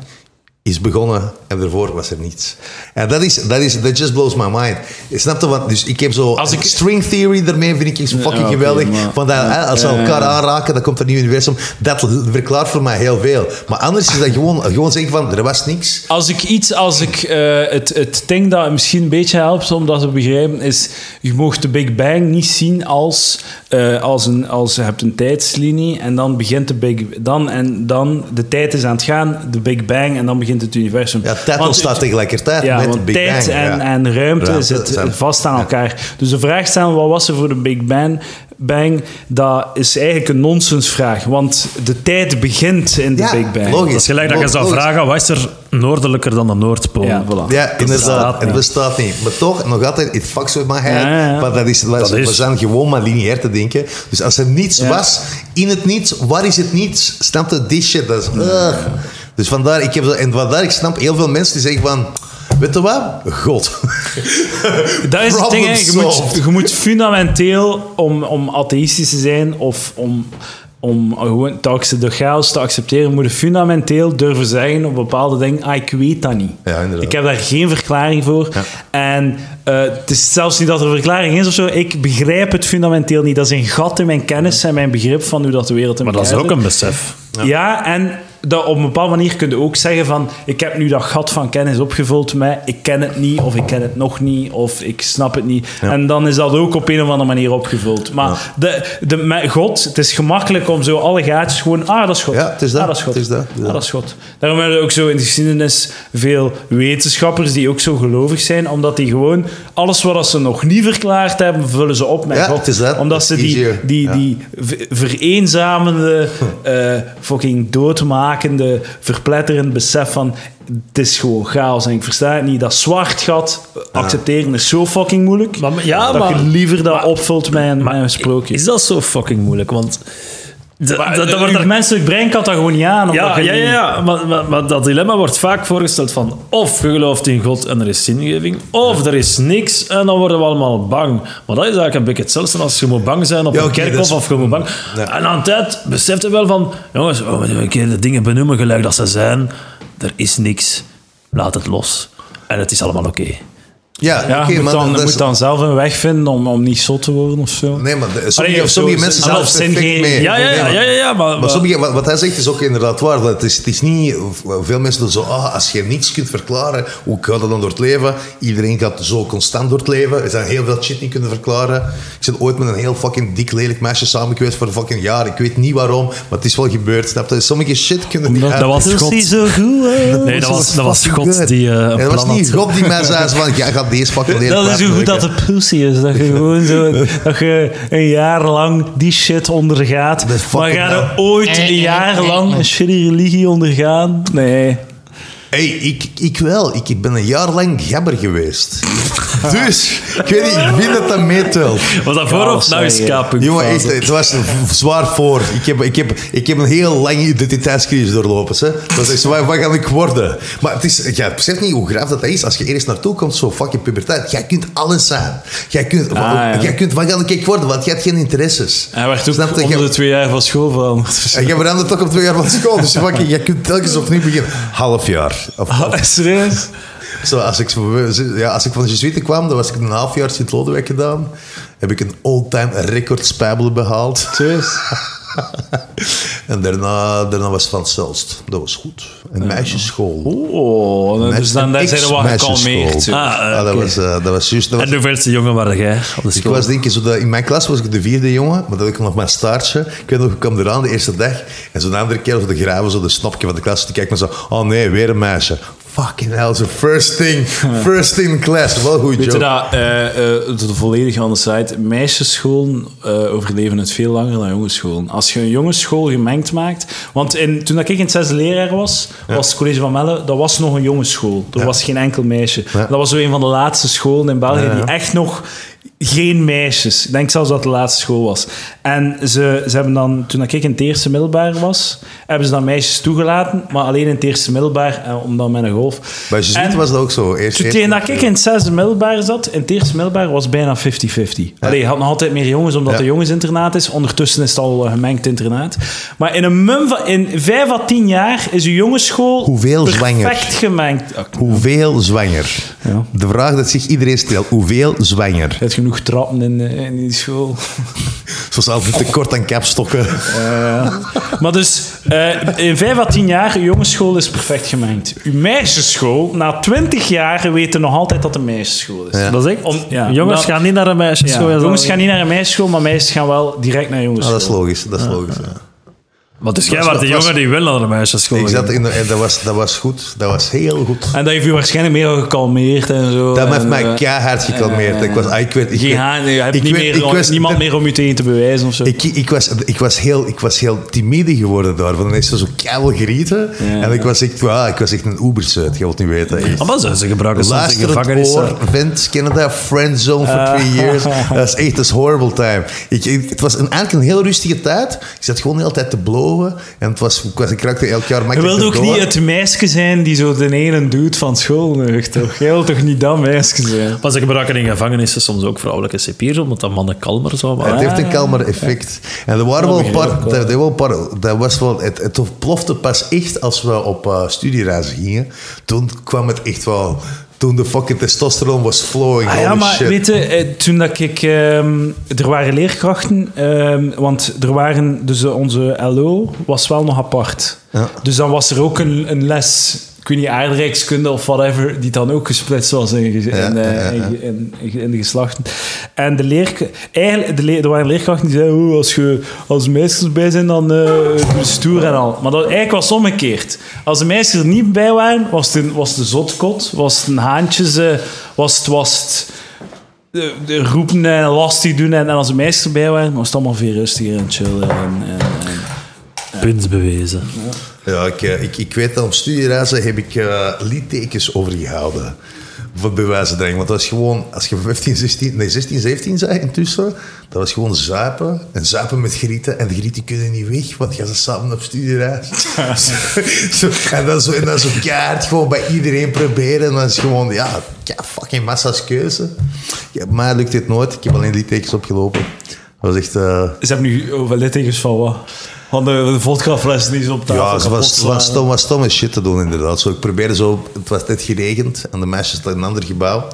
[SPEAKER 3] is begonnen en daarvoor was er niets. En dat is, dat is, that just blows my mind. Snap je wat? Dus ik heb zo,
[SPEAKER 1] Als ik-
[SPEAKER 3] string theory daarmee vind ik echt fucking
[SPEAKER 1] Ja, oké,
[SPEAKER 3] geweldig.
[SPEAKER 1] maar-
[SPEAKER 3] Want dat, eh, als ze
[SPEAKER 1] Ja, ja,
[SPEAKER 3] elkaar
[SPEAKER 1] ja.
[SPEAKER 3] aanraken, dan komt er een nieuw universum. Dat verklaart voor mij heel veel. Maar anders is dat gewoon, gewoon zeggen van, er was niks.
[SPEAKER 1] Als ik iets, als ik eh, het, het ding dat misschien een beetje helpt om dat te begrijpen, is je mag de Big Bang niet zien als, eh, als, een, als je hebt een tijdslinie en dan begint de Big dan en dan de tijd is aan het gaan, de Big Bang en dan begint het universum.
[SPEAKER 3] Ja, tijd
[SPEAKER 1] Want-
[SPEAKER 3] ontstaat tegelijkertijd
[SPEAKER 1] ja,
[SPEAKER 3] met de
[SPEAKER 1] want
[SPEAKER 3] Big
[SPEAKER 1] tijd
[SPEAKER 3] Bang.
[SPEAKER 1] en,
[SPEAKER 3] ja.
[SPEAKER 1] en ruimte
[SPEAKER 3] Ruimte zijn-
[SPEAKER 1] zitten vast aan elkaar. Dus de vraag stellen, wat was er voor de Big Bang, Bang dat is eigenlijk een nonsensvraag. Want de tijd begint in de
[SPEAKER 3] Ja,
[SPEAKER 1] Big Bang.
[SPEAKER 3] logisch.
[SPEAKER 2] Dat is gelijk dat je
[SPEAKER 3] Logisch.
[SPEAKER 2] zou vragen, wat is er noordelijker dan de Noordpool?
[SPEAKER 1] Ja, voilà.
[SPEAKER 3] Ja,
[SPEAKER 2] bestaat
[SPEAKER 3] inderdaad.
[SPEAKER 2] niet.
[SPEAKER 3] Het bestaat niet. Maar toch, nog altijd, het fucks with my head.
[SPEAKER 1] Ja, ja, ja.
[SPEAKER 3] Maar dat is, dat
[SPEAKER 2] Dat
[SPEAKER 3] is-
[SPEAKER 2] is-
[SPEAKER 3] we zijn gewoon maar lineair te denken. Dus als er niets
[SPEAKER 1] Ja.
[SPEAKER 3] was, in het niets, waar is het niets? Snap je? This shit, dat is... ugh. Dus vandaar, ik heb zo, en vandaar, ik snap heel veel mensen die zeggen van... Weet je wat? God. [laughs]
[SPEAKER 1] Dat is het
[SPEAKER 3] Problem
[SPEAKER 1] ding, hè. je moet,
[SPEAKER 3] solved.
[SPEAKER 1] je moet fundamenteel, om, om atheïstisch te zijn of om, om gewoon te acce- de chaos te accepteren, moet je fundamenteel durven zeggen op bepaalde dingen, ah, ik weet dat niet.
[SPEAKER 3] Ja, inderdaad.
[SPEAKER 1] ik heb daar geen verklaring voor. En eh, het is zelfs niet dat er een verklaring is of zo. Ik begrijp het fundamenteel niet. Dat is een gat in mijn kennis en mijn begrip van hoe dat de wereld in
[SPEAKER 2] Maar dat
[SPEAKER 1] elkaar
[SPEAKER 2] is ook
[SPEAKER 1] zit.
[SPEAKER 2] een besef.
[SPEAKER 1] Ja, en dat op een bepaalde manier kun je ook zeggen van ik heb nu dat gat van kennis opgevuld met ik ken het niet of ik ken het nog niet of ik snap het niet. En dan is dat ook op een of andere manier opgevuld. Maar de, de, met God, het is gemakkelijk om zo alle gaatjes gewoon, ah dat is God.
[SPEAKER 3] Ja, het is dat.
[SPEAKER 1] Ah, dat is God.
[SPEAKER 3] Het is dat. Ja.
[SPEAKER 1] Ah, dat is God. Daarom hebben we ook zo in de geschiedenis veel wetenschappers die ook zo gelovig zijn, omdat die gewoon alles wat ze nog niet verklaard hebben, vullen ze op met
[SPEAKER 3] Ja,
[SPEAKER 1] God.
[SPEAKER 3] het is dat.
[SPEAKER 1] Omdat ze
[SPEAKER 3] Het is
[SPEAKER 1] die,
[SPEAKER 3] easier.
[SPEAKER 1] die,
[SPEAKER 3] Ja.
[SPEAKER 1] die ver-
[SPEAKER 3] [laughs]
[SPEAKER 1] vereenzamende, eh, fucking doodmakende, verpletterend besef van het is gewoon chaos en ik versta het niet. Dat zwart gat accepteren is zo fucking moeilijk.
[SPEAKER 2] Maar- ja,
[SPEAKER 1] dat
[SPEAKER 2] maar-
[SPEAKER 1] je liever dat opvult met een, met een sprookje.
[SPEAKER 2] Is dat zo fucking moeilijk? Want de- dat, dat wordt
[SPEAKER 1] Uw
[SPEAKER 2] er
[SPEAKER 1] menselijk brein kan dat gewoon niet aan. omdat
[SPEAKER 2] Ja,
[SPEAKER 1] je
[SPEAKER 2] ja,
[SPEAKER 1] die-
[SPEAKER 2] ja, ja. Maar, maar, maar dat dilemma wordt vaak voorgesteld van of je gelooft in God en er is zingeving, of er is niks en dan worden we allemaal bang. Maar dat is eigenlijk een beetje hetzelfde als je moet bang zijn op
[SPEAKER 3] Ja,
[SPEAKER 2] een
[SPEAKER 3] oké,
[SPEAKER 2] kerkhof
[SPEAKER 3] dat is-
[SPEAKER 2] of je moet bang...
[SPEAKER 3] Ja.
[SPEAKER 2] En aan het tijd beseft je wel van, jongens, oh, we moeten een keer de dingen benoemen gelijk dat ze zijn. Er is niks, laat het los. En het is allemaal oké.
[SPEAKER 3] Ja,
[SPEAKER 1] Ja,
[SPEAKER 3] oké,
[SPEAKER 1] je moet,
[SPEAKER 3] maar
[SPEAKER 1] dan,
[SPEAKER 3] dat is-
[SPEAKER 1] moet dan zelf een weg vinden om, om niet zot te worden of zo.
[SPEAKER 3] Nee, maar de-
[SPEAKER 1] Allee,
[SPEAKER 3] sommige,
[SPEAKER 1] of zo,
[SPEAKER 3] sommige
[SPEAKER 1] zin-
[SPEAKER 3] mensen
[SPEAKER 1] ah,
[SPEAKER 3] zelf
[SPEAKER 1] of zin
[SPEAKER 3] vind ik
[SPEAKER 1] geen-
[SPEAKER 3] mee.
[SPEAKER 2] Ja, ja, ja, ja, ja, ja, maar...
[SPEAKER 3] Maar sommige, wat, wat hij zegt is ook inderdaad waar. Dat is, het is niet, veel mensen doen zo, ah, als je niets kunt verklaren, hoe kan dat dan door het leven? Iedereen gaat zo constant door het leven. Er zijn heel veel shit niet kunnen verklaren. Ik ben ooit met een heel fucking dik, lelijk meisje samen geweest voor een fucking jaar. Ik weet niet waarom, maar het is wel gebeurd. Snap je? Dus Sommige shit kunnen niet
[SPEAKER 2] dat,
[SPEAKER 3] uit-
[SPEAKER 2] was God.
[SPEAKER 1] zo goed,
[SPEAKER 2] Nee, dat was, dat was
[SPEAKER 3] fucking
[SPEAKER 2] God
[SPEAKER 3] good.
[SPEAKER 2] die eh, een
[SPEAKER 3] En dat was
[SPEAKER 2] plan had.
[SPEAKER 3] niet God die mij zei van, jij gaat deze
[SPEAKER 2] [laughs]
[SPEAKER 3] fucking lelijk
[SPEAKER 1] Dat is
[SPEAKER 3] meisje
[SPEAKER 1] hoe goed
[SPEAKER 3] neuken.
[SPEAKER 1] dat de pussy is. Dat je gewoon zo... Dat je een jaar lang die shit ondergaat.
[SPEAKER 3] Dat is
[SPEAKER 1] Maar
[SPEAKER 3] fucking
[SPEAKER 1] ga je
[SPEAKER 3] hell.
[SPEAKER 1] ooit een jaar lang een shitty religie ondergaan? Nee.
[SPEAKER 3] Hey, ik, ik wel. Ik, ben een jaar lang gabber geweest. dus, ik weet niet, ik vind dat dat meetelt.
[SPEAKER 2] Was dat voor
[SPEAKER 1] Ja,
[SPEAKER 2] of nou
[SPEAKER 1] sorry.
[SPEAKER 2] is kaping?
[SPEAKER 3] Jongen, echt, het was zwaar voor. Ik heb, ik heb, ik heb een heel lange identiteitscrisis doorlopen. Hè. Dat was echt zo, wat, wat ga ik worden? Maar het is, ja, besef niet hoe graaf dat is. Als je eerst naartoe komt, zo fucking puberteit. Jij kunt alles zijn. Jij kunt, wat,
[SPEAKER 1] ja.
[SPEAKER 3] jij kunt wat ga ik worden? Want jij hebt geen interesses.
[SPEAKER 1] Hij werd
[SPEAKER 3] Snap
[SPEAKER 1] ook
[SPEAKER 3] je?
[SPEAKER 1] onder
[SPEAKER 3] Jij-
[SPEAKER 1] de twee jaar van school van.
[SPEAKER 3] [laughs] en jij verandert toch op twee jaar van school. Dus fucking, jij kunt telkens opnieuw beginnen. Half jaar. Of, of-
[SPEAKER 1] [laughs] Serieus?
[SPEAKER 3] Zo, als, ik, ja, als ik van de Jesuiten kwam, dan was ik een half jaar Sint-Lodewijk gedaan. Heb ik een all-time record spijbelen behaald. [laughs] en daarna, daarna was Van Zelst. Dat was goed. Een meisjesschool.
[SPEAKER 1] Oh, dus dan daar zijn we wat gekalmeerd.
[SPEAKER 3] Ah,
[SPEAKER 1] zo.
[SPEAKER 3] ja, dat, was, eh, dat was juist... dat was-
[SPEAKER 2] En de verste jongen waren jij op de
[SPEAKER 3] ik
[SPEAKER 2] school.
[SPEAKER 3] was denk ik, zo dat, in mijn klas was ik de vierde jongen, maar dat had ik nog mijn staartje. Ik weet nog, ik kwam eraan de eerste dag en zo'n andere kerel op de graven, zo de snopje van de klas, die kijkt me zo, oh nee, weer een meisje. Fucking hell, zo
[SPEAKER 1] [laughs]
[SPEAKER 3] first thing, first in class. Wel goed,
[SPEAKER 1] Weet je
[SPEAKER 3] joke.
[SPEAKER 1] dat, eh, eh, het is volledig aan de site, meisjesscholen eh, overleven het veel langer dan jongensscholen. Als je een jongensschool gemengd maakt... Want in, toen dat ik in het zesde leraar was, was het college van Melle, dat was nog een jongensschool. Er was geen enkel meisje.
[SPEAKER 3] Ja.
[SPEAKER 1] Dat was zo een van de laatste scholen in België
[SPEAKER 3] Ja, ja.
[SPEAKER 1] die echt nog... Geen meisjes. Ik denk zelfs dat het de laatste school was. En ze, ze hebben dan, toen ik in het eerste middelbaar was, hebben ze dan meisjes toegelaten, maar alleen in het eerste middelbaar, eh, omdat met een golf.
[SPEAKER 3] Bij Jesuiten
[SPEAKER 1] En-
[SPEAKER 3] was dat ook zo. Eerst,
[SPEAKER 1] toen
[SPEAKER 3] eerst-
[SPEAKER 1] tegen dat ik in het zesde middelbaar zat, in het eerste middelbaar was het bijna 50-50. Allee, je had nog altijd meer jongens, omdat
[SPEAKER 3] Ja.
[SPEAKER 1] het een jongensinternaat is. Ondertussen is het al een gemengd internaat. Maar in een mum van... In vijf à tien jaar is uw jongensschool
[SPEAKER 3] Hoeveel
[SPEAKER 1] perfect
[SPEAKER 3] zwanger?
[SPEAKER 1] gemengd. Ah,
[SPEAKER 3] Hoeveel zwanger?
[SPEAKER 1] Ja.
[SPEAKER 3] De vraag dat zich iedereen stelt. Hoeveel zwanger?
[SPEAKER 1] Je hebt genoeg trappen in, eh, in die school.
[SPEAKER 3] Zoals altijd tekort aan
[SPEAKER 1] [laughs]
[SPEAKER 3] kapstokken.
[SPEAKER 1] Maar dus, eh, in vijf à tien jaar, uw jongensschool is perfect gemengd. Uw meisjesschool, na twintig jaar, weten nog altijd dat het een meisjesschool is.
[SPEAKER 3] Ja.
[SPEAKER 2] Dat is echt...
[SPEAKER 1] Ja.
[SPEAKER 2] jongens
[SPEAKER 1] Dat-
[SPEAKER 2] gaan niet naar een
[SPEAKER 1] Ja,
[SPEAKER 2] meisjesschool.
[SPEAKER 1] jongens gaan niet naar een meisjesschool, maar meisjes gaan wel direct naar
[SPEAKER 3] Ah,
[SPEAKER 1] jongensschool.
[SPEAKER 3] dat is logisch. Dat is logisch ja.
[SPEAKER 2] Want dus jij
[SPEAKER 3] Dat
[SPEAKER 2] was
[SPEAKER 3] was-
[SPEAKER 2] de jongen die wel naar een meisjesschool
[SPEAKER 3] Ik
[SPEAKER 2] ging.
[SPEAKER 3] zat in de- en dat, was, dat was goed. Dat was heel goed.
[SPEAKER 1] En dat heeft u waarschijnlijk meer al gekalmeerd en zo.
[SPEAKER 3] Dat
[SPEAKER 1] en,
[SPEAKER 3] heeft mij
[SPEAKER 1] eh,
[SPEAKER 3] keihard gekalmeerd. Ik was, ah, ik weet, ik,
[SPEAKER 1] Geen
[SPEAKER 3] weet-
[SPEAKER 1] haar, je hebt
[SPEAKER 3] ik
[SPEAKER 1] niet
[SPEAKER 3] weet-
[SPEAKER 1] meer,
[SPEAKER 3] ik
[SPEAKER 1] om-
[SPEAKER 3] was-
[SPEAKER 1] niemand meer om je tegen te bewijzen of zo.
[SPEAKER 3] Ik, ik, was, ik, was heel, ik was heel timide geworden daar. Want dan is ze zo keihard gerieten. En ik was echt, ah, ik was echt een ubersuit. Je wilt niet weten. echt.
[SPEAKER 2] Ah, maar ze, ze
[SPEAKER 1] Oh,
[SPEAKER 2] gebruiken soms in
[SPEAKER 3] Luisterend
[SPEAKER 2] gevangenis.
[SPEAKER 3] oor, vent, Canada, friendzone for
[SPEAKER 1] Ah.
[SPEAKER 3] three years. Dat is echt, dat is horrible time. Ik, ik- het was een, eigenlijk een heel rustige tijd. Ik zat gewoon de hele tijd te blowen. En het was, ik, was, ik raakte elk jaar
[SPEAKER 1] je
[SPEAKER 3] makkelijker
[SPEAKER 1] wilde ook
[SPEAKER 3] door.
[SPEAKER 1] niet het meisje zijn die zo de ene doet van school, nodig, toch? Jij wilt toch niet dat meisje zijn?
[SPEAKER 2] Maar ze gebruiken in gevangenissen soms ook vrouwelijke cipiers, omdat dat mannen kalmer zou
[SPEAKER 3] Het
[SPEAKER 2] maken.
[SPEAKER 3] heeft
[SPEAKER 1] Ah.
[SPEAKER 3] een kalmer effect. En er waren wel een
[SPEAKER 1] begrijp ik
[SPEAKER 3] paar... Dat, wel een paar- dat was wel, het, het plofte pas echt als we op eh, studiereis gingen. Toen kwam het echt wel... toen de fucking testosteron was flowing.
[SPEAKER 1] Ah,
[SPEAKER 3] holy
[SPEAKER 1] ja, maar
[SPEAKER 3] shit.
[SPEAKER 1] weet je, eh, toen dat ik... ehm, er waren leerkrachten, ehm, want er waren... Dus eh, onze LO was wel nog apart.
[SPEAKER 3] Ja.
[SPEAKER 1] Dus dan was er ook een, een les, ik weet niet, aardrijkskunde of whatever, die dan ook gesplitst was in, ge-
[SPEAKER 3] Ja,
[SPEAKER 1] in, eh,
[SPEAKER 3] ja, ja, ja.
[SPEAKER 1] in, ge- in, in de geslachten. En de leerk, eigenlijk, de le- er waren leerkrachten die zeiden, "Oeh, als, je, als de meisjes bij zijn, dan eh doe je stoer en al. Maar dat eigenlijk was omgekeerd. Als de meisjes er niet bij waren, was het een, was het een zotkot, was het een haantjes, eh, was het... Was het de, de roepen en lastig doen en, en als de meisjes erbij waren, was het allemaal veel rustiger en chillen. En, en, en-
[SPEAKER 2] Punt bewezen.
[SPEAKER 3] Ja, ik, eh, ik, ik weet dat op studiereizen heb ik eh, liedtekens overgehouden. Voor bewijzen denk Want dat was gewoon, als je 15, 16, nee, 16, 17 zei intussen, dat was gewoon zuipen. En zuipen met grieten. En de grieten kunnen niet weg, want gaan ze samen op studiereis. Zo, en dan zo, en dan zo kaart gewoon bij iedereen proberen. En dan is het gewoon, ja, ja fucking massa's keuze. Ja, mij lukt dit nooit. Ik heb alleen liedtekens opgelopen. Dat was echt... eh,
[SPEAKER 1] Ze hebben nu over littekens van Oh, wat? Van de, de vodkafles die ze op tafel
[SPEAKER 3] Ja, het
[SPEAKER 1] kapot
[SPEAKER 3] was,
[SPEAKER 1] slaan.
[SPEAKER 3] was, stom, was stomme shit te doen, inderdaad. Zo, ik probeerde zo, het was net geregend en de meisjes hadden in een ander gebouw.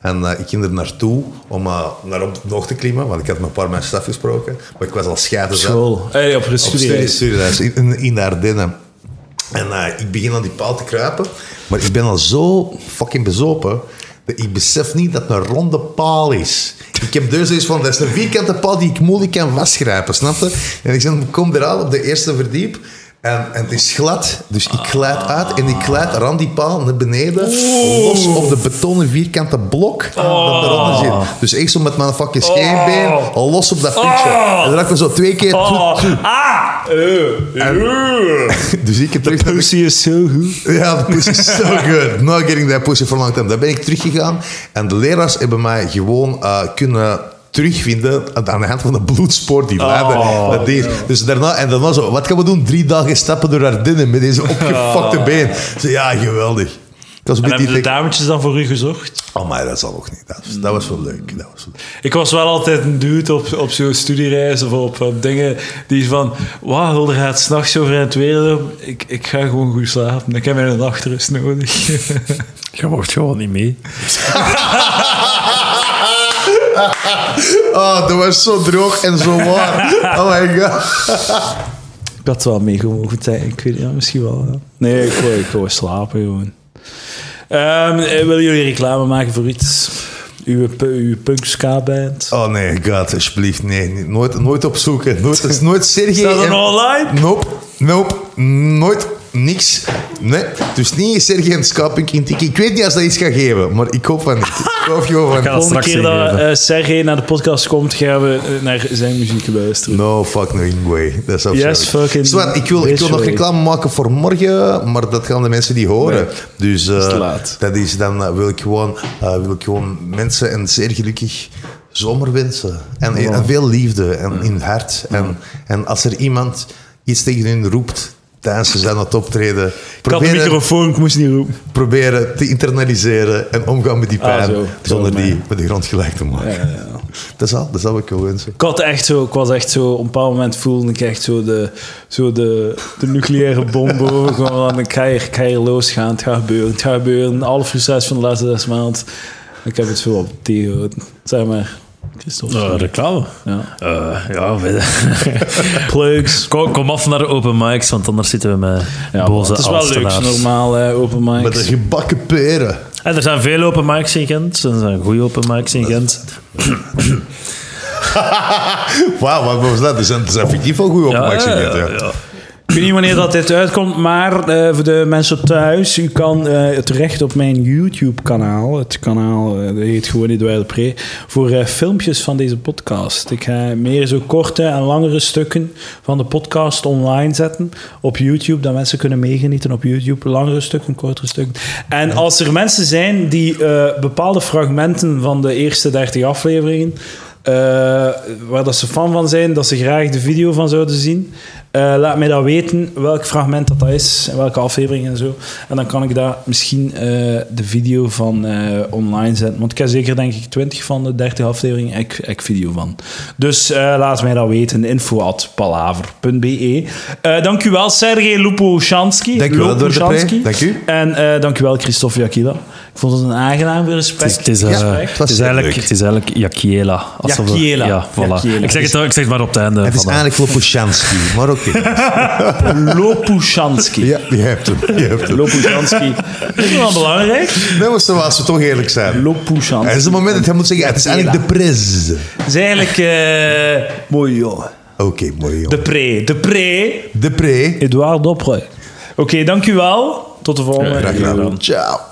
[SPEAKER 3] En eh, ik ging er naartoe om eh, naar op nog te klimmen, want ik had met een paar mensen afgesproken. Maar ik was al scheiden. zat.
[SPEAKER 1] School. Hey, op
[SPEAKER 3] Op studie,
[SPEAKER 1] studie.
[SPEAKER 3] studiereis in, in, in de Ardennen. En eh, ik begin aan die paal te kruipen, maar ik ben al zo fucking bezopen. dat Ik besef niet dat het een ronde paal is. Ik heb dus zoiets van, dat is een vierkante paal die ik moeilijk kan vastgrijpen, snap je? En ik zeg, kom eraan op de eerste verdiep. En, en het is glad, dus ik glijd uit en ik glijd rond die paal naar beneden, los op de betonnen vierkante blok dat eronder zit. Dus echt zo met mijn fucking scheenbeen, al los op dat fietsje. En dan raak ik me zo twee keer...
[SPEAKER 1] Oh, ah!
[SPEAKER 3] Dus ik heb terug naar de-
[SPEAKER 1] Pussy is zo goed.
[SPEAKER 3] ja, de pussy
[SPEAKER 1] [laughs]
[SPEAKER 3] is Nou, so good. Not getting that pussy for a long time. Daar ben ik teruggegaan. En de leraars hebben mij gewoon eh, kunnen terugvinden aan de hand van de bloedspoor die
[SPEAKER 1] Oh.
[SPEAKER 3] leidde. dat dier. Dus daarna, en dan was zo, wat gaan we doen? Drie dagen stappen door Ardennen met deze opgefokte been. Zo, ja, geweldig. Ik was een
[SPEAKER 1] Oh. En hebben
[SPEAKER 3] beetje
[SPEAKER 1] de
[SPEAKER 3] tegen-
[SPEAKER 1] dametjes dan voor u gezocht?
[SPEAKER 3] Oh, maar dat zal ook niet. Dat was, dat was wel leuk. Dat was wel leuk.
[SPEAKER 1] Ik was wel altijd een dude op, op zo'n studiereis of op, op dingen die van... Wauw, Hulder gaat s'nachts over in het wereld. Ik, ik ga gewoon goed slapen. Ik heb een nachtrust nodig.
[SPEAKER 2] Je wordt gewoon niet mee.
[SPEAKER 3] Oh, dat was zo droog en zo
[SPEAKER 1] [laughs]
[SPEAKER 3] warm. Oh my god.
[SPEAKER 1] [laughs] ik had wel meegemogen zijn. Ik weet ja, misschien wel. ja. Nee, ik wou, ik wou slapen gewoon. Ehm, eh, willen jullie reclame maken voor iets? Uw, pu- uw punk ska band?
[SPEAKER 3] Oh nee, god, alsjeblieft. Nee, niet- nooit, nooit opzoeken. Nooit, dat is nooit Sergej.
[SPEAKER 1] Staat dat
[SPEAKER 3] en-
[SPEAKER 1] online?
[SPEAKER 3] Nope, nope, nooit, niks. Nee, dus niet Sergej en Skapink intikken. Ik weet niet als dat iets gaat geven, maar ik hoop van niet. Ik hoop gewoon van
[SPEAKER 2] ga
[SPEAKER 1] De
[SPEAKER 2] dat
[SPEAKER 1] volgende
[SPEAKER 2] straks
[SPEAKER 1] keer dat
[SPEAKER 2] ingeven.
[SPEAKER 1] eh Sergej naar de podcast komt, gaan we eh, naar zijn muziek luisteren.
[SPEAKER 3] No fucking way. Dat is absoluut.
[SPEAKER 1] fucking
[SPEAKER 3] Zwart, ik wil, ik wil
[SPEAKER 1] bitch
[SPEAKER 3] nog
[SPEAKER 1] way.
[SPEAKER 3] reclame maken voor morgen, maar dat gaan de mensen niet horen. Dus eh,
[SPEAKER 1] te laat.
[SPEAKER 3] dat is dan eh, wil ik gewoon, eh, wil ik gewoon mensen een zeer gelukkig zomer wensen. En, en veel liefde en
[SPEAKER 1] Mm.
[SPEAKER 3] in het hart. En, en als er iemand iets tegen hun roept tijdens ze zijn aan het optreden,
[SPEAKER 1] Ik had de
[SPEAKER 3] proberen,
[SPEAKER 1] microfoon, ik moest niet roepen.
[SPEAKER 3] proberen te internaliseren en omgaan met die
[SPEAKER 1] Ah,
[SPEAKER 3] pijn,
[SPEAKER 1] zo.
[SPEAKER 3] zonder
[SPEAKER 1] Zo,
[SPEAKER 3] die
[SPEAKER 1] man.
[SPEAKER 3] met de grond gelijk te maken. Dat is al, dat is al wat ik wil wensen.
[SPEAKER 1] Ik, had echt zo, ik was echt zo, op een bepaald moment voelde ik echt zo de, zo de, de nucleaire bom boven. Gewoon van, ik ga hier, ik ga hier losgaan, het gaat gebeuren, het gaat gebeuren. Alle frustraties van de laatste zes maanden. Ik heb het veel op tegengehouden. Zeg maar, Christophe.
[SPEAKER 2] Eh, reclame?
[SPEAKER 1] Ja.
[SPEAKER 2] Eh, ja, weet
[SPEAKER 1] [laughs] Plugs.
[SPEAKER 2] kom, kom af naar de open mics, want anders zitten we met
[SPEAKER 1] Ja,
[SPEAKER 2] boze
[SPEAKER 1] het is wel leuk,
[SPEAKER 2] Alstenaars.
[SPEAKER 1] zo normaal hè, open
[SPEAKER 3] Met de
[SPEAKER 1] mics.
[SPEAKER 3] gebakken peren.
[SPEAKER 2] En er zijn veel open mics in Gent. Er zijn goede open mics
[SPEAKER 3] Eh,
[SPEAKER 2] in Gent.
[SPEAKER 3] Wauw, wat was dat? Dus Er zijn, er zijn fictief wel goede opmerkingen.
[SPEAKER 2] ja, eh,
[SPEAKER 3] ja,
[SPEAKER 2] ja.
[SPEAKER 1] Ik weet niet wanneer dat dit uitkomt, maar eh, voor de mensen thuis, u kan eh, terecht op mijn YouTube-kanaal. Het kanaal eh, dat heet gewoon Edouard de Pre. Voor eh, filmpjes van deze podcast. Ik ga meer zo korte en langere stukken van de podcast online zetten op YouTube. Dat mensen kunnen meegenieten op YouTube. Langere stukken, kortere stukken. En als er mensen zijn die eh, bepaalde fragmenten van de eerste 30 afleveringen. eh, waar dat ze fan van zijn, dat ze graag de video van zouden zien. Eh, laat mij dat weten, welk fragment dat, dat is, en welke aflevering en zo. En dan kan ik daar misschien eh, de video van eh, online zetten. Want ik heb zeker, denk ik, 20 van de 30 afleveringen heb ik, heb ik video van. Dus eh, laat mij dat weten, info.palaver.be. Eh dank u wel, Sergej Lupushansky.
[SPEAKER 3] Dank u wel, Door de Pre.
[SPEAKER 1] Lopushansky.
[SPEAKER 3] Dank u.
[SPEAKER 1] En eh dank u wel, Christophe Jakila. Ik vond het een aangenaam gesprek.
[SPEAKER 2] Het is, het is, eh,
[SPEAKER 3] Ja,
[SPEAKER 2] het
[SPEAKER 3] dat
[SPEAKER 2] is
[SPEAKER 3] is
[SPEAKER 2] eigenlijk,
[SPEAKER 3] leuk.
[SPEAKER 2] het is eigenlijk Jakiela. Alsof-
[SPEAKER 1] Jakiela.
[SPEAKER 2] Ja, voilà.
[SPEAKER 1] Jakiela.
[SPEAKER 2] Ik, zeg het, ik zeg het maar op het einde.
[SPEAKER 3] Het is
[SPEAKER 2] van de-
[SPEAKER 3] eigenlijk Lopushansky, maar oké.
[SPEAKER 2] [laughs]
[SPEAKER 1] Lopushansky.
[SPEAKER 3] Ja, je hebt hem. Je hebt hem.
[SPEAKER 1] Lopushansky. Dat is wel belangrijk.
[SPEAKER 3] Nee, maar zoals we toch eerlijk zijn.
[SPEAKER 1] Lopushansky.
[SPEAKER 3] Er is een moment dat hij moet zeggen, het is eigenlijk de prez.
[SPEAKER 1] Het is eigenlijk... Mooi jongen.
[SPEAKER 3] Oké, mooi
[SPEAKER 1] De
[SPEAKER 3] jongen.
[SPEAKER 1] pre. De pre.
[SPEAKER 3] De pre.
[SPEAKER 1] Edouard Dopre. Oké, dank u wel. Tot de volgende.
[SPEAKER 3] Graag gedaan. Ciao.